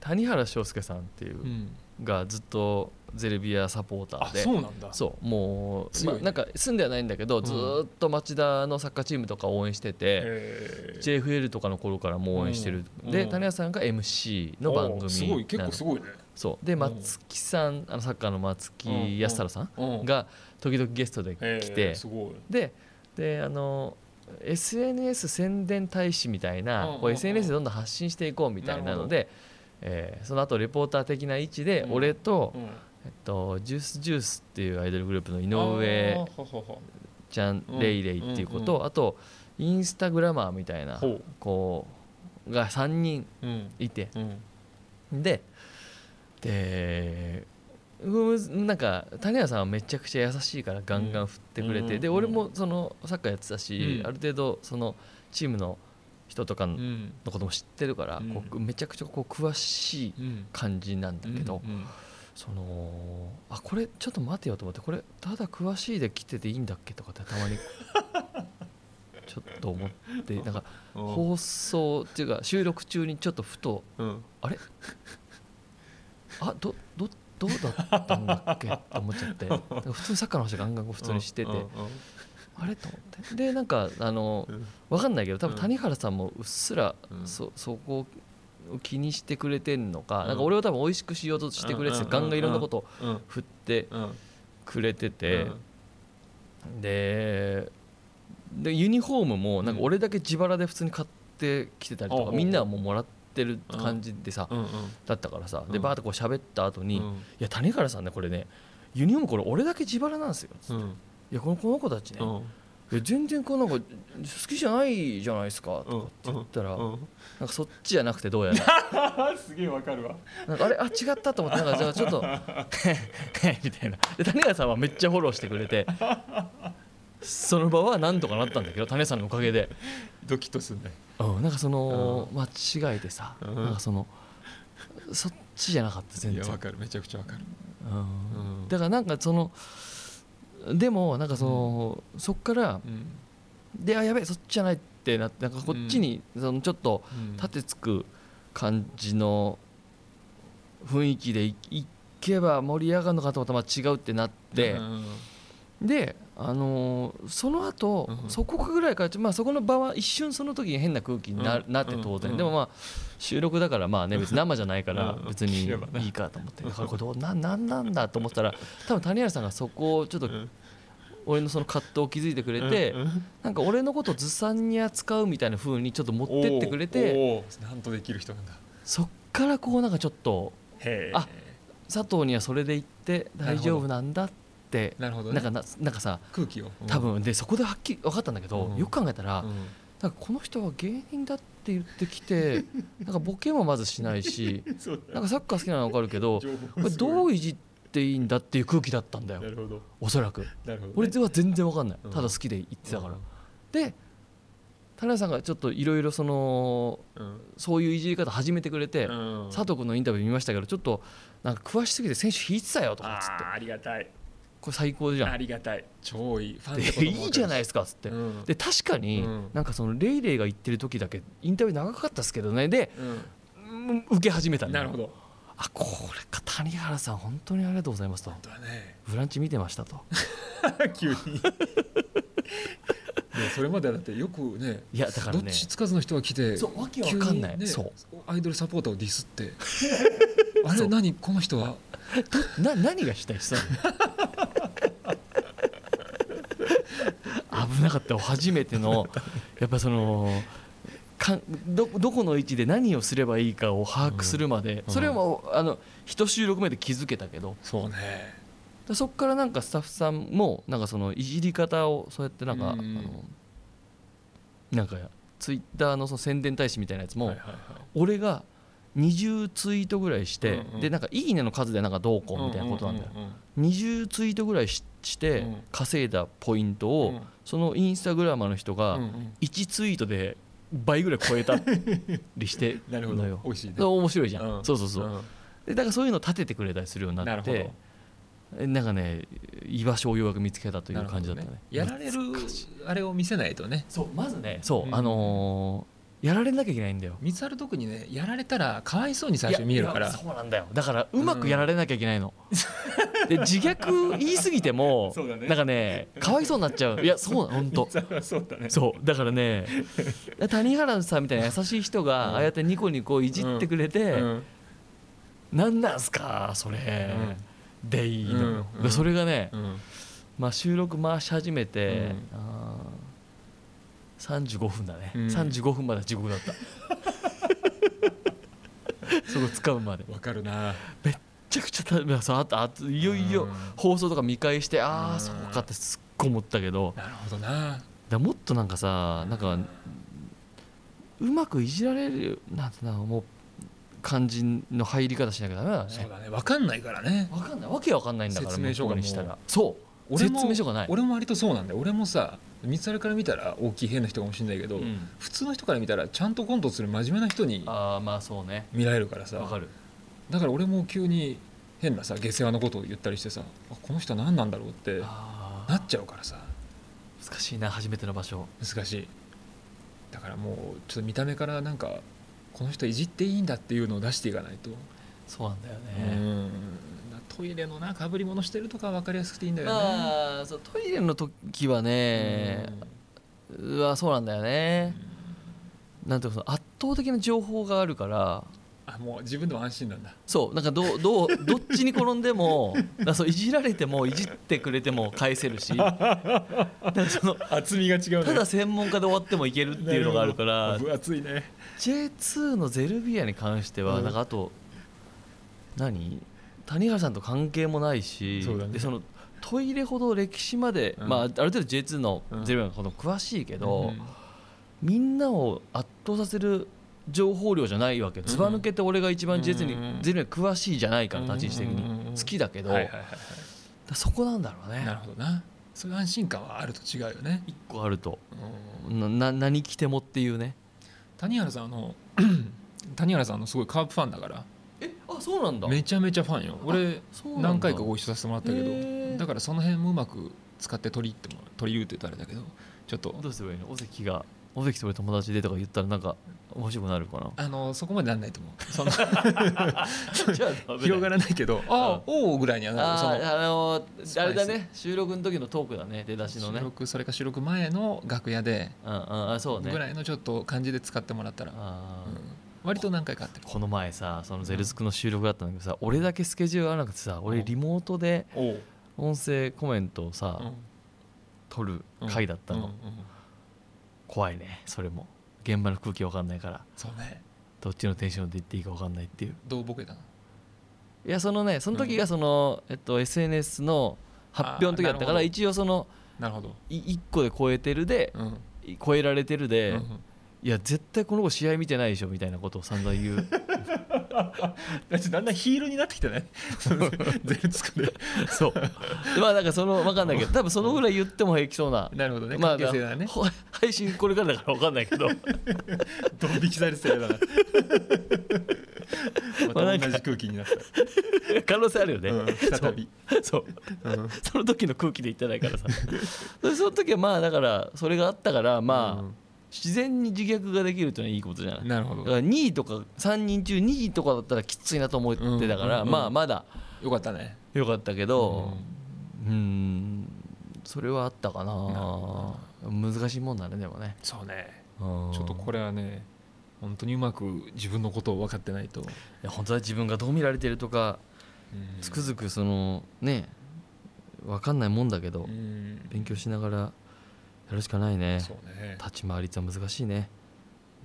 Speaker 1: 谷原章介さんっていううんがずっとゼルビアサポータ
Speaker 2: あ
Speaker 1: ーで。
Speaker 2: そうなんだ
Speaker 1: そうもう、
Speaker 2: 強い
Speaker 1: まあ
Speaker 2: ね
Speaker 1: なんか住んではないんだけど、
Speaker 2: ん
Speaker 1: ずーっと町田のサッカーチームとか応援してて、
Speaker 2: へー
Speaker 1: JFL とかの頃からもう応援してる、
Speaker 2: うん
Speaker 1: で
Speaker 2: うん
Speaker 1: 谷原さんが MC の番組な
Speaker 2: お
Speaker 1: の
Speaker 2: ーすごい結構すごいね、
Speaker 1: そうで
Speaker 2: ん
Speaker 1: 松木さんあのサッカーの松
Speaker 2: うん
Speaker 1: 木安太郎さん
Speaker 2: うん、
Speaker 1: が時々ゲストで
Speaker 2: へー
Speaker 1: 来て
Speaker 2: すごい
Speaker 1: でであの SNS 宣伝大使みたい
Speaker 2: うんうん
Speaker 1: な
Speaker 2: うん
Speaker 1: こう SNS でどんどん発信していこうみたいなのでえーその後レポーター的な位置で
Speaker 2: うん
Speaker 1: 俺と
Speaker 2: うん
Speaker 1: えっとジュースジュースっていうアイドルグループの井上
Speaker 2: あーほほほ
Speaker 1: ちゃん
Speaker 2: うん
Speaker 1: レイレイっていう子
Speaker 2: うんう
Speaker 1: とあとインスタグラマーみたいな
Speaker 2: ほう
Speaker 1: 子が3人
Speaker 2: うん
Speaker 1: いて
Speaker 2: うん
Speaker 1: ででふむなんか谷原さんはめちゃくちゃ優しいからガンガン振ってくれて、
Speaker 2: うん
Speaker 1: で
Speaker 2: うん
Speaker 1: 俺もそのサッカーやってたし、
Speaker 2: うん
Speaker 1: ある程度そのチームの人とか
Speaker 2: う
Speaker 1: の
Speaker 2: ん
Speaker 1: ことも知ってるから、
Speaker 2: うん
Speaker 1: こうめちゃくちゃこう詳しい
Speaker 2: うん
Speaker 1: 感じなんだけど、
Speaker 2: うん
Speaker 1: そのあこれちょっと待てよと思ってこれただ詳しいで来てていいんだっけとかってたまに ちょっと思ってなんか
Speaker 2: うん
Speaker 1: 放送っていうか収録中にちょっとふと
Speaker 2: うん
Speaker 1: あれ あどどどうだったんだっけって思っちゃってなんか普通にサッカーの話がガンガン普通にしてて
Speaker 2: うん
Speaker 1: あれと思ってでなんかあの
Speaker 2: うん
Speaker 1: 分かんないけど多
Speaker 2: う
Speaker 1: 分
Speaker 2: ん
Speaker 1: 谷原さんもうっすら
Speaker 2: うん
Speaker 1: そそこを気にしてくれてんのか
Speaker 2: うん
Speaker 1: なんか俺を多分美味しくしようとしてくれてて
Speaker 2: うん
Speaker 1: ガンガンいろんなことを
Speaker 2: うん
Speaker 1: 振って
Speaker 2: うん
Speaker 1: くれててででユニフォームもなんか俺だけ自腹で普通に買ってきてたりと
Speaker 2: うん
Speaker 1: かみんなはもうもらってる感じでさ
Speaker 2: うんうん
Speaker 1: だったからさで
Speaker 2: うん
Speaker 1: バーッとこう喋った後に、
Speaker 2: う
Speaker 1: い
Speaker 2: ん
Speaker 1: や谷原さんねこれねユニフォームこれ俺だけ自腹なんですよ
Speaker 2: うん
Speaker 1: いやこのこの子たちね、
Speaker 2: う
Speaker 1: い
Speaker 2: ん
Speaker 1: や全然こうなんか好きじゃないじゃないですかとかって言ったら、
Speaker 2: うん
Speaker 1: なんかそっちじゃなくてどうやら
Speaker 2: あすげえわかるわ
Speaker 1: なんかあれあ違ったと思ってなん かじゃあちょっと みたいなで谷原さんはめっちゃフォローしてくれてその場はなんとかなったんだけど谷原さんのおかげで、
Speaker 2: ドキッとすんだよ
Speaker 1: うん、なんかその間違いでさ、
Speaker 2: うん
Speaker 1: なんかそのそっちじゃなかった全
Speaker 2: いや
Speaker 1: 然
Speaker 2: わ。かるめちゃくちゃわかる
Speaker 1: うん
Speaker 2: うん
Speaker 1: だからなんかそのでもなんかその、そっから
Speaker 2: うん
Speaker 1: であやべえそっちじゃないってなってなんかこっちにそのちょっと
Speaker 2: うん
Speaker 1: 立てつく感じの雰囲気でいいけば盛り上がるのかと思ったらまあ違うってなって、
Speaker 2: うん
Speaker 1: で、あのーその後、
Speaker 2: うん
Speaker 1: そこぐらいからちょ、まあ、そこの場は一瞬その時に変な空気にな,、
Speaker 2: うん
Speaker 1: なって当然、
Speaker 2: うん
Speaker 1: でもまあ収録だからま あね別に生じゃないから
Speaker 2: うん
Speaker 1: 別に
Speaker 2: 聞けばね
Speaker 1: いいかと思ってだからこれどうななんなんだと思ってたら多分谷原さんがそこをちょっと
Speaker 2: うん
Speaker 1: 俺のその葛藤を気づいてくれて、
Speaker 2: うんうん
Speaker 1: なんか俺のことをずさんに扱うみたいな風にちょっと持ってってくれて
Speaker 2: おーおーなんとできる人なんだ
Speaker 1: そっからこうなんかちょっと
Speaker 2: へえ
Speaker 1: あ佐藤にはそれで言って大丈夫なんだって
Speaker 2: なるほど
Speaker 1: な
Speaker 2: ね
Speaker 1: んかななんかさ
Speaker 2: 空気をうん
Speaker 1: 多分でそこではっきり分かったんだけど、
Speaker 2: うん
Speaker 1: よく考えたら、
Speaker 2: うん
Speaker 1: なんかこの人は芸人だって言ってき てなんかボケもまずしないし
Speaker 2: そう
Speaker 1: なんかサッカー好きなのは分かるけ ど
Speaker 2: 情報
Speaker 1: これ
Speaker 2: すごい
Speaker 1: どういじっていいんだっていう空気だったんだよ
Speaker 2: なるほど
Speaker 1: おそらく
Speaker 2: なるほどね
Speaker 1: 俺は全然分かんない
Speaker 2: うん
Speaker 1: ただ好きで言ってたから
Speaker 2: うん
Speaker 1: で田中さんがちょっといろいろその
Speaker 2: うん
Speaker 1: そういういじり方始めてくれて
Speaker 2: うん
Speaker 1: 佐藤君のインタビュー見ましたけどちょっとなんか詳しすぎて選手引いてたよとかっつって
Speaker 2: あーありがたい
Speaker 1: これ最高じゃん
Speaker 2: ありがたい超いいファンっ
Speaker 1: で
Speaker 2: てこともわかる
Speaker 1: いいじゃないですかっつって
Speaker 2: うん
Speaker 1: で確かに
Speaker 2: うん
Speaker 1: なんかそのレイレイが言ってる時だけインタビュー長かったですけどねで
Speaker 2: う
Speaker 1: うん受け始めた
Speaker 2: ん
Speaker 1: んだ
Speaker 2: な
Speaker 1: よ
Speaker 2: るほど
Speaker 1: あこれか谷原さん本当にありがとうございますと
Speaker 2: 本当だね
Speaker 1: 「ブランチ見てました」と
Speaker 2: 急にねそれまではだってよくね
Speaker 1: いやだから
Speaker 2: どっ
Speaker 1: ね
Speaker 2: ちつかずの人が来て
Speaker 1: そうわけわかんない
Speaker 2: 急にね
Speaker 1: そう
Speaker 2: アイドルサポーターをディスって あれ何この人は
Speaker 1: な何がしたいしたの危なかったよ初めてのやっぱそのかんどどこの位置で何をすればいいかを把握するまで、
Speaker 2: うん
Speaker 1: それはもうあの一収録目で気づけたけど
Speaker 2: そうね
Speaker 1: でそこからなんかスタッフさんもなんかそのいじり方をそうやってなんか、
Speaker 2: うん
Speaker 1: あのなんかツイッターのその宣伝大使みたいなやつも、
Speaker 2: はいはいはい
Speaker 1: 俺が20ツイートぐらいして、
Speaker 2: うんうん
Speaker 1: でなんか「いいね」の数でなんかどうこうみたいなことなんだよ、
Speaker 2: うんうんうん
Speaker 1: 20ツイートぐらいしして
Speaker 2: うん
Speaker 1: 稼いだポイント
Speaker 2: う
Speaker 1: を、
Speaker 2: んうん
Speaker 1: そのインスタグラマーの人
Speaker 2: う
Speaker 1: が
Speaker 2: んうん
Speaker 1: 1ツイートで倍ぐらい超えたりしてる
Speaker 2: なるほ
Speaker 1: の
Speaker 2: ど
Speaker 1: よ
Speaker 2: 美。味しいね
Speaker 1: それ面白いじゃん、
Speaker 2: ん
Speaker 1: そうそうそう、
Speaker 2: ん
Speaker 1: でだからそういうのを立ててくれたりするように
Speaker 2: な
Speaker 1: な
Speaker 2: る
Speaker 1: っ
Speaker 2: ほど
Speaker 1: てえなんかね居場所をようやく見つけたという感じだったね
Speaker 2: やられるあれを見せないとね
Speaker 1: そうまずねそう、
Speaker 2: うん
Speaker 1: あのーやられなきゃいけないんだよ
Speaker 2: 三春特にねやられたらかわいそうに最初見えるか
Speaker 1: いや
Speaker 2: ら
Speaker 1: いやそうなんだよだからうまくやられなきゃいけないの、で自虐言い過ぎても
Speaker 2: そうだね
Speaker 1: なんかねかわいそうになっちゃういやそう本当
Speaker 2: 三春はそうだね
Speaker 1: そうだからね谷原さんみたいな優しい人が
Speaker 2: うん
Speaker 1: ああやってニコニコいじってくれて、
Speaker 2: うん
Speaker 1: なんなんすかそれ、でいいのよ、
Speaker 2: うん
Speaker 1: でそれがね、
Speaker 2: うん
Speaker 1: まあ、収録回し始めて、
Speaker 2: うん
Speaker 1: あー35分だね、
Speaker 2: うん
Speaker 1: 35分まで地獄だった そこ使うまでめ
Speaker 2: わかるな
Speaker 1: ちゃくちゃたまあそうあとあといよいよ
Speaker 2: うん
Speaker 1: 放送とか見返して、あ
Speaker 2: う
Speaker 1: あ
Speaker 2: ん
Speaker 1: そうかってすっごい思ったけどだか
Speaker 2: なるほどな
Speaker 1: らもっとなんかさなんかうまくいじられるなんてなもう感じの入り方しなきゃダメだ
Speaker 2: そう
Speaker 1: ね
Speaker 2: だね分かんないからね
Speaker 1: わかんないわけわかんないんだから
Speaker 2: 説明書
Speaker 1: 向こう
Speaker 2: がもう
Speaker 1: にしたらそう
Speaker 2: 俺も
Speaker 1: 説明書がない、
Speaker 2: 俺も割とそうなんだよ俺もさ三つあから見たら大きい変な人かもしれないけど、
Speaker 1: うん
Speaker 2: 普通の人から見たらちゃんとコントする真面目な人に
Speaker 1: ああまあそうね
Speaker 2: 見られるからさ
Speaker 1: わかる
Speaker 2: だから俺も急に変なさ下世話のことを言ったりしてさあこの人は何なんだろうって
Speaker 1: あ
Speaker 2: なっちゃうからさ
Speaker 1: ー難しいな初めての場所
Speaker 2: 難しいだからもうちょっと見た目からなんかこの人いじっていいんだっていうのを出していかないと、
Speaker 1: そうなんだよ
Speaker 2: う
Speaker 1: ね、
Speaker 2: んトイレのなかぶり物してるとか分かりやすくていいんだよね、
Speaker 1: まあそうトイレの時はね、うわそうなんだよ
Speaker 2: うん
Speaker 1: ね、なんていうかその圧倒的な情報があるから
Speaker 2: あもう自分でも安心なんだ
Speaker 1: そうなんかどうどうどっちに転んでもだからそういじられてもいじってくれても返せるしだからその
Speaker 2: 厚みが違うね
Speaker 1: ただ専門家で終わってもいけるっていうのがあるか
Speaker 2: な
Speaker 1: ら
Speaker 2: ほど分厚いね
Speaker 1: J2 のゼルビアに関しては、
Speaker 2: うん
Speaker 1: なんかあと何谷原さんと関係もないし
Speaker 2: そうだね
Speaker 1: でそのトイレほど歴史まで、
Speaker 2: うん
Speaker 1: まあ、ある程度 J2 の
Speaker 2: うん
Speaker 1: ゼルビアのことも詳しいけど、
Speaker 2: うん
Speaker 1: みんなを圧倒させる情報量じゃないわけずば抜けて俺が一番 J2
Speaker 2: うんうん
Speaker 1: にゼルビア詳しいじゃないから立ち位置的
Speaker 2: うんうんうん
Speaker 1: に好きだけど、
Speaker 2: はいはいはいは
Speaker 1: だそこなんだろう
Speaker 2: いな
Speaker 1: ね
Speaker 2: るほどなそういう安心感はあると違うよね、
Speaker 1: 一個あると
Speaker 2: うん
Speaker 1: なな何着てもっていうね
Speaker 2: 谷原さんあの 谷原さんあのすごいカープファンだから
Speaker 1: えあそうなんだ
Speaker 2: めちゃめちゃファンよ俺
Speaker 1: そうなんだ
Speaker 2: 何回かご一緒させてもらったけ
Speaker 1: へ
Speaker 2: ど
Speaker 1: ー
Speaker 2: だからその辺もうまく使って取り入っても取り入るって言うとあれだけどちょっと
Speaker 1: どうすればいいの尾関が尾関と俺友達でとか言ったらなんか面白くなる か
Speaker 2: あのそこまでなんないと思 うその
Speaker 1: なじゃあダメだよ
Speaker 2: 広がらないけどああおおぐらいにはなるそ
Speaker 1: あ
Speaker 2: の
Speaker 1: ーあの
Speaker 2: ス
Speaker 1: ー
Speaker 2: パ
Speaker 1: あ
Speaker 2: イス
Speaker 1: れだね収録の時のトークだね出だしのね
Speaker 2: 収録それか収録前の楽屋で
Speaker 1: うんうんあそうね
Speaker 2: ぐらいのちょっと感じで使ってもらったら、
Speaker 1: あ
Speaker 2: う
Speaker 1: ー
Speaker 2: ん割と何回かあってる
Speaker 1: この前さそのゼルスクの収録だったんだけどさ、俺だけスケジュール合わなくてさ俺リモートで
Speaker 2: おう
Speaker 1: 音声コメントをさ、
Speaker 2: うん
Speaker 1: 撮る回だったの、
Speaker 2: うんうん
Speaker 1: 怖いねそれも現場の空気わかんないから
Speaker 2: そうね
Speaker 1: どっちのテンションで言っていいかわかんないっていう
Speaker 2: どうボケたの
Speaker 1: いやそのねその時がその、えっと、SNS の発表の時だった
Speaker 2: あーなる
Speaker 1: か
Speaker 2: ほど
Speaker 1: ら一応その
Speaker 2: なるほど、
Speaker 1: 1個で超えてるで
Speaker 2: うんうん
Speaker 1: 超えられてる
Speaker 2: う
Speaker 1: で、
Speaker 2: ん
Speaker 1: いや絶対この子試合見てないでしょみたいなことを散々言 う
Speaker 2: だってだんだんヒールになって きてないゼルツクで
Speaker 1: そうでまあなんかその分かんないけど多分そのぐらい言っても平気そうな、
Speaker 2: なるほどね
Speaker 1: まあ
Speaker 2: 関係性だね、
Speaker 1: ほ配信これからだから分かんないけ ど
Speaker 2: ドン引きされてたよだから
Speaker 1: まあなんか
Speaker 2: また同じ空気になった、
Speaker 1: 可能性あるよね、
Speaker 2: うん、再び
Speaker 1: そう
Speaker 2: うん
Speaker 1: その時の空気で言ってない からさでその時はまあだからそれがあったからまあ、自然に自虐ができるというのはいいことじゃない
Speaker 2: うんなるほ
Speaker 1: だ
Speaker 2: ど
Speaker 1: から2位とか3人中2位とかだったらきついなと思ってたから、
Speaker 2: うんうんうん
Speaker 1: まあまだ
Speaker 2: よかったね
Speaker 1: よかったけどうんそれはあったかな
Speaker 2: なるほ
Speaker 1: 難しいもんだねでもね、
Speaker 2: そうね
Speaker 1: うん
Speaker 2: ちょっとこれはね本当にうまく自分のことを分かってないと、
Speaker 1: いや本当は自分がどう見られてるとか
Speaker 2: うん
Speaker 1: つくづくそのね分かんないもんだけど、
Speaker 2: うん
Speaker 1: 勉強しながらやるしかないね
Speaker 2: そうね
Speaker 1: 立ち回りって難しいね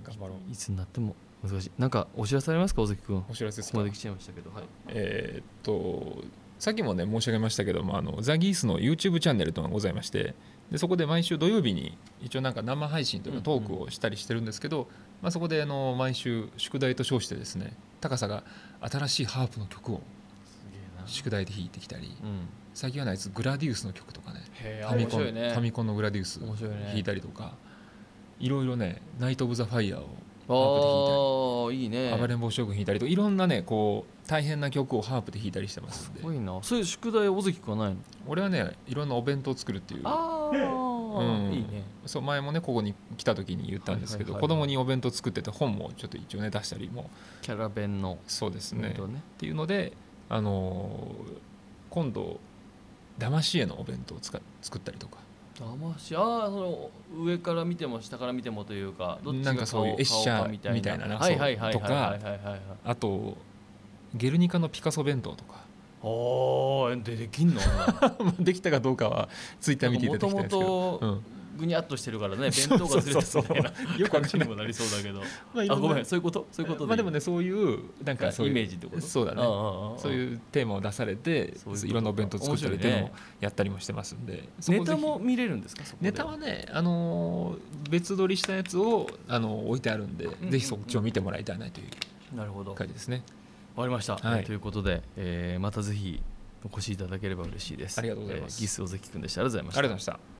Speaker 2: 頑張ろう
Speaker 1: いつになっても難しいなんかお知らせありますか尾関君こ
Speaker 2: お知らせです
Speaker 1: こ
Speaker 2: か
Speaker 1: まで来ちゃいましたけど、はい、
Speaker 2: えーっとさっきもね申し上げましたけどもあのザギースの YouTube チャンネルというのがございましてでそこで毎週土曜日に一応なんか生配信というか
Speaker 1: うんう
Speaker 2: ト
Speaker 1: ん
Speaker 2: ークをしたりしてるんですけど、まあ、そこであの毎週宿題と称してですね高さが新しいハープの曲を
Speaker 1: すげえな
Speaker 2: 宿題で弾いてきたり
Speaker 1: うん
Speaker 2: 最近はないですグラディウスの曲とかね
Speaker 1: へ
Speaker 2: フ
Speaker 1: え
Speaker 2: ァミ
Speaker 1: 面
Speaker 2: コ
Speaker 1: 白
Speaker 2: ンフ
Speaker 1: いね
Speaker 2: ァミコンのグラディウス
Speaker 1: 面白いね
Speaker 2: 弾いたりとかいろいろね「ナイト・オブ・ザ・ファイヤー」を
Speaker 1: ああいいね
Speaker 2: 暴れん坊将軍弾いたりといろんなねこう大変な曲をハープで弾いたりしてますんです
Speaker 1: ごいなそういう宿題尾関君はないの
Speaker 2: 俺はねいろんなお弁当を作るっていう
Speaker 1: あ
Speaker 2: うん
Speaker 1: あいいね
Speaker 2: そう前もねここに来た時に言ったんですけど、
Speaker 1: はいはいはい
Speaker 2: 子供にお弁当作ってて本もちょっと一応ね出したりも
Speaker 1: キャラ弁の
Speaker 2: そうです
Speaker 1: え
Speaker 2: ね、
Speaker 1: っと
Speaker 2: っ
Speaker 1: ね
Speaker 2: ていうので、あのー今度騙し絵のお弁当をつか作ったりとか
Speaker 1: 騙しああその上から見ても下から見てもというかどっち
Speaker 2: なん
Speaker 1: が
Speaker 2: かそういう
Speaker 1: 顔
Speaker 2: エッシャー
Speaker 1: 顔かみたいな
Speaker 2: みたいななんか
Speaker 1: は
Speaker 2: そう
Speaker 1: いはいはいはい
Speaker 2: とか
Speaker 1: はいはいはいはい
Speaker 2: あと「ゲルニカ」のピカソ弁当とか
Speaker 1: おーでできんの
Speaker 2: まあできたかどうかはツイッター見ていた
Speaker 1: もと
Speaker 2: だきた
Speaker 1: も
Speaker 2: いんですけど。
Speaker 1: と
Speaker 2: うん
Speaker 1: ぐにゃっとしてるからね弁当がずれてるみたいな
Speaker 2: そうそう そうよくわ
Speaker 1: 感
Speaker 2: か
Speaker 1: じ
Speaker 2: んな
Speaker 1: に
Speaker 2: い
Speaker 1: もなりそうだけど
Speaker 2: まあい
Speaker 1: あ
Speaker 2: ろな
Speaker 1: ごめんそういうことそういうこと
Speaker 2: まあでもねそういうなんか
Speaker 1: なん
Speaker 2: そ
Speaker 1: か
Speaker 2: うい
Speaker 1: イ
Speaker 2: う
Speaker 1: メージってこと
Speaker 2: そうだねそ
Speaker 1: う
Speaker 2: ういうテーマを出されて
Speaker 1: そういうこと
Speaker 2: いろんなお弁当作ったりっていうの
Speaker 1: 面
Speaker 2: もやったりもしてますんでそこ
Speaker 1: ネ
Speaker 2: ぜひ
Speaker 1: タも見れるんですかそこで
Speaker 2: ネタはね、あのー別撮りしたやつを、あのー置いてあるんで、
Speaker 1: うん
Speaker 2: ぜひそっちを見てもらいたいなという
Speaker 1: なるほどわか
Speaker 2: 感じですね
Speaker 1: りました、
Speaker 2: はい
Speaker 1: ということで、えーまたぜひお越しいただければ嬉しいです
Speaker 2: ありがとうございます
Speaker 1: えーギス尾関君でしたありがとうございまし
Speaker 2: あ
Speaker 1: た
Speaker 2: りがとうございました